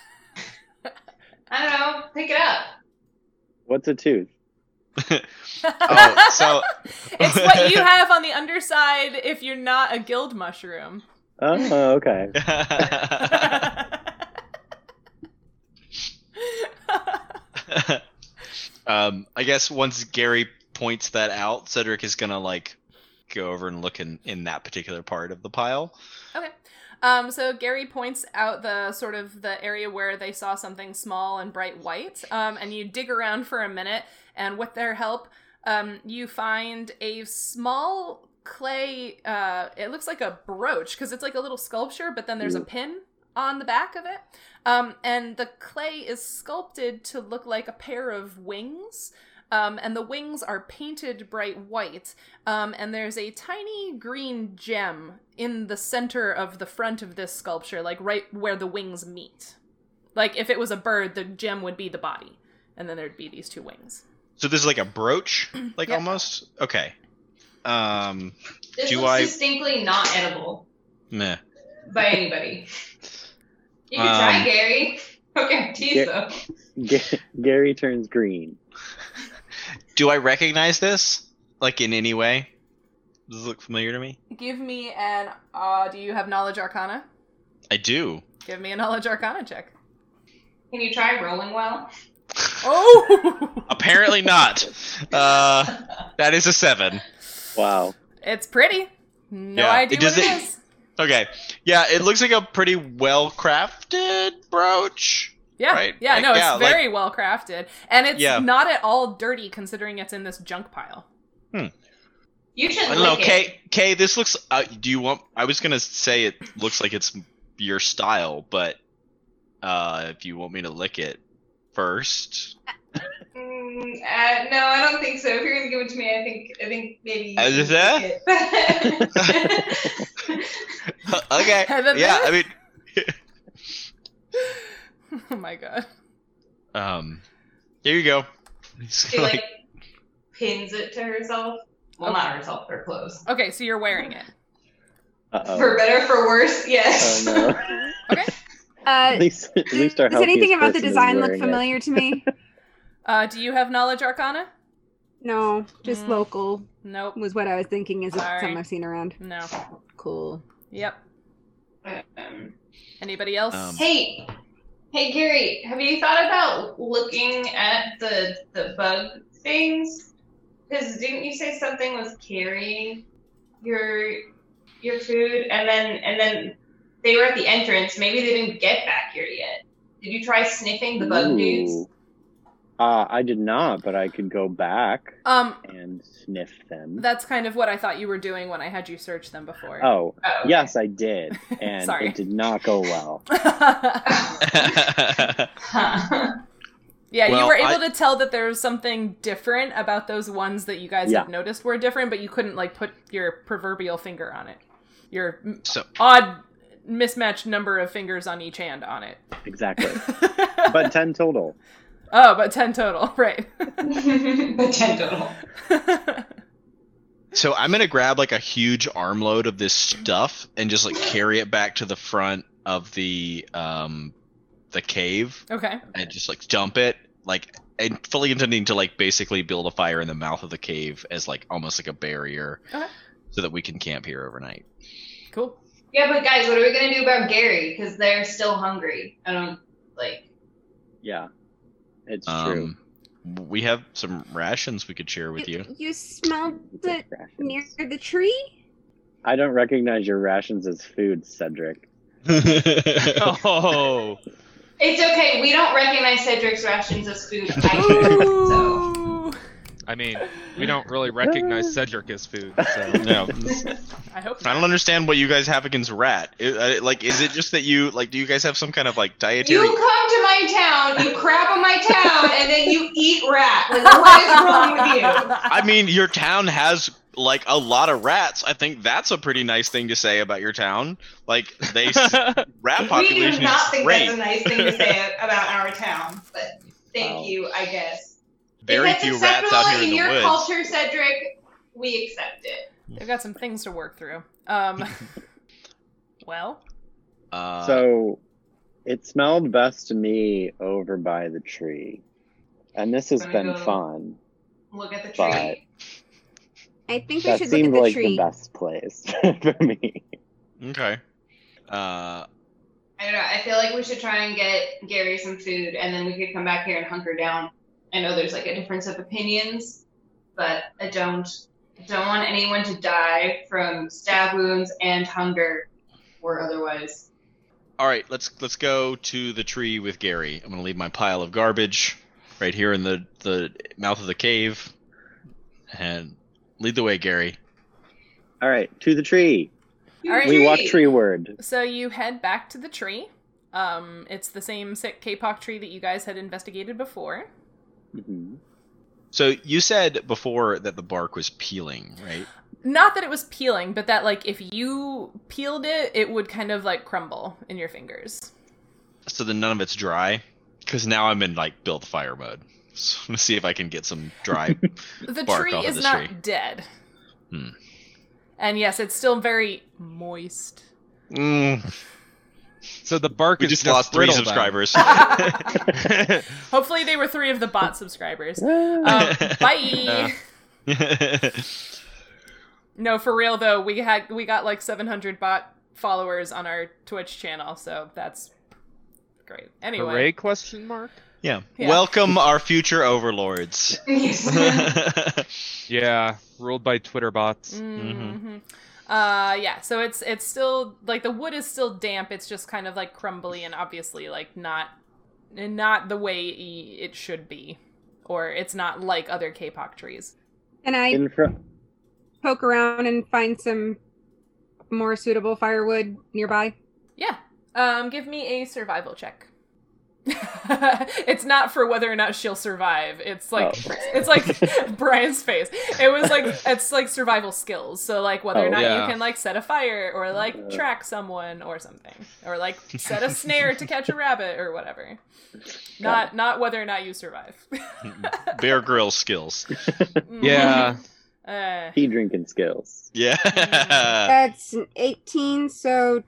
I don't know. Pick it up. What's a tooth? Oh, so- it's what you have on the underside if you're not a guild mushroom. Oh, okay. um, I guess once Gary points that out, Cedric is gonna like go over and look in in that particular part of the pile. Okay. Um, so Gary points out the sort of the area where they saw something small and bright white, um, and you dig around for a minute, and with their help, um, you find a small clay. Uh, it looks like a brooch because it's like a little sculpture, but then there's a Mm. pin on the back of it, um, and the clay is sculpted to look like a pair of wings. Um, and the wings are painted bright white, um, and there's a tiny green gem in the center of the front of this sculpture, like right where the wings meet. Like if it was a bird, the gem would be the body, and then there'd be these two wings. So this is like a brooch, like Yeah. almost. Okay. Um. This Do looks I- distinctly not edible Meh. by anybody. You can try, Um, Gary. Okay, tease Yeah. though. Ga- Gary turns green. Do I recognize this? Like in any way? Does it look familiar to me? Give me an. Uh, do you have knowledge arcana? I do. Give me a knowledge arcana check. Can you try rolling well? Oh, Apparently not. Uh, that is a seven. Wow. it's pretty. No Yeah, idea it does what it it- is. Okay. Yeah, it looks like a pretty well crafted brooch. Yeah, Right, yeah, like, no, it's yeah, like- very well crafted, and it's Yeah. not at all dirty considering it's in this junk pile. You should I lick don't know, it. Kay. Kay, this looks. Uh, do you want? I was gonna say it looks like it's your style, but uh, if you want me to lick it first, Mm, uh, no, I don't think so. If you're gonna give it to me, I think I think maybe. You As should is that? lick it. okay. Haven't Eh, yeah, they? I mean, oh my god. um, here you go. It's she like- like pins it to herself. Well, not herself, her clothes. Okay, so you're wearing it. Uh For oh. better, for worse, Oh yes. no. Uh, at least, at does, least our does anything healthiest about the person is design look wearing it. familiar to me? Uh, do you have knowledge arcana? No, just Mm. local Nope. was what I was thinking. Is it Sorry. something I've seen around? No. Cool. Yep. Um, Anybody else? Um, Hey, hey, Gary, have you thought about looking at the the bug things? Because didn't you say something was carrying your your food, and then and then they were at the entrance. Maybe they didn't get back here yet. Did you try sniffing the bug dudes? Ooh. Uh, I did not, but I could go back um, and sniff them. that's kind of what I thought you were doing when I had you search them before. Oh, Oh, okay. yes, I did, and Sorry. it did not go well. Huh. yeah, you Well, were able I- to tell that there was something different about those ones that you guys Yeah. had noticed were different, but you couldn't like put your proverbial finger on it. Your m- So- odd mismatched number of fingers on each hand on it. Exactly, but ten total. oh, but 10 total, right. Potential. So I'm gonna grab like a huge armload of this stuff and just like carry it back to the front of the um the cave okay. and just like dump it like and fully intending to like basically build a fire in the mouth of the cave as like almost like a barrier Okay. so that we can camp here overnight. Cool. yeah, but guys, what are we gonna do about Gary? Because they're still hungry. I don't like. Yeah, it's true. Um we have some rations we could share with you. You smelled The it rations. near the tree? I don't recognize your rations as food, Cedric. oh. It's okay. We don't recognize Cedric's rations as food either. so Ooh. I mean, we don't really recognize Cedric as food. So. No. I hope I don't understand what you guys have against rat. It, uh, like, is it just that you like? Do you guys have some kind of like you dietary? come to my town, you crap on my town, and then you eat rat. Like, what is wrong with you? I mean, your town has like a lot of rats. I think that's a pretty nice thing to say about your town. Like, they s- rat We do population not is think great. that's a nice thing to say about our town, but thank Wow. you, I guess. Very if that's few rats acceptable out here in, in, the your woods. culture, Cedric, we accept it. They've got some things to work through. Um, well, Uh, so, it smelled best to me over by the tree, and this has Gonna been go- fun. Look at the But- tree. I think we that should look at seemed the like tree. the best place for me. Okay. Uh, I don't know. I feel like we should try and get Gary some food, and then we could come back here and hunker down. I know there's like a difference of opinions, but I don't I don't want anyone to die from stab wounds and hunger or otherwise. all right, let's let's go to the tree with Gary. I'm gonna leave my pile of garbage right here in the the mouth of the cave, and lead the way, Gary. All right, to the tree. All right. We walk treeward. So you head back to the tree. Um, it's the same sick K-pop tree that you guys had investigated before. Mm-hmm. Mhm. So you said before that the bark was peeling, right? Not that it was peeling, but that like if you peeled it, it would kind of like crumble in your fingers. So then none of it's dry, because now I'm in like build the fire mode. So I'm gonna see if I can get some dry. The Bark tree off of is the not tree. dead. Hmm. And yes, it's still very moist. Mm, So the bark we is just, lost three brittle then. subscribers. Hopefully, they were three of the bot subscribers. Ah. Um, bye. Yeah. No, for real though, we had we got like 700 bot followers on our Twitch channel, so that's great. Anyway, Hooray, question mark? yeah. Yeah. Welcome our future overlords. Yeah, ruled by Twitter bots. Mhm. Uh, yeah. So it's it's still like the wood is still damp. It's just kind of like crumbly and obviously like not and not the way i- it should be, or it's not like other kapok trees. And I In front. poke around and find some more suitable firewood nearby. Yeah. Um, give me a survival check. it's not for whether or not she'll survive. It's like Oh. It's like Brian's face. It was like it's like survival skills. So like whether or Oh, not yeah. you can like set a fire or like Uh. track someone or something or like set a snare to catch a rabbit or whatever. Not not whether or not you survive. Bear grill skills. Yeah. Uh, Tea drinking skills. Yeah. That's an 18, so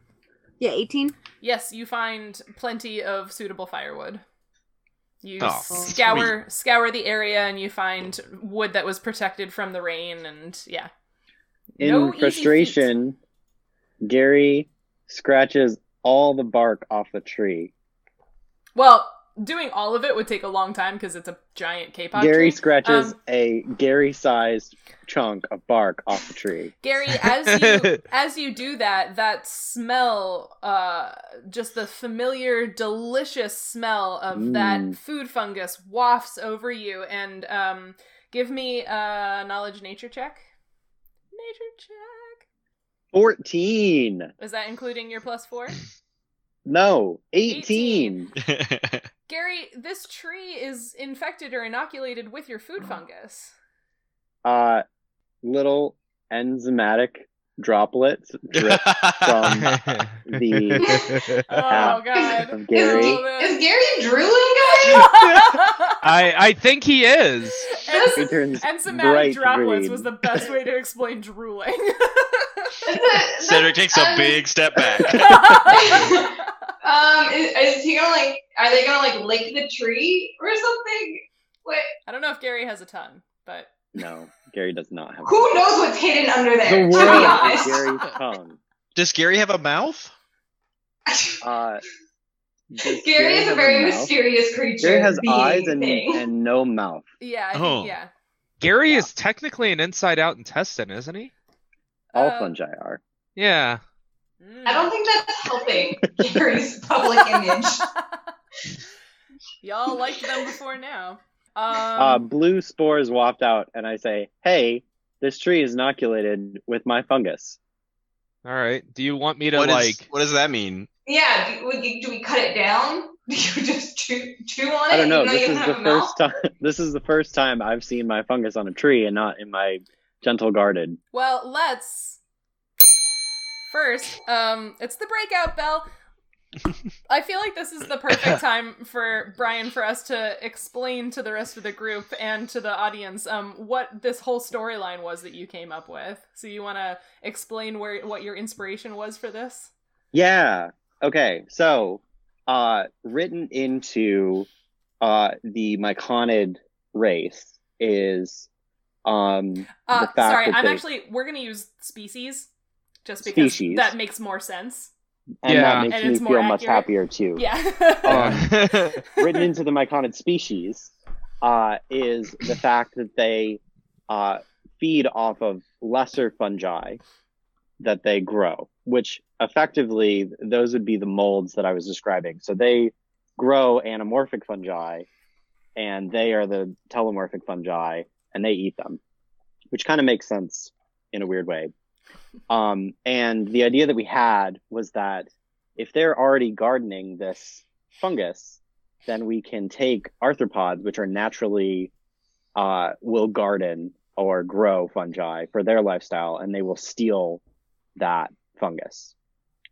yeah, 18. yes, you find plenty of suitable firewood. You Oh, scour scour the area and you find wood that was protected from the rain and yeah. In No easy feat. frustration, Gary scratches all the bark off the tree. Well, doing all of it would take a long time because it's a giant K-pop Gary tree. scratches Um, a Gary-sized chunk of bark off the tree. Gary, as you as you do that, that smell, uh, just the familiar, delicious smell of that Mm. food fungus wafts over you, and um, give me a knowledge nature check. Nature check. Fourteen. Is that including your plus four? No, 18. eighteen. Gary, this tree is infected or inoculated with your food fungus. Uh, little enzymatic droplets drip from the- Oh Half God, of Gary. Oh, man. Is Gary drooling, guys? I I think he is. He and, turns and somatic bright droplets green. was the best way to explain drooling. That's a- Cedric takes a um, big step back. Um, is, is he gonna like? Are they gonna like lick the tree or something? What? I don't know if Gary has a tongue, but No, Gary does not have. Who knows what's hidden under The there? to be world is honest. Gary's tongue. Does Gary have a mouth? Uh, does Gary is a have very mouth? mysterious creature. Gary has being eyes and, thing. and no mouth. yeah, I think, Oh. yeah. Gary is technically an inside out intestine, isn't he? All Uh, fungi are. Yeah. mm. I don't think that's helping Gary's public image. Mm. Y'all liked them before now. Um, uh, blue spores waft out, and I say, "Hey, this tree is inoculated with my fungus." All right. Do you want me to What, is- like what does that mean? Yeah, do we, do we cut it down? Do you just chew, chew on it? I don't know. even though This you is don't the have a mouth? first time. This is the first time I've seen my fungus on a tree and not in my gentle garden. well, let's first. Um, it's the breakout bell. I feel like this is the perfect time for Brian for us to explain to the rest of the group and to the audience um, what this whole storyline was that you came up with. So you want to explain where what your inspiration was for this? Yeah. Okay. So, uh, written into uh, the Myconid race is Um, Uh, the fact sorry, that I'm they- actually we're gonna use species, just because Species. that makes more sense. and Yeah. that makes And me it's feel more much accurate. happier too. Yeah. Um, Uh, written into the myconid species uh, is the fact that they uh, feed off of lesser fungi that they grow, which effectively those would be the molds that I was describing. So they grow anamorphic fungi and they are the telomorphic fungi and they eat them, which kind of makes sense in a weird way. Um, and the idea that we had was that if they're already gardening this fungus, then we can take arthropods, which are naturally uh, will garden or grow fungi for their lifestyle, and they will steal that fungus.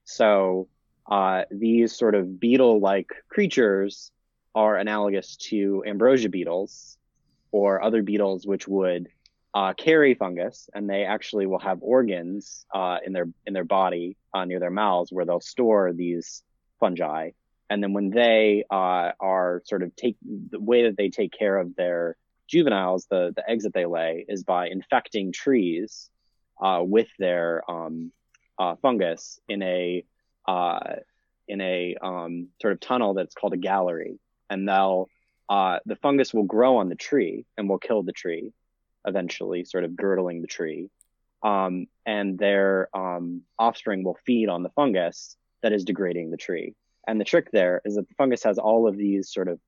So uh, these sort of beetle-like creatures are analogous to ambrosia beetles or other beetles, which would uh, carry fungus, and they actually will have organs uh, in their in their body uh, near their mouths where they'll store these fungi and then when they uh, are sort of take the way that they take care of their juveniles the the eggs that they lay is by infecting trees uh, with their um, uh, fungus in a uh, in a um, sort of tunnel that's called a gallery and they'll uh, the fungus will grow on the tree and will kill the tree eventually sort of girdling the tree um, and their um, offspring will feed on the fungus that is degrading the tree and the trick there is that the fungus has all of these sort of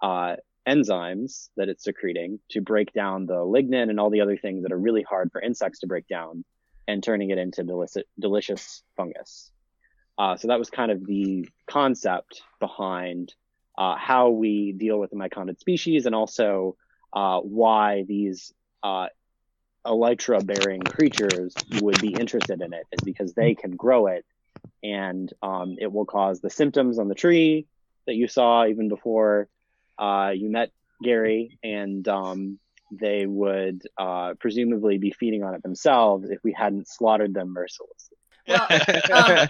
uh, enzymes that it's secreting to break down the lignin and all the other things that are really hard for insects to break down and turning it into delici- delicious fungus. Uh, so that was kind of the concept behind uh, how we deal with the myconid species and also uh, why these uh, elytra bearing creatures would be interested in it is because they can grow it and um, it will cause the symptoms on the tree that you saw even before uh, you met Gary, and um, they would uh, presumably be feeding on it themselves if we hadn't slaughtered them mercilessly. well,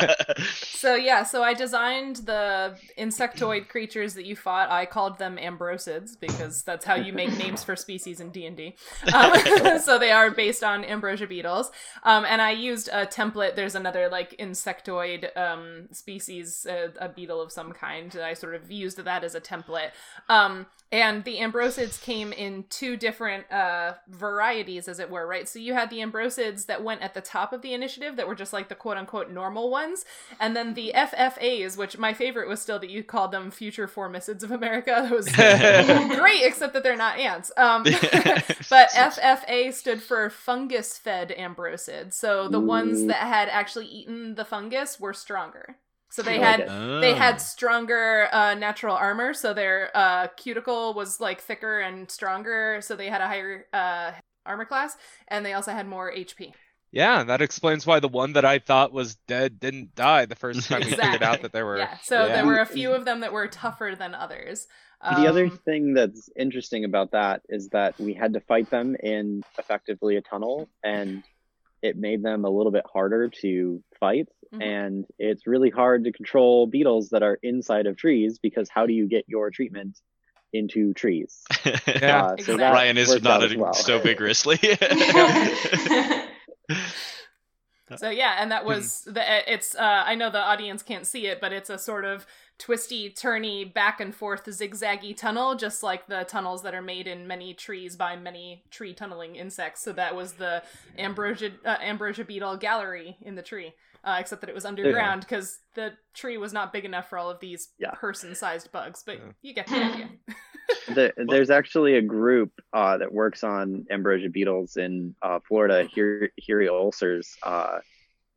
so yeah, so I designed the insectoid creatures that you fought. I called them ambrosids because that's how you make names for species in D and D. Um, So they are based on ambrosia beetles. Um, and I used a template. There's another like insectoid um, species, uh, a beetle of some kind. that I sort of used that as a template. Um, and the ambrosids came in two different uh, varieties, as it were, right? So you had the ambrosids that went at the top of the initiative that were just like the quote unquote normal ones. And then the FFAs, which my favorite was still that you called them future formicids of America. That was great, except that they're not ants. Um, but FFA stood for fungus fed ambrosids. So the ones Ooh. that had actually eaten the fungus were stronger. So they I had like it. they had stronger uh, natural armor, so their uh, cuticle was like thicker and stronger, so they had a higher uh, armor class, and they also had more HP. yeah, that explains why the one that I thought was dead didn't die the first time we figured out Exactly. that there were. yeah, so yeah. there were a few of them that were tougher than others. Um, the other thing that's interesting about that is that we had to fight them in effectively a tunnel, and it made them a little bit harder to fight. Mhm. And it's really hard to control beetles that are inside of trees because how do you get your treatment into trees? Yeah. Uh, so Exactly. that Oh. Ryan is worked out nodding as well. so vigorously. So yeah, and that was the it's uh I know the audience can't see it, but it's a sort of twisty, turny, back and forth zigzaggy tunnel, just like the tunnels that are made in many trees by many tree tunneling insects. So that was the ambrosia uh, ambrosia beetle gallery in the tree. Uh, except that it was underground because the tree was not big enough for all of these Yeah. person-sized bugs. But Yeah. you get the idea. The, there's actually a group uh, that works on ambrosia beetles in uh, Florida, Here- Here Ulcers uh,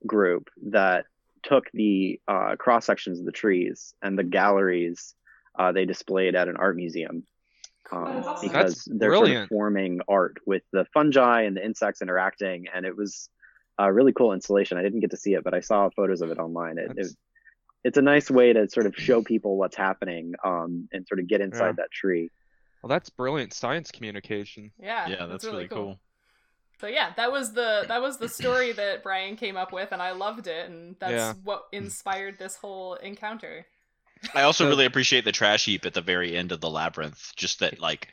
group, that took the uh, cross sections of the trees and the galleries uh, they displayed at an art museum Oh, um, that's awesome. because That's they're sort of brilliant. forming art with the fungi and the insects interacting, and it was a really cool installation. I didn't get to see it, but I saw photos of it online. It, it That's- it's a nice way to sort of show people what's happening um, and sort of get inside Yeah. that tree. Well, that's brilliant science communication. Yeah, yeah, that's really cool. So yeah, that was the that was the story that Brian came up with, and I loved it, and that's Yeah. what inspired this whole encounter. I also So- really appreciate the trash heap at the very end of the labyrinth. Just that, like,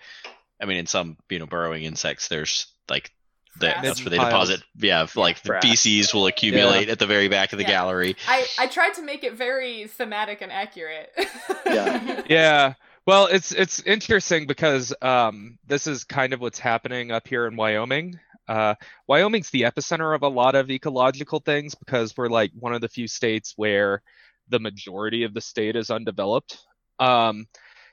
I mean, in some you know burrowing insects, there's like the, Frass. that's where they Piles. deposit. Yeah, like the Frass. feces will accumulate at the very back of the Yeah. gallery. I, I tried to make it very thematic and accurate. Yeah. yeah well it's it's interesting because um this is kind of what's happening up here in wyoming uh wyoming's the epicenter of a lot of ecological things because we're like one of the few states where the majority of the state is undeveloped um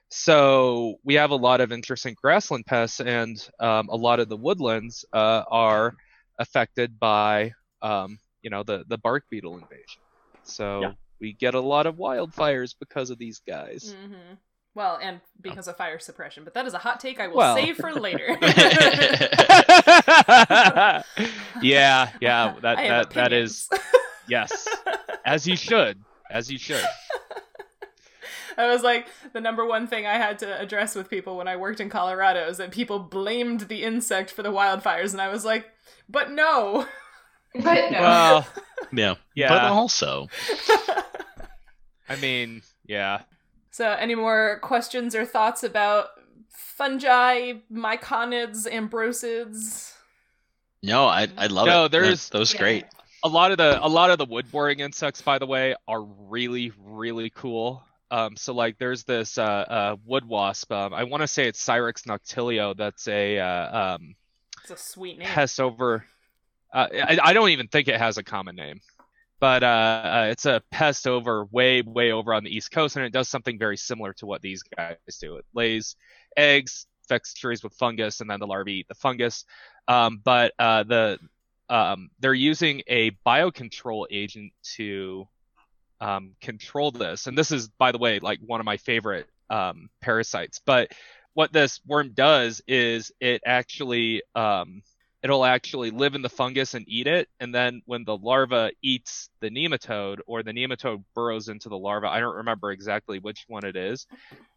so we have a lot of interesting grassland pests and um, a lot of the woodlands uh, are affected by um, you know the the bark beetle invasion so Yeah. we get a lot of wildfires because of these guys hmm Well, and because of fire suppression, but that is a hot take I will Well. save for later. yeah, yeah, that I have that, that is opinions. yes, as you should, as you should. I was like, the number one thing I had to address with people when I worked in Colorado is that people blamed the insect for the wildfires, and I was like, but no. But no. Well, Yeah, but yeah, also uh, I mean, yeah. so, any more questions or thoughts about fungi, myconids, ambrosids? no, I I love No, it. there's- that, that was Yeah. great. A lot of the a lot of the wood boring insects, by the way, are really really cool. Um, so like, there's this uh, uh, wood wasp. Um, I want to say it's Cyrix noctilio. That's a uh, um, It's a sweet name. Pest over. Uh, I, I don't even think it has a common name, but uh, uh, it's a pest over way, way over on the East Coast, and it does something very similar to what these guys do. It lays eggs, infects trees with fungus, and then the larvae eat the fungus. Um, but uh, the um, they're using a biocontrol agent to um, control this, and this is, by the way, like one of my favorite um, parasites. But what this worm does is it actually um, it'll actually live in the fungus and eat it and then when the larva eats the nematode or the nematode burrows into the larva i don't remember exactly which one it is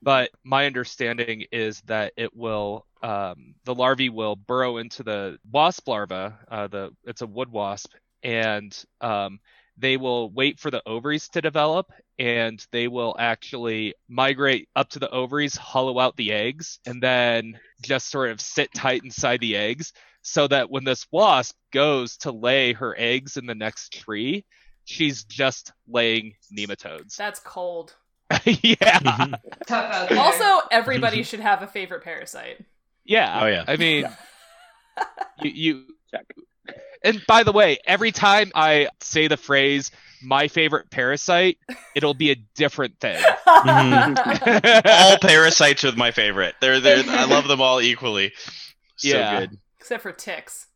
but my understanding is that it will um, the larvae will burrow into the wasp larva uh, the it's a wood wasp and um, they will wait for the ovaries to develop and they will actually migrate up to the ovaries hollow out the eggs and then just sort of sit tight inside the eggs so that when this wasp goes to lay her eggs in the next tree, she's just laying nematodes. That's cold. yeah. Mm-hmm. Tough out there. Also, everybody should have a favorite parasite. Yeah. Oh, yeah. I mean, you, you Check. And by the way, every time I say the phrase "my favorite parasite," it'll be a different thing. Mm-hmm. all parasites are my favorite. They're they're I love them all equally. So Yeah. good. Except for ticks.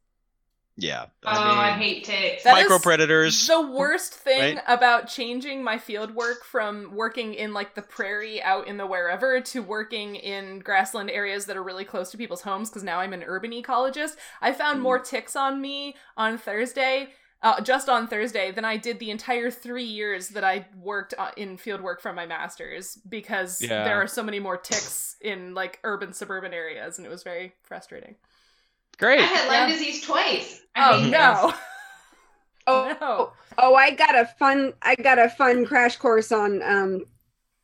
Yeah. Uh, oh, I mean- hate ticks. That is- Micro predators. The worst thing Right? about changing my field work from working in like the prairie out in the wherever to working in grassland areas that are really close to people's homes, because now I'm an urban ecologist, I Mm. found more ticks on me on Thursday. Uh, just on Thursday, than I did the entire three years that I worked uh, in field work from my master's because Yeah. there are so many more ticks in like urban suburban areas, and it was very frustrating. I Great. had Lyme disease twice. I Oh hate no! Oh, no! oh, I got a fun, I got a fun crash course on um,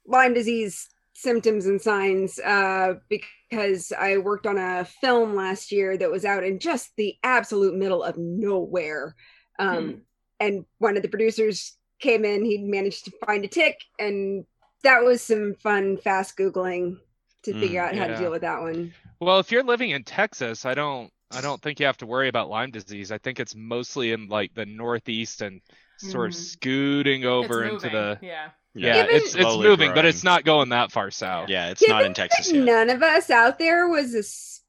Lyme disease symptoms and signs uh, because I worked on a film last year that was out in just the absolute middle of nowhere, um, and one of the producers came in. He managed to find a tick, and that was some fun, fast googling to Mm, figure out how to yeah. deal with that one. Well, if you're living in Texas, I don't I don't think you have to worry about Lyme disease. I think it's mostly in like the northeast and sort of Mhm. scooting It's over into moving, the yeah. yeah, Given- it's it's Slowly moving, but growing. it's not going that far south. Yeah, it's Yeah, not in Texas yet. None of us out there was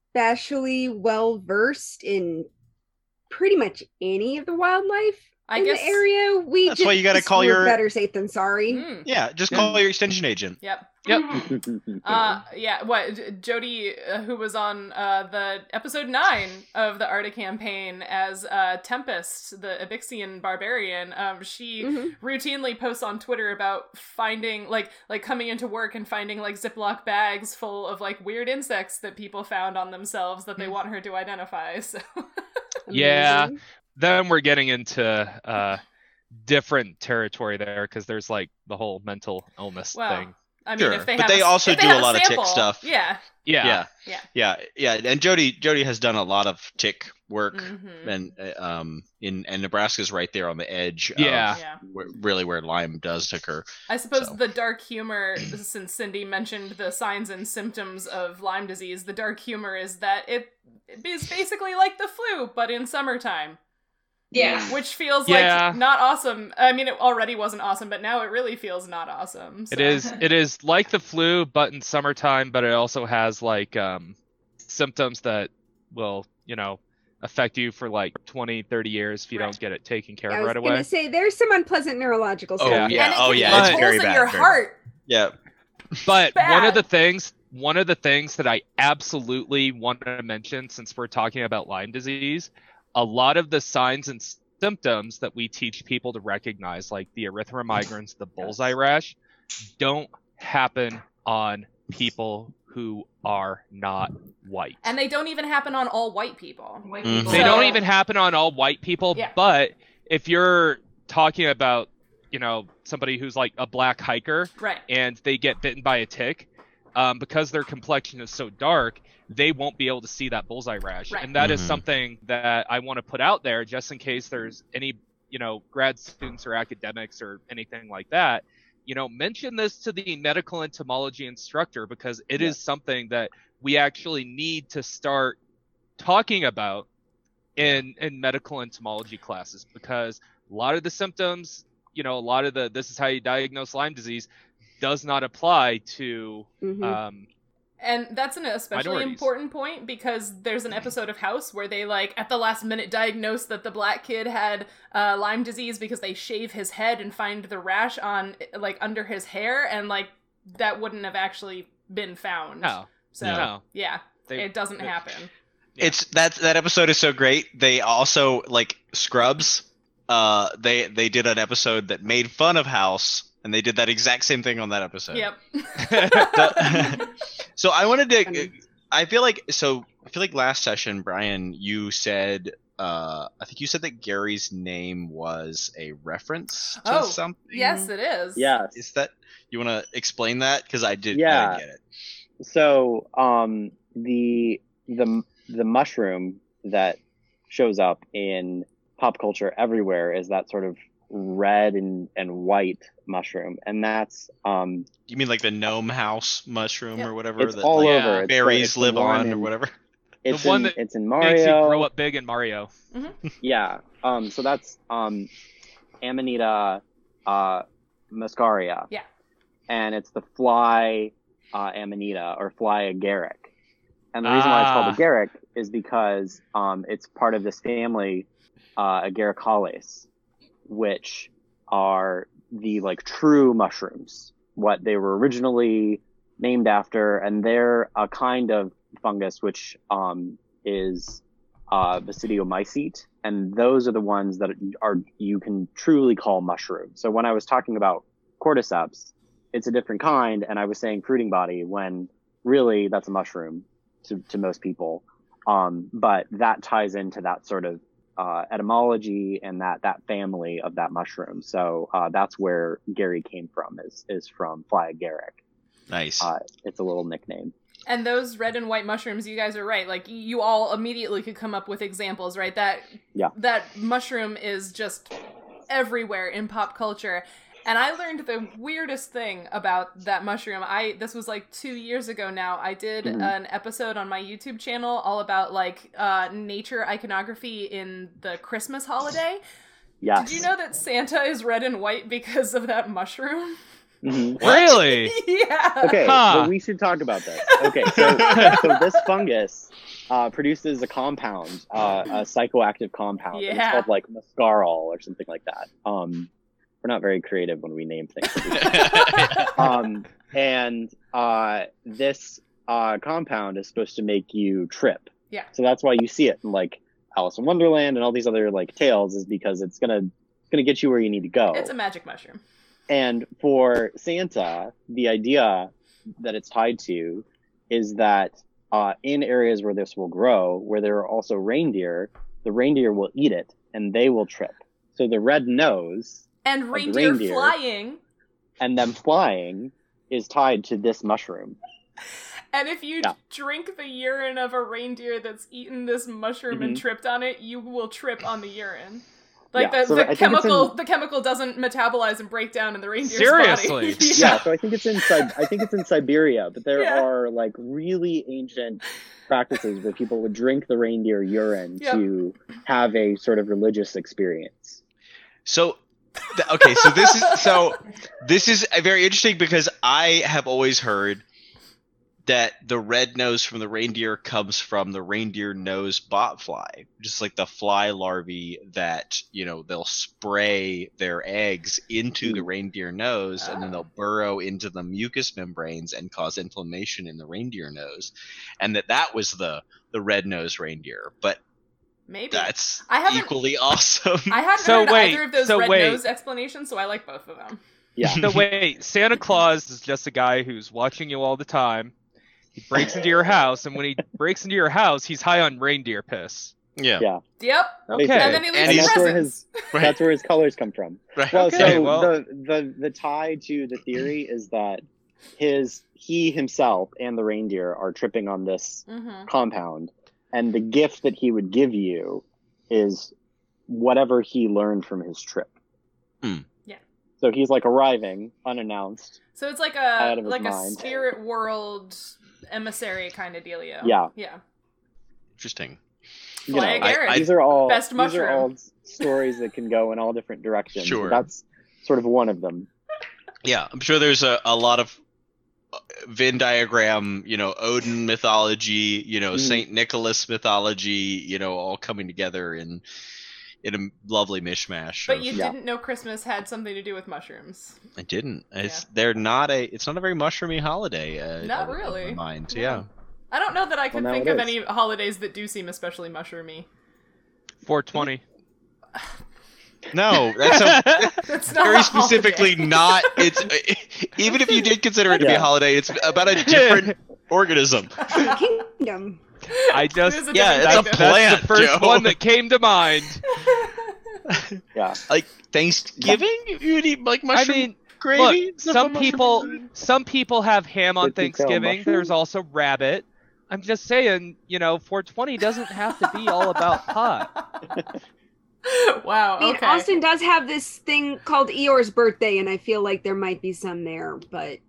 especially well versed in pretty much any of the wildlife I in guess. the area. We That's just, why you gotta call we're your- better safe than sorry. Mm, Yeah, just call your extension agent. yep. Yep. Mhm. Uh, yeah. What J- Jody, uh, who was on uh, the episode nine of the Arda campaign as uh, Tempest, the Abixian barbarian, um, she Mm-hmm. Mhm. routinely posts on Twitter about finding like like coming into work and finding like Ziploc bags full of like weird insects that people found on themselves that they want her to identify. So Yeah. Amazing. Then we're getting into uh different territory there because there's like the whole mental illness Well, thing. I mean, Sure, if they but have they a, also if they do a have lot of tick sample, stuff. Yeah. Yeah. yeah, Yeah. yeah, yeah. And Jody, Jody has done a lot of tick work, Mhm. and uh, um, in and Nebraska's right there on the edge. Yeah. Yeah. of where, really where Lyme does occur. I suppose So. the dark humor, since Cindy mentioned the signs and symptoms of Lyme disease, the dark humor is that it is basically like the flu, but in summertime, Yeah. which feels Yeah. like not awesome. I mean, it already wasn't awesome, but now it really feels not awesome. so- It is it is like the flu, but in summertime, but it also has like um symptoms that will, you know, affect you for like 20, 30 years if you don't get it taken care I of was right gonna away. say there's some unpleasant neurological Oh stuff. yeah, And it oh can yeah, eat it's holes very in bad. your very bad. heart. Yeah, But one bad. of the things one of the things that I absolutely want to mention since we're talking about Lyme disease, a lot of the signs and symptoms that we teach people to recognize, like the erythema migrans, the bullseye rash, don't happen on people who are not white. And they don't even happen on all white people. White Mhm. people. Mm-hmm. They So- don't even happen on all white people, Yeah. but if you're talking about, you know, somebody who's like a black hiker Right. and they get bitten by a tick, um, because their complexion is so dark, they won't be able to see that bullseye rash. Right. And that is Mhm. something that I want to put out there just in case there's any, you know, grad students or academics or anything like that. You know, mention this to the medical entomology instructor because it is something that we actually need to start talking about in in medical entomology classes because a lot of the symptoms, you know, a lot of the this is how you diagnose Lyme disease does not apply to Mhm. Mm-hmm. Uh, um And that's an especially Minorities. important point because there's an episode of House where they like at the last minute diagnose that the black kid had uh, Lyme disease because they shave his head and find the rash on like under his hair and like that wouldn't have actually been found. no. So No. yeah, They- it doesn't they- happen. Yeah. It's that that episode is so great. They also like Scrubs. Uh, they they did an episode that made fun of House, and they did that exact same thing on that episode. Yep. The- so I wanted to. Funny. I feel like so. I feel like last session, Brian, you said. Uh, I think you said that Gary's name was a reference to Oh, something. yes, it is. Yes. Is that you want to explain that? Because I did. I Yeah. didn't get it. So um, the the the mushroom that shows up in pop culture everywhere is that sort of red and, and white mushroom, and that's um, You mean like the gnome house mushroom Yeah. or whatever? it's that all like, Yeah. over. It's the- berries it's the live one on or in- whatever. It's one in, that it's in Makes you grow Mario. up big in Mario. Yeah. Um. So that's um, Amanita, uh, muscaria. Yeah. And it's the fly, uh, Amanita or fly agaric. And the reason why it's Ah. called agaric is because um, it's part of this family, uh, Agaricales, which are the like true mushrooms, what they were originally named after, and they're a kind of fungus which um, is uh, basidiomycete, and those are the ones that are you can truly call mushrooms. So when I was talking about cordyceps, it's a different kind, and I was saying fruiting body when really that's a mushroom to, to most people. Um, but that ties into that sort of uh, etymology and that that family of that mushroom. So uh, that's where Gary came from is is from fly agaric. Nice. Uh, it's a little nickname. And those red and white mushrooms, you guys are right. Like you all immediately could come up with examples, right? That Yeah. that mushroom is just everywhere in pop culture. And I learned the weirdest thing about that mushroom. I this was like 2 years ago now. I did Mhm. an episode on my YouTube channel all about like uh nature iconography in the Christmas holiday. Yes. Did you know that Santa is red and white because of that mushroom? Mhm. Really? yeah. Okay, Huh. but we should talk about this. Okay, so, so this fungus uh, produces a compound, uh, a psychoactive compound. and Yeah. It's called like muscarol or something like that. Um, we're not very creative when we name things. um, and uh, this uh, compound is supposed to make you trip. Yeah. So that's why you see it in like Alice in Wonderland and all these other like tales is because it's gonna it's gonna get you where you need to go. It's a magic mushroom. And for Santa, the idea that it's tied to is that uh, in areas where this will grow, where there are also reindeer, the reindeer will eat it and they will trip. So the red nose And Like reindeer reindeer. flying and them flying is tied to this mushroom. And if you Yeah. drink the urine of a reindeer that's eaten this mushroom and Mm-hmm. tripped on it, you will trip on the urine. Like Yeah, the, so the I think it's chemical, in- the chemical doesn't metabolize and break down in the reindeer's Seriously? body. Yeah, so I think it's in Sib- I think it's in Siberia, but there Yeah. are like really ancient practices where people would drink the reindeer urine Yep. to have a sort of religious experience. So, th- okay, so this is so this is uh, very interesting because I have always heard that the red nose from the reindeer comes from the reindeer nose botfly, just like the fly larvae that you know they'll spray their eggs into the reindeer nose, and then they'll burrow into the mucous membranes and cause inflammation in the reindeer nose, and that that was the the red nose reindeer, but Maybe. that's I haven't- equally awesome. I hadn't So heard wait, either of those so red wait. nose explanations, so I like both of them. Yeah. No, wait. Santa Claus is just a guy who's watching you all the time. He breaks into your house, and when he breaks into your house, he's high on reindeer piss. yeah, Yep. Okay. And then he leaves And he's- that's where presents. his that's where his colors come from. right. Well, Okay, so well- the, the the tie to the theory is that his he himself and the reindeer are tripping on this Mm-hmm. compound, and the gift that he would give you is whatever he learned from his trip. Hmm. Yeah. So he's like arriving unannounced. So it's like Out a of his like a mind. spirit world emissary kind of dealio. Yeah. Yeah. Interesting. You Fly know, a Garrett. I- these are all Best these are mushroom. all s- stories that can go in all different directions. Sure. That's sort of one of them. Yeah, I'm sure there's a, a lot of uh, Venn diagram, you know, Odin mythology, you know, Mm. Mhm. Saint Nicholas mythology, you know, all coming together in in a lovely mishmash. But of- you Yeah. didn't know Christmas had something to do with mushrooms. I didn't. It's they're not a it's not a very mushroomy holiday. Uh, Not in my really. Mind, No. yeah. I don't know that I could now think it of is. any holidays that do seem especially mushroomy. 420. No, that's a, That's not very a holiday. specifically not. It's even if you did consider it to be a Yeah. holiday, it's about a different organism. Kingdom. I just It is a yeah, different it's a thing, though. plant. that's the first Joe. one that came to mind. Yeah. Like Thanksgiving, you would eat like I mushroom mean, gravy. look, some people some people have ham on Did you tell Thanksgiving. mushroom? There's also rabbit. I'm just saying, you know, 420 doesn't have to be all about pot. wow. I mean, okay. Austin does have this thing called Eeyore's birthday, and I feel like there might be some there, but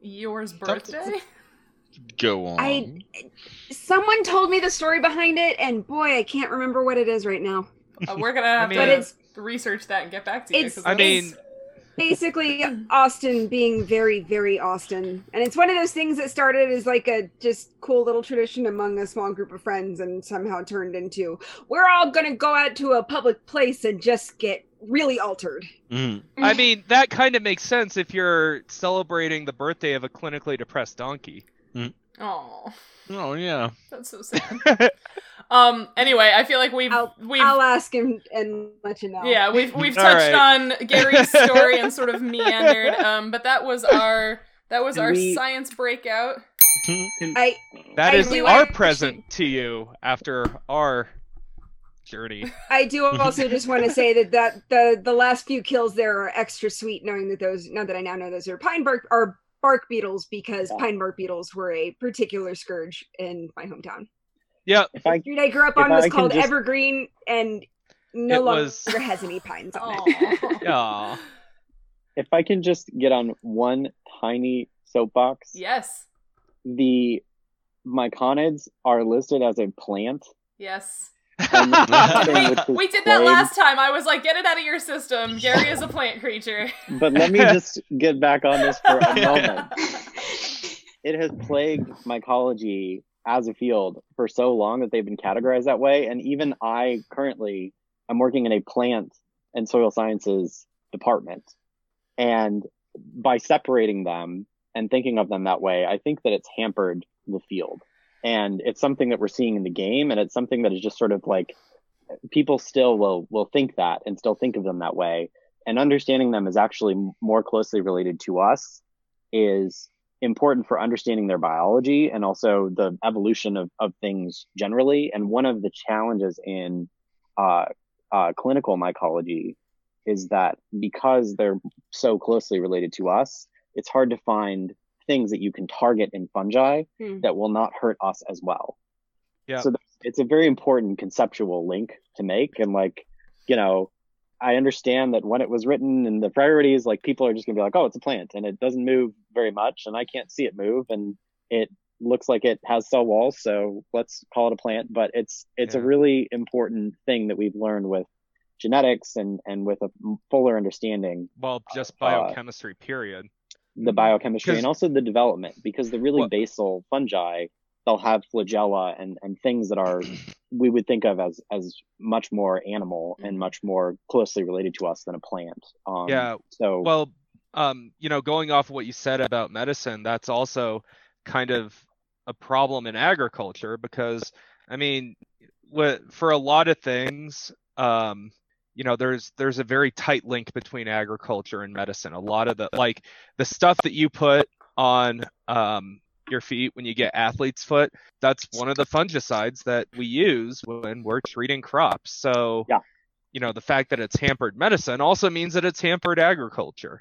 Yours birthday? Go on. I- someone told me the story behind it, and boy, I can't remember what it is right now. Uh, we're gonna have mean- But to it's research that and get back to you. It's- 'cause I that's- mean, basically Austin being very, very Austin. And it's one of those things that started as like a just cool little tradition among a small group of friends and somehow turned into we're all gonna go out to a public place and just get really altered. Mm. I mean that kind of makes sense if you're celebrating the birthday of a clinically depressed donkey. oh, Oh yeah. that's so sad. um. Anyway, I feel like we've I'll- we've I'll ask him and let you know. yeah we've we've All touched right. on Gary's story and sort of meandered. Um. But that was our that was Can our we- science breakup. I That I is do our appreciate- present to you after our journey. I do also just want to say that, that the the last few kills there are extra sweet, knowing that those now that I now know those are pine bark are bark beetles because Yeah. pine bark beetles were a particular scourge in my hometown. Yeah, If I street I grew up If on was I can called just- Evergreen and no It longer was- has any pines on Oh. it. yeah. if I can just get on one tiny soapbox, Yes. the myconids are listed as a plant. Yes. And the plant We- thing, which was We did that plague- last time. I was like, get it out of your system. Gary is a plant creature. But let me just get back on this for a moment. It has plagued mycology as a field for so long that they've been categorized that way. And even I currently I'm working in a plant and soil sciences department. And by separating them and thinking of them that way, I think that it's hampered the field. And it's something that we're seeing in the game and it's something that is just sort of like people still will will think that and still think of them that way. And understanding them is actually m- more closely related to us is important for understanding their biology and also the evolution of, of things generally. And one of the challenges in uh, uh, clinical mycology is that because they're so closely related to us, it's hard to find things that you can target in fungi Hmm. that will not hurt us as well. Yeah. So th- it's a very important conceptual link to make, and like, you know, I understand that when it was written and the priorities, like people are just gonna be like, oh, it's a plant and it doesn't move very much, and I can't see it move, and it looks like it has cell walls, so let's call it a plant. But it's it's a Yeah. really important thing that we've learned with genetics and and with a fuller understanding Well, just Uh, biochemistry, period. the Mm-hmm. biochemistry 'Cause- and also the development because the really Well- basal fungi they'll have flagella and, and things that are we would think of as as much more animal and much more closely related to us than a plant um, Mm-hmm. Yeah, so Well, um, you know, going off what you said about medicine, that's also kind of a problem in agriculture because, I mean, wh- for a lot of things, um, you know, there's there's a very tight link between agriculture and medicine. A lot of the like the stuff that you put on um, your feet when you get athlete's foot, that's one of the fungicides that we use when we're treating crops. So you know the fact that it's hampered medicine also means that it's hampered agriculture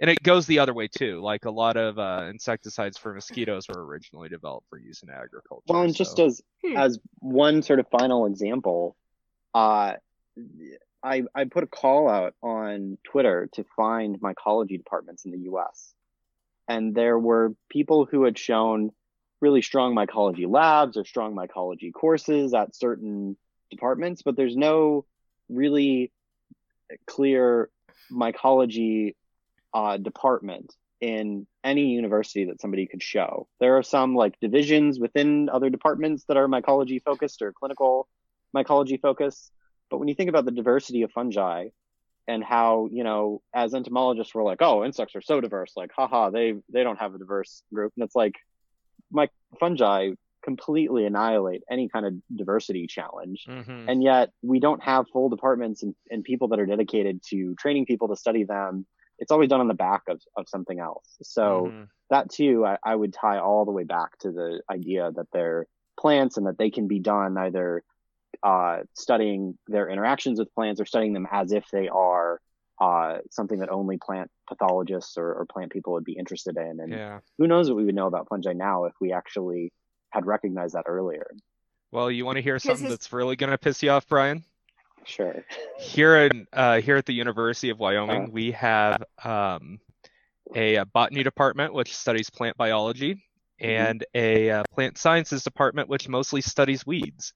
and it goes the other way too like a lot of uh, insecticides for mosquitoes were originally developed for use in agriculture Well, and so- just as Hmm. as one sort of final example, uh, I I put a call out on Twitter to find mycology departments in the U.S. And there were people who had shown really strong mycology labs or strong mycology courses at certain departments, but there's no really clear mycology uh, department in any university that somebody could show. There are some like divisions within other departments that are mycology focused or clinical mycology focused. But when you think about the diversity of fungi and how, you know, as entomologists we're like, oh, insects are so diverse, like haha, they they don't have a diverse group. And it's like my fungi completely annihilate any kind of diversity challenge Mhm. and yet we don't have full departments and, and people that are dedicated to training people to study them it's always done on the back of, of something else so Mhm. that too I, I would tie all the way back to the idea that they're plants and that they can be done either uh, studying their interactions with plants or studying them as if they are uh, something that only plant pathologists or, or plant people would be interested in and yeah who knows what we would know about fungi now if we actually had recognized that earlier well you want to hear Because something his- that's really going to piss you off brian sure here in uh, here at the University of Wyoming, Uh. we have um, a, uh botany department which studies plant biology Mm-hmm. and a uh, plant sciences department which mostly studies weeds.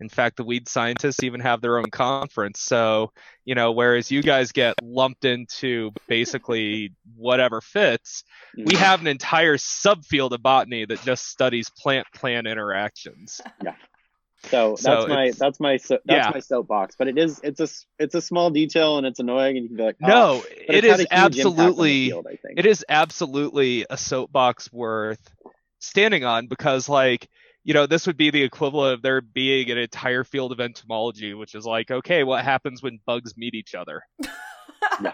In fact, the weed scientists even have their own conference. So, you know, whereas you guys get lumped into basically whatever fits, Mm-hmm. we have an entire subfield of botany that just studies plant plant interactions. So So that's my it's- that's my so- that's yeah. my soapbox. But it is it's a s- it's a small detail and it's annoying and you can be like oh, No, but it it's had is a huge impact on the absolutely field, I think. it is absolutely a soapbox worth standing on because like you know this would be the equivalent of there being an entire field of entomology which is like okay what happens when bugs meet each other now,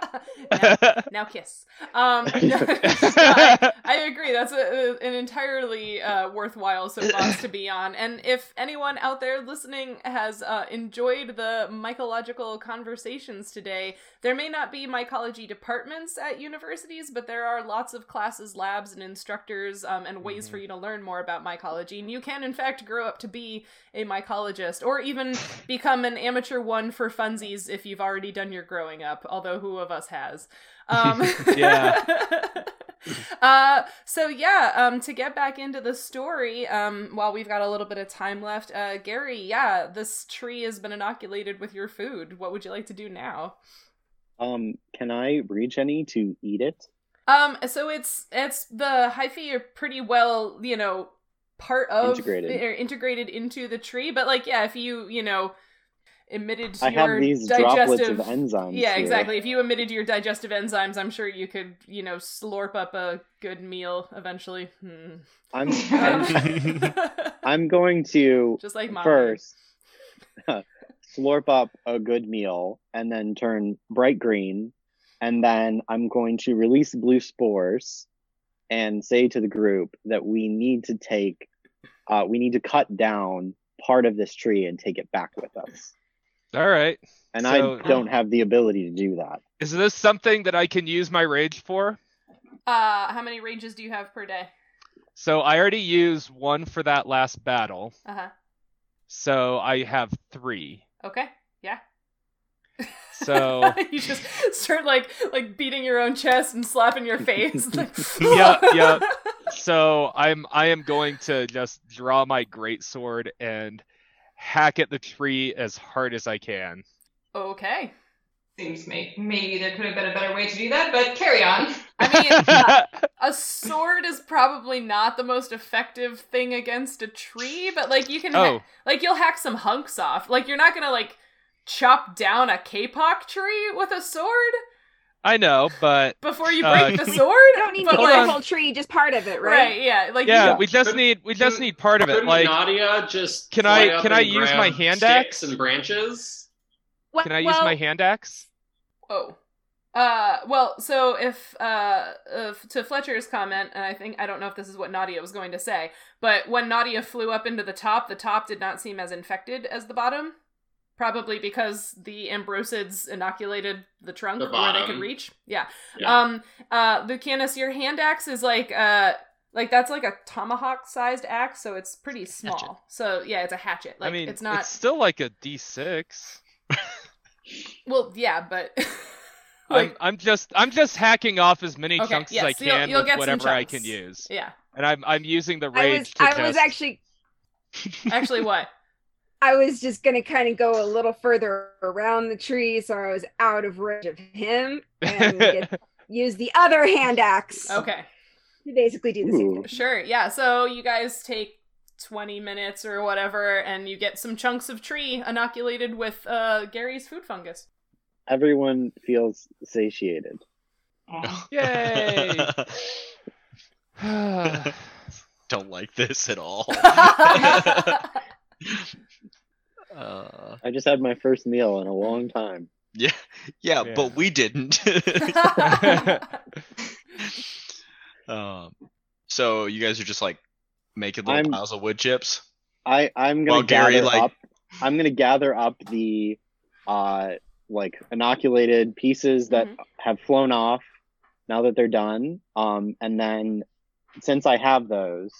now kiss. Um, no, I, I agree. That's a, an entirely uh, worthwhile soapbox to be on. And if anyone out there listening has uh, enjoyed the mycological conversations today, there may not be mycology departments at universities, but there are lots of classes, labs, and instructors um, and ways Mhm. for you to learn more about mycology. And you can, in fact, grow up to be a mycologist or even become an amateur one for funsies if you've already done your growing up, although who of us has? Um, Yeah. uh, so, yeah, um, to get back into the story, um, while we've got a little bit of time left, uh, Gary, yeah, this tree has been inoculated with your food. What would you like to do now? Um, can I reach any to eat it? Um, so it's it's the hyphae are pretty well, you know, part of Integrated. or integrated into the tree. But like, yeah, if you you know emitted I your have these droplets digestive of enzymes. yeah, here. exactly. If you emitted your digestive enzymes, I'm sure you could you know slurp up a good meal eventually. Hmm. I'm I'm, Um, I'm going to just like mine. first slurp up a good meal and then turn bright green, and then I'm going to release blue spores and say to the group that we need to take, uh, we need to cut down part of this tree and take it back with us. all right And So- I don't have the ability to do that. is this something that i can use my rage for Uh, how many ranges do you have per day? So I already used one for that last battle. Uh huh. So I have three. Okay. Yeah. So you just start like like beating your own chest and slapping your face. It's like, yeah, yeah. So I'm I am going to just draw my great sword and hack at the tree as hard as I can. Okay. Seems may- maybe there could have been a better way to do that, but carry on. I mean, uh, a sword is probably not the most effective thing against a tree, but like you can ha- oh, like you'll hack some hunks off. Like you're not gonna like chop down a kapok tree with a sword I know, but before you Uh, break the can we- sword. You don't need but, to hold get on. the whole tree, just part of it, right? right? Yeah, like yeah, you- we just Could- need we just could- need part of it. Couldn't Like Nadia just Can fly I- up can and I use grab my hand sticks axe? and branches? Well- can I use well- my hand axe? Oh. Uh, well, so if, uh, if, to Fletcher's comment, and I think, I don't know if this is what Nadia was going to say, but when Nadia flew up into the top, the top did not seem as infected as the bottom. Probably because the Ambrosids inoculated the trunk The where they bottom. could reach. Yeah. Yeah. Um, uh, Lucanus, your hand axe is like, uh, like that's like a tomahawk sized axe, so it's pretty small. So yeah, it's a hatchet. Like I mean, it's not, it's still like a D6. well, yeah, but. I'm, I'm just I'm just hacking off as many Okay, chunks yes, as I you'll- can you'll with get some whatever I chunks. can use, yeah. and I'm I'm using the I rage was to I just. was actually Actually, what? I was just gonna kind of go a little further around the tree, so I was out of range of him and get, use the other hand axe Okay. to basically do the same Ooh. thing. Sure. Yeah. So you guys take 20 minutes or whatever, and you get some chunks of tree inoculated with uh, Gary's food fungus. Everyone feels satiated. Yay! Don't like this at all. uh, I just had my first meal in a long time. yeah, yeah, Yeah. but we didn't. um, so you guys are just like making little I'm- piles of wood chips. I I'm gonna Well, gather Gary, like- up. I'm gonna gather up the, uh, like inoculated pieces that Mhm. have flown off. Now that they're done, um, and then since I have those,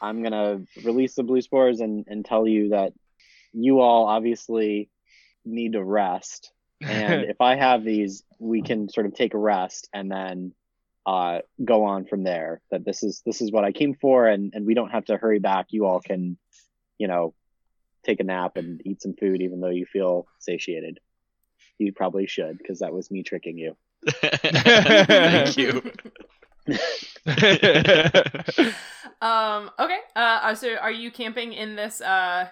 I'm gonna release the blue spores and and tell you that you all obviously need to rest. And if I have these, we can sort of take a rest and then uh, go on from there. That this is this is what I came for, and and we don't have to hurry back. You all can you know, take a nap and eat some food, even though you feel satiated. You probably should, because that was me tricking you. Mm-hmm. Thank you. um, okay. Uh, so are you camping in this uh,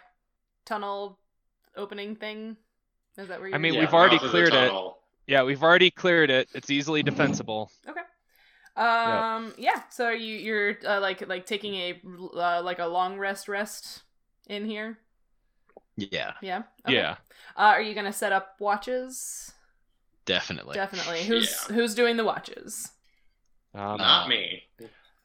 tunnel opening thing? Is that where I you're mean, Yeah, we've already off of the cleared it. tunnel. yeah, we've already cleared it. It's easily defensible. Um, yeah. So are you you're uh, like like taking a uh, like a long rest rest in here? Yeah, Yeah. Yeah. Uh, are you gonna set up watches? definitely. Definitely. Who's who's doing the watches? Um, Nah. Not me.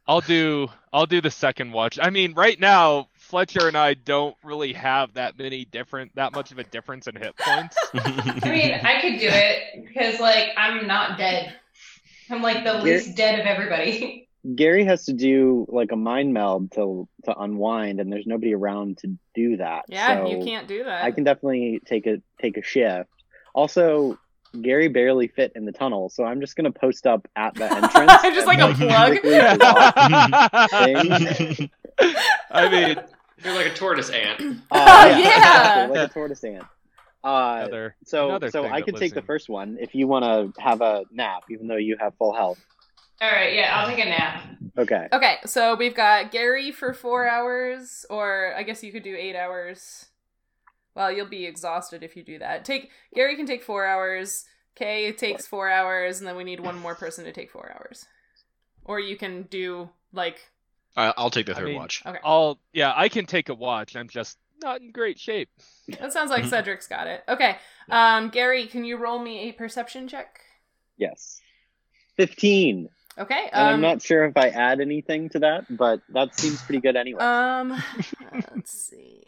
I'll do I'll do the second watch. I mean, right now Fletcher and I don't really have that many different that much of a difference in hit points. I mean, I could do it because, like, I'm not dead. I'm like the least dead of everybody. Gary has to do like a mind meld to to unwind, and there's nobody around to do that. Yeah, So you can't do that. I can definitely take a take a shift. Also, Gary barely fit in the tunnel, so I'm just gonna post up at the entrance. Just like a and plug. quickly walk in. I mean, You're like a tortoise ant. Yeah. Uh, exactly, like a tortoise ant. Uh, another So, Another so thing I that could lives take the in- first one if you want to have a nap, even though you have full health. All right, yeah, I'll take a nap. Okay. Okay, so we've got Gary for four hours, or I guess you could do eight hours. Well, you'll be exhausted if you do that. Take Gary can take four hours. Kay takes four hours, and then we need one more person to take four hours. Or you can do like I- I'll take the I third mean- watch. okay. I'll yeah, I can take a watch. I'm just not in great shape. That sounds like Mhm. Cedric's got it. Okay, um, Gary, can you roll me a perception check? Yes. Fifteen. Okay, um, And I'm not sure if I add anything to that, but that seems pretty good anyway. Um, uh, let's see.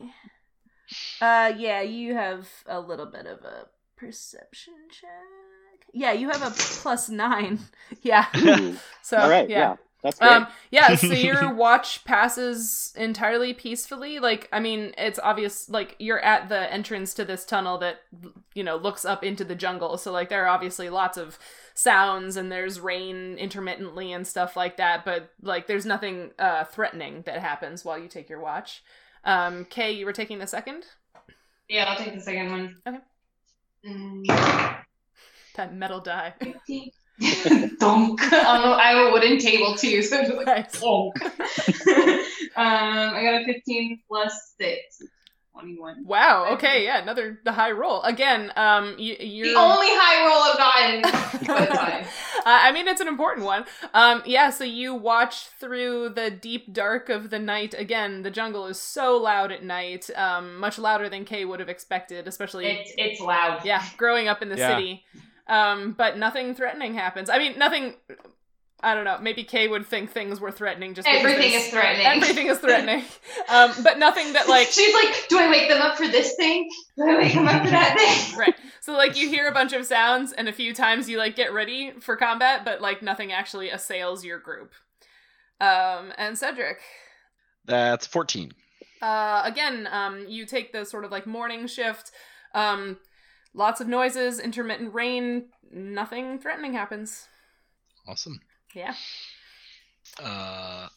Uh, yeah, you have a little bit of a perception check. yeah, you have a plus nine. Yeah. Ooh. So Mm. All right, yeah, yeah. that's great. Um, yeah, so your watch passes entirely peacefully. Like, I mean, it's obvious, like, you're at the entrance to this tunnel that, you know, looks up into the jungle. So, like, there are obviously lots of sounds and there's rain intermittently and stuff like that. But, like, there's nothing uh, threatening that happens while you take your watch. Um, Kay, you were taking the second? Yeah, I'll take the second one. Okay. Mm, That metal die. 15. Donk. Um, I have a wooden table too, so it's just like Nice. donk. um, I got a 15 plus 6. 21. Wow. Okay. Yeah. Another the high roll again. Um, you, you're The only high roll I've gotten. But it's uh, fine. I mean, it's an important one. Um, yeah, so you watch through the deep dark of the night. Again, the jungle is so loud at night, um, much louder than Kay would have expected, especially, It's, it's loud. yeah, growing up in the Yeah. city. Um, but nothing threatening happens. I mean, nothing, I don't know, maybe Kay would think things were threatening just because Everything there's- is threatening. Everything is threatening. um, but nothing that, like, she's like, do I wake them up for this thing? Do I wake them up for that thing? Right. So like you hear a bunch of sounds and a few times you like get ready for combat, but like nothing actually assails your group. Um and Cedric, That's 14. uh again, um you take the sort of like morning shift. Um lots of noises, intermittent rain, nothing threatening happens. Awesome. Yeah. Uh,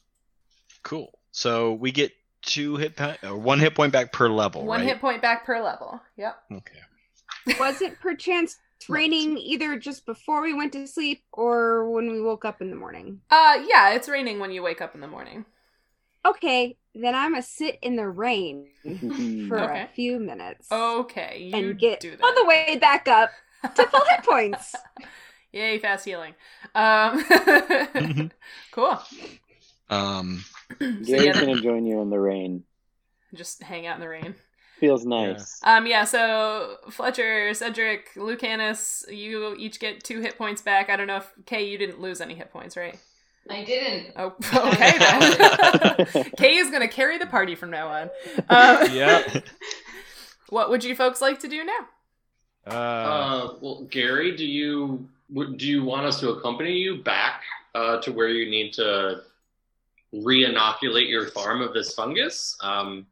cool. So we get two hit point, or one hit point back per level, One right? hit point back per level. Yep. Okay. Was it perchance raining either just before we went to sleep or when we woke up in the morning? Uh yeah, it's raining when you wake up in the morning. Okay, then I'm gonna sit in the rain for Okay. a few minutes Oh, Okay, you and get do that. all the way back up to full hit points. Yay, fast healing. Um Mm-hmm. cool. Um, So yeah, Gary's gonna join you in the rain. just hang out in the rain. Feels nice. Um, yeah, so Fletcher, Cedric, Lucanus, you each get two hit points back. I don't know if Kay, you didn't lose any hit points, right? I didn't. Oh, okay then. Kay is gonna carry the party from now on. Um, Yeah. What would you folks like to do now? Uh, Uh, well, Gary, do you w- do you want us to accompany you back uh, to where you need to re-inoculate your farm of this fungus? Um,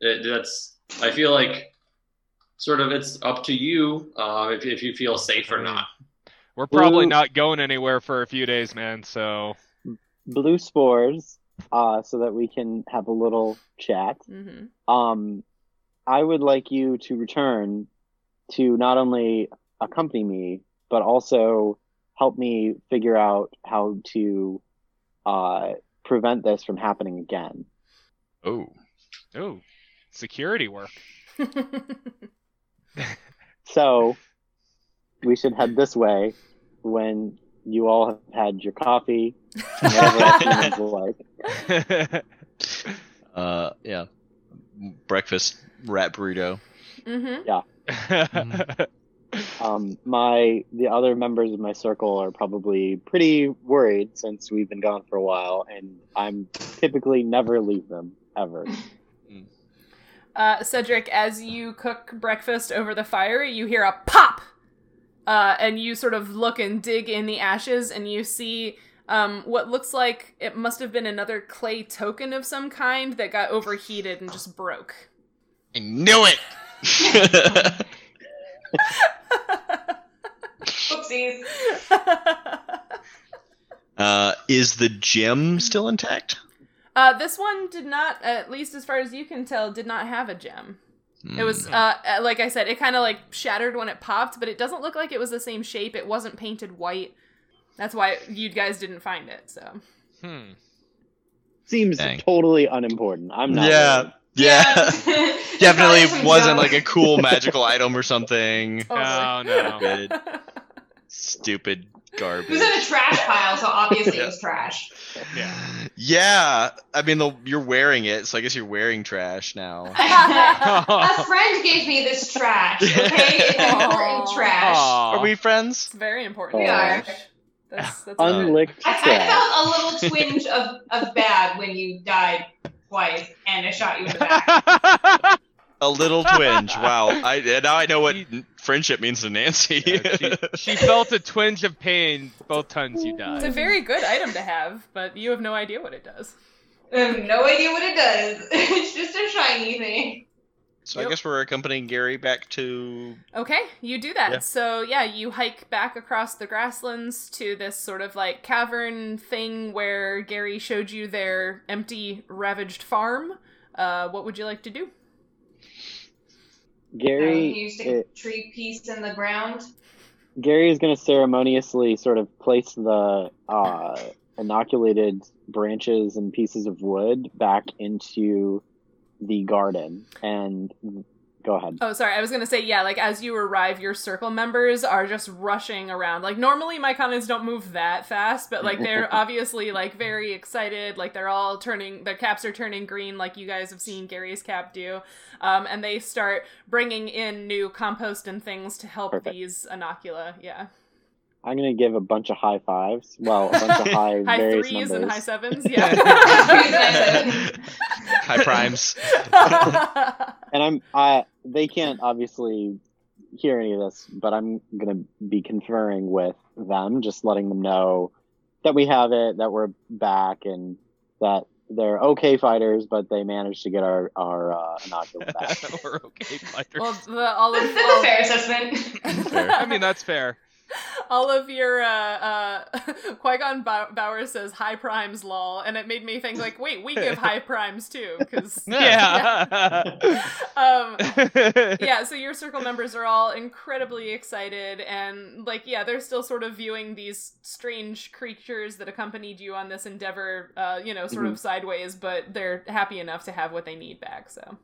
it- that's I feel like sort of it's up to you uh, if if you feel safe or not. we're probably Ooh. not going anywhere for a few days, man. So Blue spores, uh, so that we can have a little chat. Mm-hmm. Um, I would like you to return to not only accompany me, but also help me figure out how to uh, prevent this from happening again. oh, oh, security work. So we should head this way when you all have had your coffee, whatever that seems like. uh, yeah. Breakfast rat burrito. mm-hmm. Um, my the other members of my circle are probably pretty worried since we've been gone for a while, and I'm typically never leave them ever. Uh, Cedric, as you cook breakfast over the fire, you hear a pop, uh, and you sort of look and dig in the ashes, and you see um, what looks like it must have been another clay token of some kind that got overheated and just broke. I knew it! Oopsies. uh, is the gem still intact? uh, this one did not, at least as far as you can tell, did not have a gem. It was, Hmm. uh, uh, like I said, it kind of like shattered when it popped, but it doesn't look like it was the same shape. It wasn't painted white. That's why you guys didn't find it. So hmm. Seems Dang. totally unimportant. I'm not. Yeah. worried. Yeah. Definitely Probably wasn't no. like a cool magical item or something. Oh, No, no. Good. Stupid It garbage. was in a trash pile, so obviously it was trash. Yeah. Yeah, I mean, the, you're wearing it, so I guess you're wearing trash now. I have Oh. that. a friend gave me this trash, okay? It's important trash. Are we friends? It's very important. We are. That's, that's Unlicked I, trash. I felt a little twinge of, of bad when you died twice and I shot you in the back. A little twinge. Wow. I and now I know what n- friendship means to Nancy. Yeah, she, she felt a twinge of pain both times you It's a died. very good item to have, but you have no idea what it does. I have no idea what it does. it's just a shiny thing. so Yep. I guess we're accompanying Gary back to Okay, you do that. Yeah. So yeah, you hike back across the grasslands to this sort of like cavern thing where Gary showed you their empty, ravaged farm. Uh, what would you like to do? Um, Gary, used a it- tree piece in the ground. Gary is going to ceremoniously sort of place the uh, inoculated branches and pieces of wood back into the garden. And go ahead. Oh, sorry, I was gonna say yeah. Like as you arrive, your circle members are just rushing around. Like normally my comments don't move that fast, but like they're obviously like very excited. Like they're all turning their caps are turning green, like you guys have seen Gary's cap do. Um, and they start bringing in new compost and things to help Perfect. these inocula. Yeah, I'm going to give a bunch of high fives. Well, a bunch of high, high various threes numbers. and high sevens. High primes. Yeah. and I'm I they can't obviously hear any of this, but I'm gonna be conferring with them, just letting them know that we have it, that we're back, and that they're okay fighters, but they managed to get our our uh, inoculum back. We're okay, fighters. well, the, all of That's all- a fair assessment. Fair. I mean, that's fair. All of your uh, uh, Qui Gon Bauer says high primes, lol, and it made me think like, wait, we give high primes too, because Yeah. um, yeah. So your circle members are all incredibly excited, and like, yeah, they're still sort of viewing these strange creatures that accompanied you on this endeavor, uh, you know, sort of sideways, but they're happy enough to have what they need back. So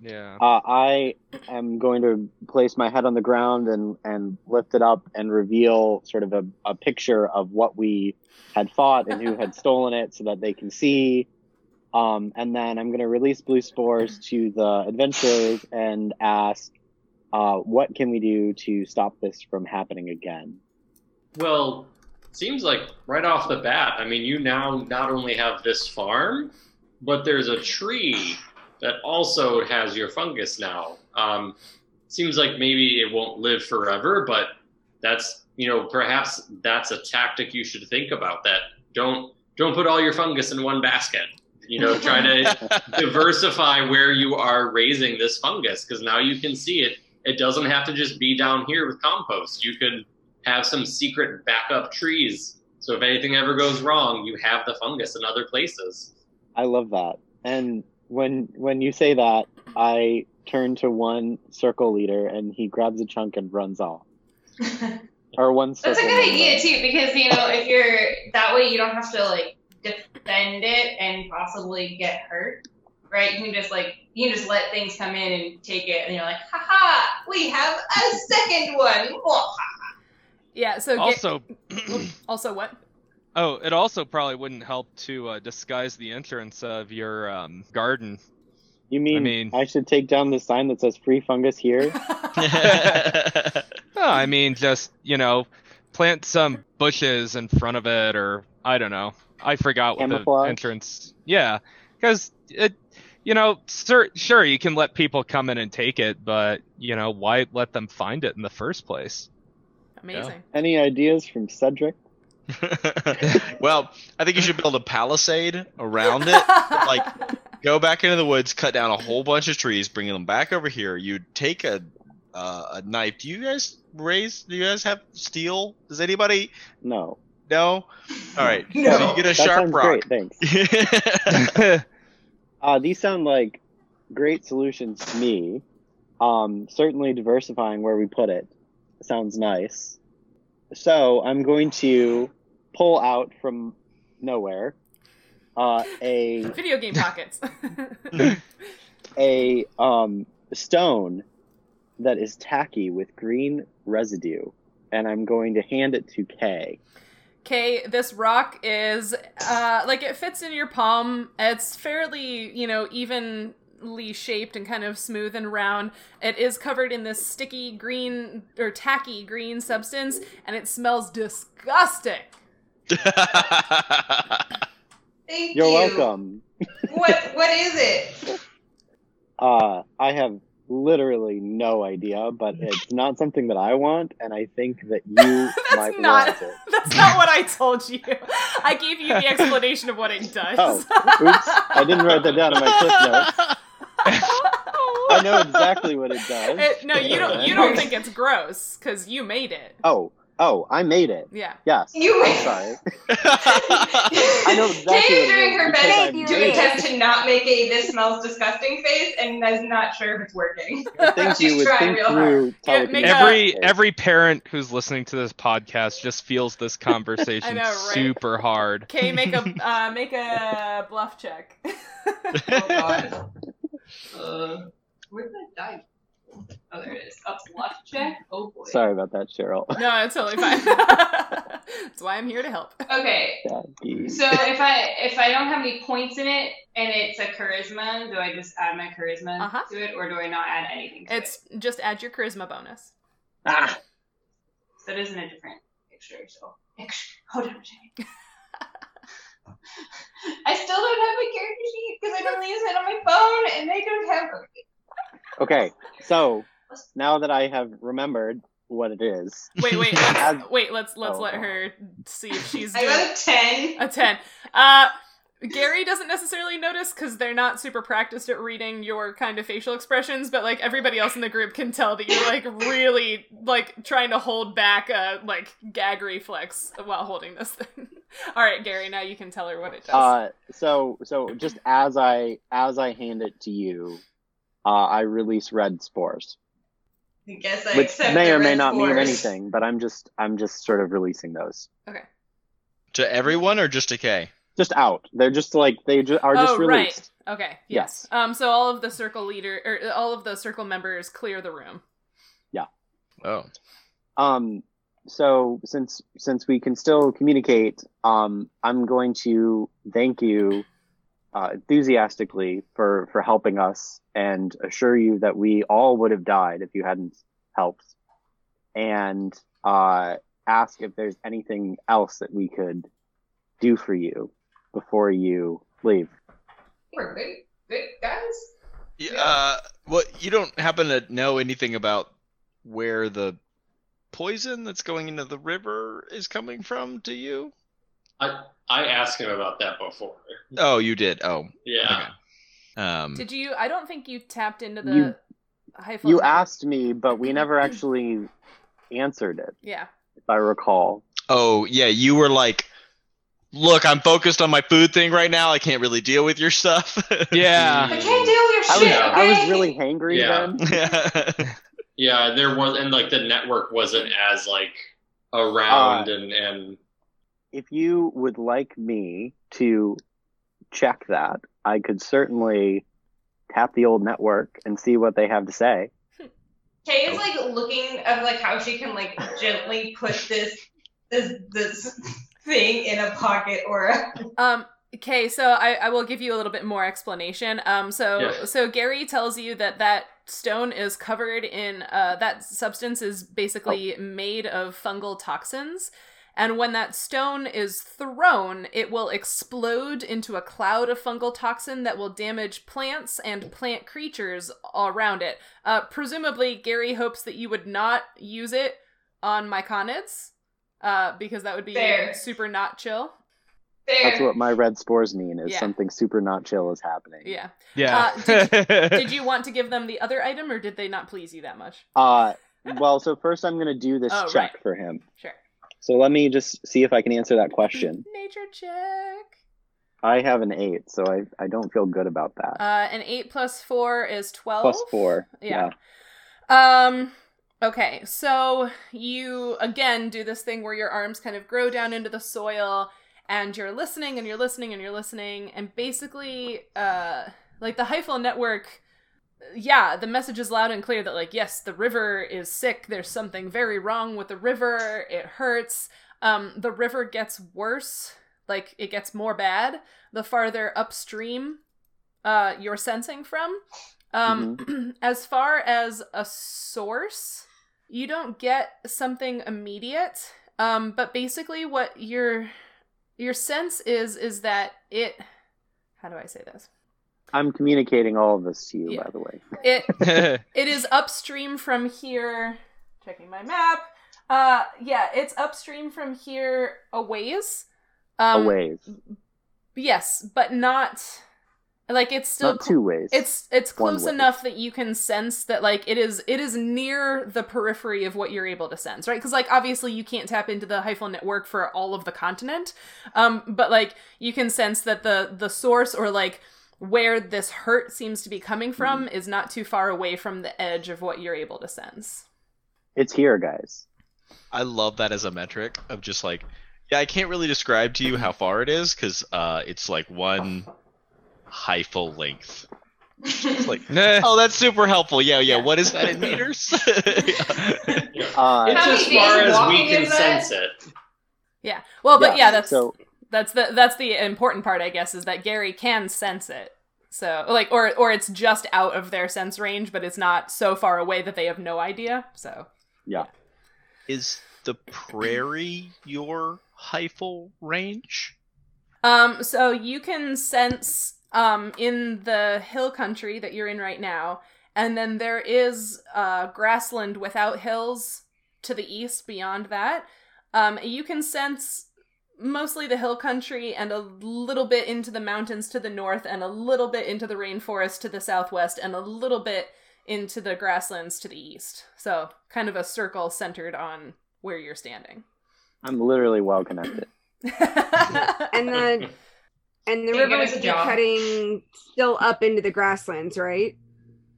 yeah. Uh, I am going to place my head on the ground and, and lift it up and reveal sort of a, a picture of what we had fought and who had stolen it so that they can see. Um, and then I'm going to release blue spores to the adventurers and ask, uh, what can we do to stop this from happening again? Well, seems like right off the bat, I mean, you now not only have this farm, but there's a tree that also has your fungus now. Um, seems like maybe it won't live forever, but that's you know perhaps that's a tactic you should think about. That don't don't put all your fungus in one basket. You know, try to diversify where you are raising this fungus because now you can see it. It doesn't have to just be down here with compost. You could have some secret backup trees. So if anything ever goes wrong, you have the fungus in other places. I love that. And when when you say that, I turn to one circle leader and he grabs a chunk and runs off. Or one circle That's a good member. idea too, because you know, if you're that way, you don't have to like defend it and possibly get hurt, right? You can just like you can just let things come in and take it, and you're like, haha, we have a second one. yeah. So also, also, also what? oh, it also probably wouldn't help to uh, disguise the entrance of your um, garden. You mean I, mean- should take down the sign that says free fungus here? No, I mean, just you know, plant some bushes in front of it, or I don't know. I forgot what Camouflage? the entrance. Yeah, because it, you know, sure, sure, you can let people come in and take it, but you know, why let them find it in the first place? Amazing. Any ideas from Cedric? well, I think you should build a palisade around it. Like- Go back into the woods, cut down a whole bunch of trees, bring them back over here. You take a uh, a knife. Do you guys raise? Do you guys have steel? Does anybody? No. No. All right. No. So you get a That sharp sounds rock. great. Thanks. yeah, Uh, these sound like great solutions to me. Um, certainly diversifying where we put it sounds nice. So I'm going to pull out from nowhere uh, a Video game pockets. a um, stone that is tacky with green residue, and I'm going to hand it to Kay. Okay, this rock is uh like it fits in your palm. It's fairly, you know, evenly shaped and kind of smooth and round. It is covered in this sticky green or tacky green substance and it smells disgusting. Thank You're you. welcome. What what is it? Uh, I have literally no idea, but it's not something that I want, and I think that you might not- want it. That's not what I told you. I gave you the explanation of what it does. Oh, oops. I didn't write that down in my clip notes. I know exactly what it does. It- no, you don't. You don't think it's gross because you made it. Oh, oh, I made it. Yeah. Yes. You I'm wait. sorry. I know exactly what Kay it is doing is her because best I'm to doing it. attempt to not make a "this smells disgusting" face, and is not sure if it's working. Things you She's would trying think real through. Yeah, make telecommunications. Yeah. Every every parent who's listening to this podcast just feels this I conversation know, right? super hard. Okay, make a uh, make a bluff check. Oh god. Uh, where's that die? Oh, there it is. Up bluff check. Oh boy. Sorry about that, Cheryl. no, it's totally fine. That's why I'm here to help. Okay. God, you- So if I if I don't have any points in it and it's a charisma, do I just add my charisma Uh-huh. to it, or do I not add anything? To It's just add your charisma bonus. Ah, it? that isn't a different picture. So Picture. hold on. a second. I still don't have my character sheet because I normally use it on my phone, and I don't have. okay, so now that I have remembered what it is, Wait, wait, let's, Add- wait. Let's let's Oh, let God. her see if she's I doing got a ten. a ten. Uh, Gary doesn't necessarily notice because they're not super practiced at reading your kind of facial expressions, but like everybody else in the group can tell that you're like really like trying to hold back a like gag reflex while holding this thing. All right, Gary, now you can tell her what it does. uh, so so just as I as I hand it to you, uh, I release red spores, I guess I which accept may the or may red not mean force. anything, but I'm just I'm just sort of releasing those. okay. To everyone or just to Kay? Just out. They're just like they ju- are just Oh, right. released. Okay. Yes. Yes. Um. So all of the circle leader or all of the circle members clear the room. Oh. um so since since we can still communicate um i'm going to thank you uh, enthusiastically for for helping us and assure you that we all would have died if you hadn't helped and uh ask if there's anything else that we could do for you before you leave We're good, good guys. Yeah, Yeah. Uh, well, you don't happen to know anything about where the poison that's going into the river is coming from, do you? I, I asked him about that before. Oh, you did. Oh, Yeah. okay. Um, Did you? I don't think you tapped into the. Hmm. You- high floor. you asked me but we never actually answered it Yeah. if i recall oh, yeah, you were like, look, I'm focused on my food thing right now. I can't really deal with your stuff. Yeah. I can't deal with your i was, shit. I was okay? really hangry Yeah. then Yeah, there was, and like the network wasn't as like Uh, around and and if you would like me to check that, I could certainly tap the old network and see what they have to say. Kay is like looking of like how she can like gently put this this this thing in a pocket or a Um. Okay. So I, I will give you a little bit more explanation. Um. So Yeah. so Gary tells you that that stone is covered in uh that substance is basically made of fungal toxins. And when that stone is thrown, it will explode into a cloud of fungal toxin that will damage plants and plant creatures around it. Uh, presumably, Gary hopes that you would not use it on myconids, uh, because that would be Fair. super not chill. there. That's what my red spores mean is Yeah. something super not chill is happening. Yeah. Yeah. Uh, did Did you want to give them the other item, or did they not please you that much? Uh well, so first I'm going to do this Oh, check right. for him. Sure. So let me just see if I can answer that question. Nature check. I have an 8, so I I don't feel good about that. Uh, an eight plus four is twelve. Plus 4. Yeah. Yeah. Um. Okay, so you again do this thing where your arms kind of grow down into the soil, and you're listening and you're listening and you're listening, and basically, uh, like the Hyphal network. Yeah, the message is loud and clear that like yes, the river is sick. There's something very wrong with the river. It hurts. Um, the river gets worse. Like it gets more bad the farther upstream uh, you're sensing from. Um, As far as a source, you don't get something immediate. Um, but basically, what your your sense is is that it. How do I say this? I'm communicating all of this to you, Yeah. by the way. It it is upstream from here. Checking my map. Uh, yeah, it's upstream from here a ways. Um, a ways, Yes, but not like it's still not cl- two ways. it's it's One close way. enough that you can sense that like it is it is near the periphery of what you're able to sense right because like obviously you can't tap into the hyphal network for all of the continent um but like you can sense that the the source or like where this hurt seems to be coming Hmm. from is not too far away from the edge of what you're able to sense it's here, guys. I love that as a metric of just like, yeah, I can't really describe to you how far it is because uh, it's like one hyphal length. It's like, oh, that's super helpful. Yeah, yeah. What is that in meters? Uh, It's How as many far days as walking we can is that? sense it. yeah well Oh, but yeah, that's so. that's the that's the important part i guess is that gary can sense it so like or or it's just out of their sense range but it's not so far away that they have no idea so is the prairie your hyphal range? um so you can sense um in the hill country that you're in right now and then there is uh grassland without hills to the east beyond that um you can sense mostly the hill country and a little bit into the mountains to the north and a little bit into the rainforest to the southwest and a little bit into the grasslands to the east. So, kind of a circle centered on where you're standing. I'm literally well connected. And the and the Can't river get us would a be job. cutting still up into the grasslands, right?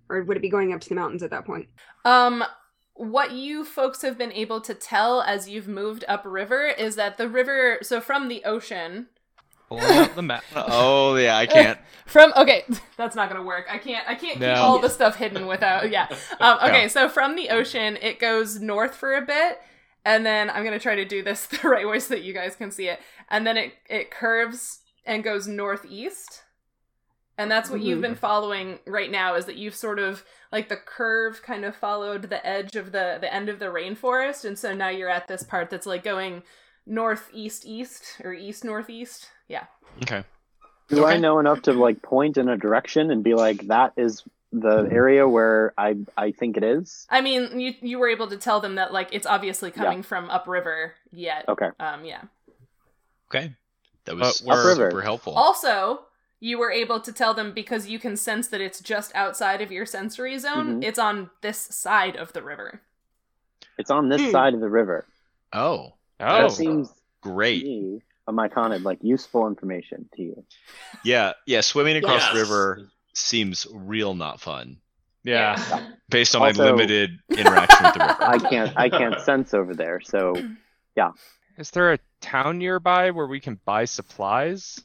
Or would it be going up to the mountains at that point? um what you folks have been able to tell as you've moved upriver is that the river so from the ocean Pulling out the map. Oh yeah, I can't. from okay that's not gonna work i can't i can't No. keep all the stuff hidden without yeah um, okay so from the ocean it goes north for a bit and then i'm gonna try to do this the right way so that you guys can see it and then it it curves and goes northeast and that's what you've been following right now is that you've sort of like the curve kind of followed the edge of the the end of the rainforest and so now you're at this part that's like going northeast east or east northeast yeah Okay. Do I Okay. know enough to like point in a direction and be like, that is the area where I I think it is? I mean, you you were able to tell them that like it's obviously coming from upriver yet. Okay. Um yeah. Okay. That was we're- Upriver. super helpful. Also, you were able to tell them because you can sense that it's just outside of your sensory zone. Mhm. It's on this side of the river. It's on this Hmm. side of the river. Oh, Oh, That seems to great. me, I'm iconic, like useful information to you. Yeah, yeah. Swimming across Yes. the river seems real not fun, yeah. based on my Also- limited interaction with the river. I can't I can't sense over there, so Oh, Is there a town nearby where we can buy supplies?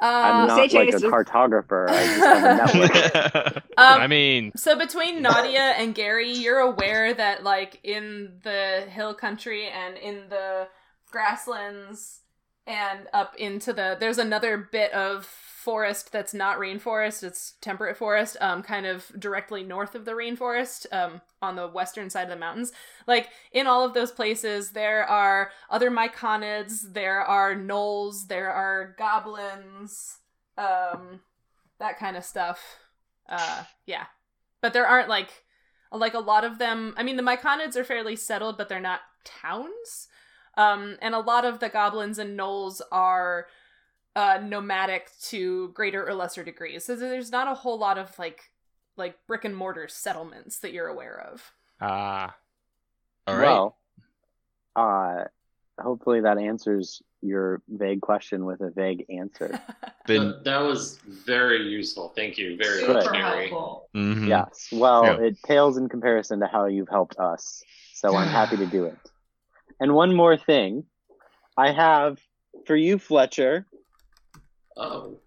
Uh, I'm not Say like a Jason. cartographer. I just have a network. I um, mean, so between Nadia and Gary, you're aware that like in the hill country and in the grasslands and up into the there's another bit of forest that's not rainforest it's temperate forest um kind of directly north of the rainforest um on the western side of the mountains like in all of those places there are other myconids there are gnolls there are goblins um that kind of stuff uh yeah but there aren't like like a lot of them i mean the myconids are fairly settled but they're not towns um, and a lot of the goblins and gnolls are uh, nomadic to greater or lesser degrees. So there's not a whole lot of like like brick and mortar settlements that you're aware of. ah, All right. Well, uh, hopefully that answers your vague question with a vague answer. Been, But that was very useful. Thank you very Super much, Good. Mary. helpful. mhm. Yes. Well, Yeah. it pales in comparison to how you've helped us, so I'm happy to do it. And one more thing, I have for you, Fletcher. Oh.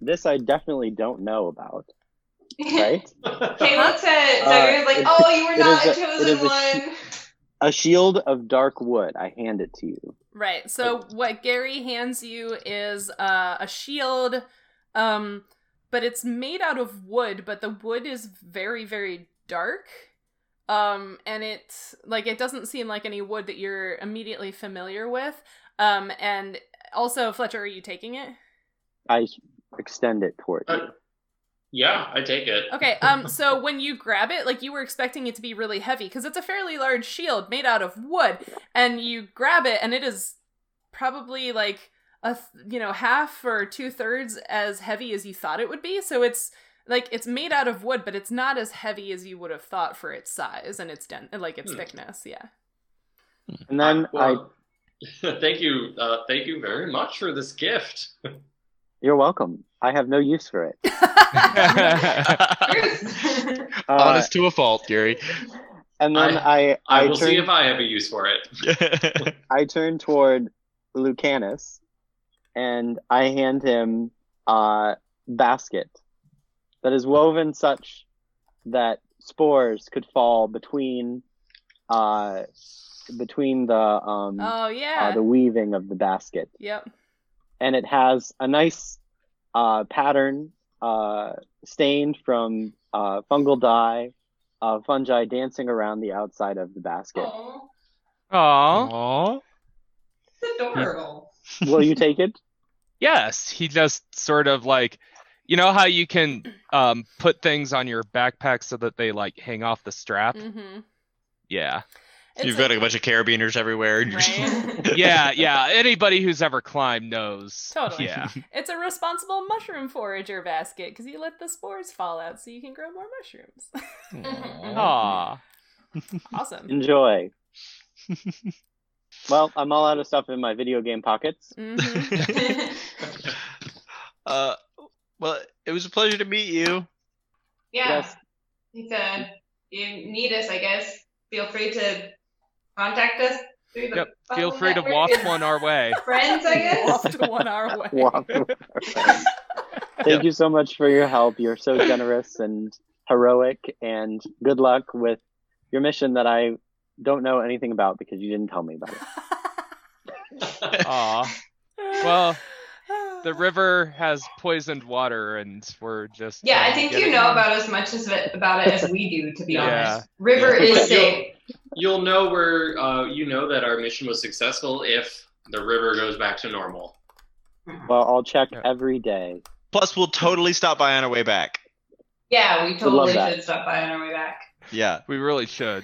This I definitely don't know about, right? Uh, Kay looks at Doug and is like, it- "Oh, you were it not a is a- it chosen is a- one." a shield of dark wood. I hand it to you. Right. So what Gary hands you is uh, a shield, um, but it's made out of wood. But the wood is very, very dark, um, and it's like it doesn't seem like any wood that you're immediately familiar with. Um, and also, Fletcher, are you taking it? I extend it toward you. Uh, Yeah, I take it. Okay, um, so when you grab it, like you were expecting it to be really heavy because it's a fairly large shield made out of wood, and you grab it, and it is probably like a th- you know half or two thirds as heavy as you thought it would be. So it's like it's made out of wood, but it's not as heavy as you would have thought for its size and its den- like its Hmm. thickness. Yeah. And Ah. then I, Well, thank you, uh, thank you very much for this gift. you're welcome. I have no use for it. Uh, Honest to a fault, Gary. and then I, I, I, will turn, see if I have a use for it. I turn toward Lucanus, and I hand him a basket that is woven such that spores could fall between, uh, between the um, Oh uh, yeah. the weaving of the basket. Yep. and it has a nice uh, pattern uh, stained from uh, fungal dye, uh, fungi dancing around the outside of the basket. Oh, Aww. Aww. it's adorable. Will you take it? Yes, he just sort of like, you know how you can um, put things on your backpack so that they like hang off the strap. Mm-hmm. Yeah, You've got a bunch of carabiners everywhere. and you're just- yeah, yeah. Anybody who's ever climbed knows. Totally. Yeah. It's a responsible mushroom forager basket because you let the spores fall out so you can grow more mushrooms. Mm-hmm. Aww. awesome. Enjoy. well, I'm all out of stuff in my video game pockets. hmm uh, well, it was a pleasure to meet you. yeah. Yes. He said, you need us, I guess. Feel free to contact us through the Yep, phone Feel free to network. waft one our way. Friends, I guess. Off to one our way. Wow. Thank you so much for your help. You're so generous and heroic, and good luck with your mission that I don't know anything about because you didn't tell me about it. Aww. Well, The river has poisoned water, and we're just. Yeah, I um, think you getting- know about as much as it, about it as we do, to be Yeah. honest. River Yeah. is safe. You'll know where uh, you know that our mission was successful if the river goes back to normal. Well, I'll check Yeah. every day. Plus, we'll totally stop by on our way back. Yeah, we totally that. should stop by on our way back. Yeah. We really should.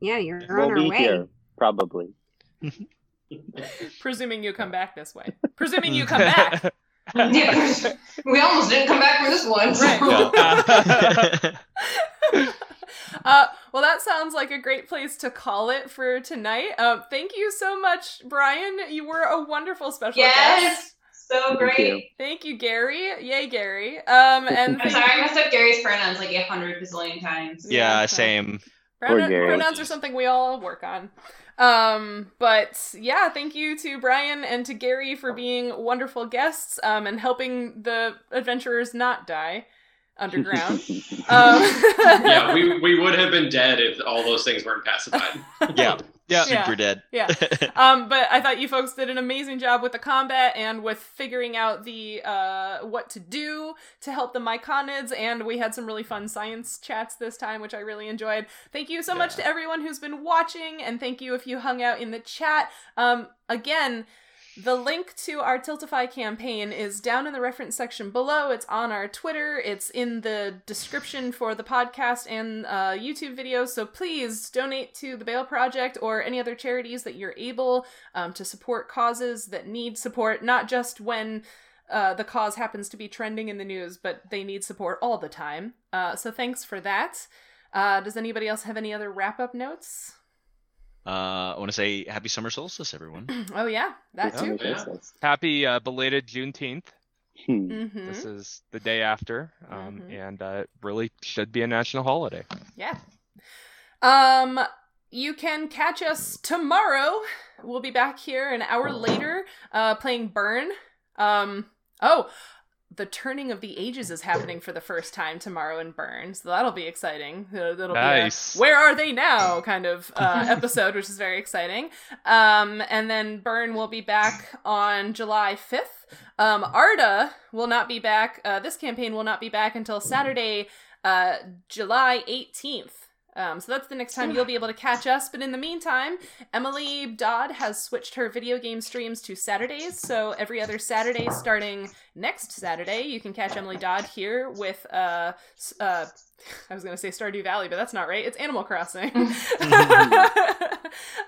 Yeah, you're We'll on our be way. here, probably. presuming you come back this way. Presuming you come back. Yeah, we almost didn't come back from this one. so- Right. uh, well, that sounds like a great place to call it for tonight. Uh, thank you so much, Brian. You were a wonderful special guest. Yes. So Thank great. Thank you, Gary. Yay, Gary. Um, and I'm sorry, I messed up Gary's pronouns like a hundred bazillion times. yeah, Yeah. same. Pronoun- Gary. pronouns are something we all work on. Um, but yeah, thank you to Brian and to Gary for being wonderful guests um, and helping the adventurers not die underground. um, Yeah, we, we would have been dead if all those things weren't pacified. Yeah. Yeah. Super dead. Yeah. Um, but I thought you folks did an amazing job with the combat and with figuring out the uh, what to do to help the Myconids, and we had some really fun science chats this time, which I really enjoyed. Thank you so much to everyone who's been watching, and thank you if you hung out in the chat. Um, again. The link to our Tiltify campaign is down in the reference section below. It's on our Twitter. It's in the description for the podcast and uh, YouTube videos. So please donate to the Bail Project or any other charities that you're able um, to support causes that need support, not just when uh, the cause happens to be trending in the news, but they need support all the time. Uh, so thanks for that. Uh, does anybody else have any other wrap up notes? Uh, I want to say happy summer solstice, everyone. oh, yeah, that This too. makes Yeah. sense. Happy uh, belated Juneteenth. Hmm. Mm-hmm. This is the day after, um, Mhm. and uh, it really should be a national holiday. Yeah. Um you can catch us tomorrow. We'll be back here an hour later uh playing Burn. Um oh, the turning of the ages is happening for the first time tomorrow in Burn. So that'll be exciting. Uh, That'll Nice. be a where are they now kind of uh, episode, which is very exciting. Um and then Burn will be back on July 5th. Um Arda will not be back. Uh, this campaign will not be back until Saturday uh July 18th. Um, so that's the next time you'll be able to catch us. But in the meantime, Emily Dodd has switched her video game streams to Saturdays. So every other Saturday, starting next Saturday, you can catch Emily Dodd here with uh, s- uh, I was going to say Stardew Valley, but that's not right. It's Animal Crossing. uh,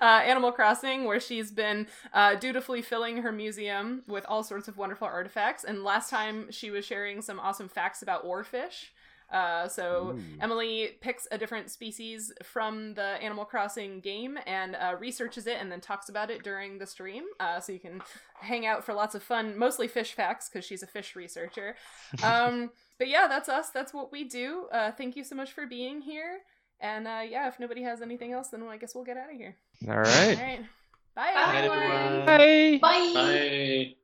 Animal Crossing, where she's been uh, dutifully filling her museum with all sorts of wonderful artifacts. And last time she was sharing some awesome facts about oarfish. Uh, so Emily picks a different species from the Animal Crossing game and uh, researches it and then talks about it during the stream. Uh, so you can hang out for lots of fun, mostly fish facts, because she's a fish researcher. Um, but yeah, that's us. That's what we do. Uh, thank you so much for being here. And uh, yeah, if nobody has anything else, then I guess we'll get out of here. All right. All right. Bye, Bye. everyone. Bye.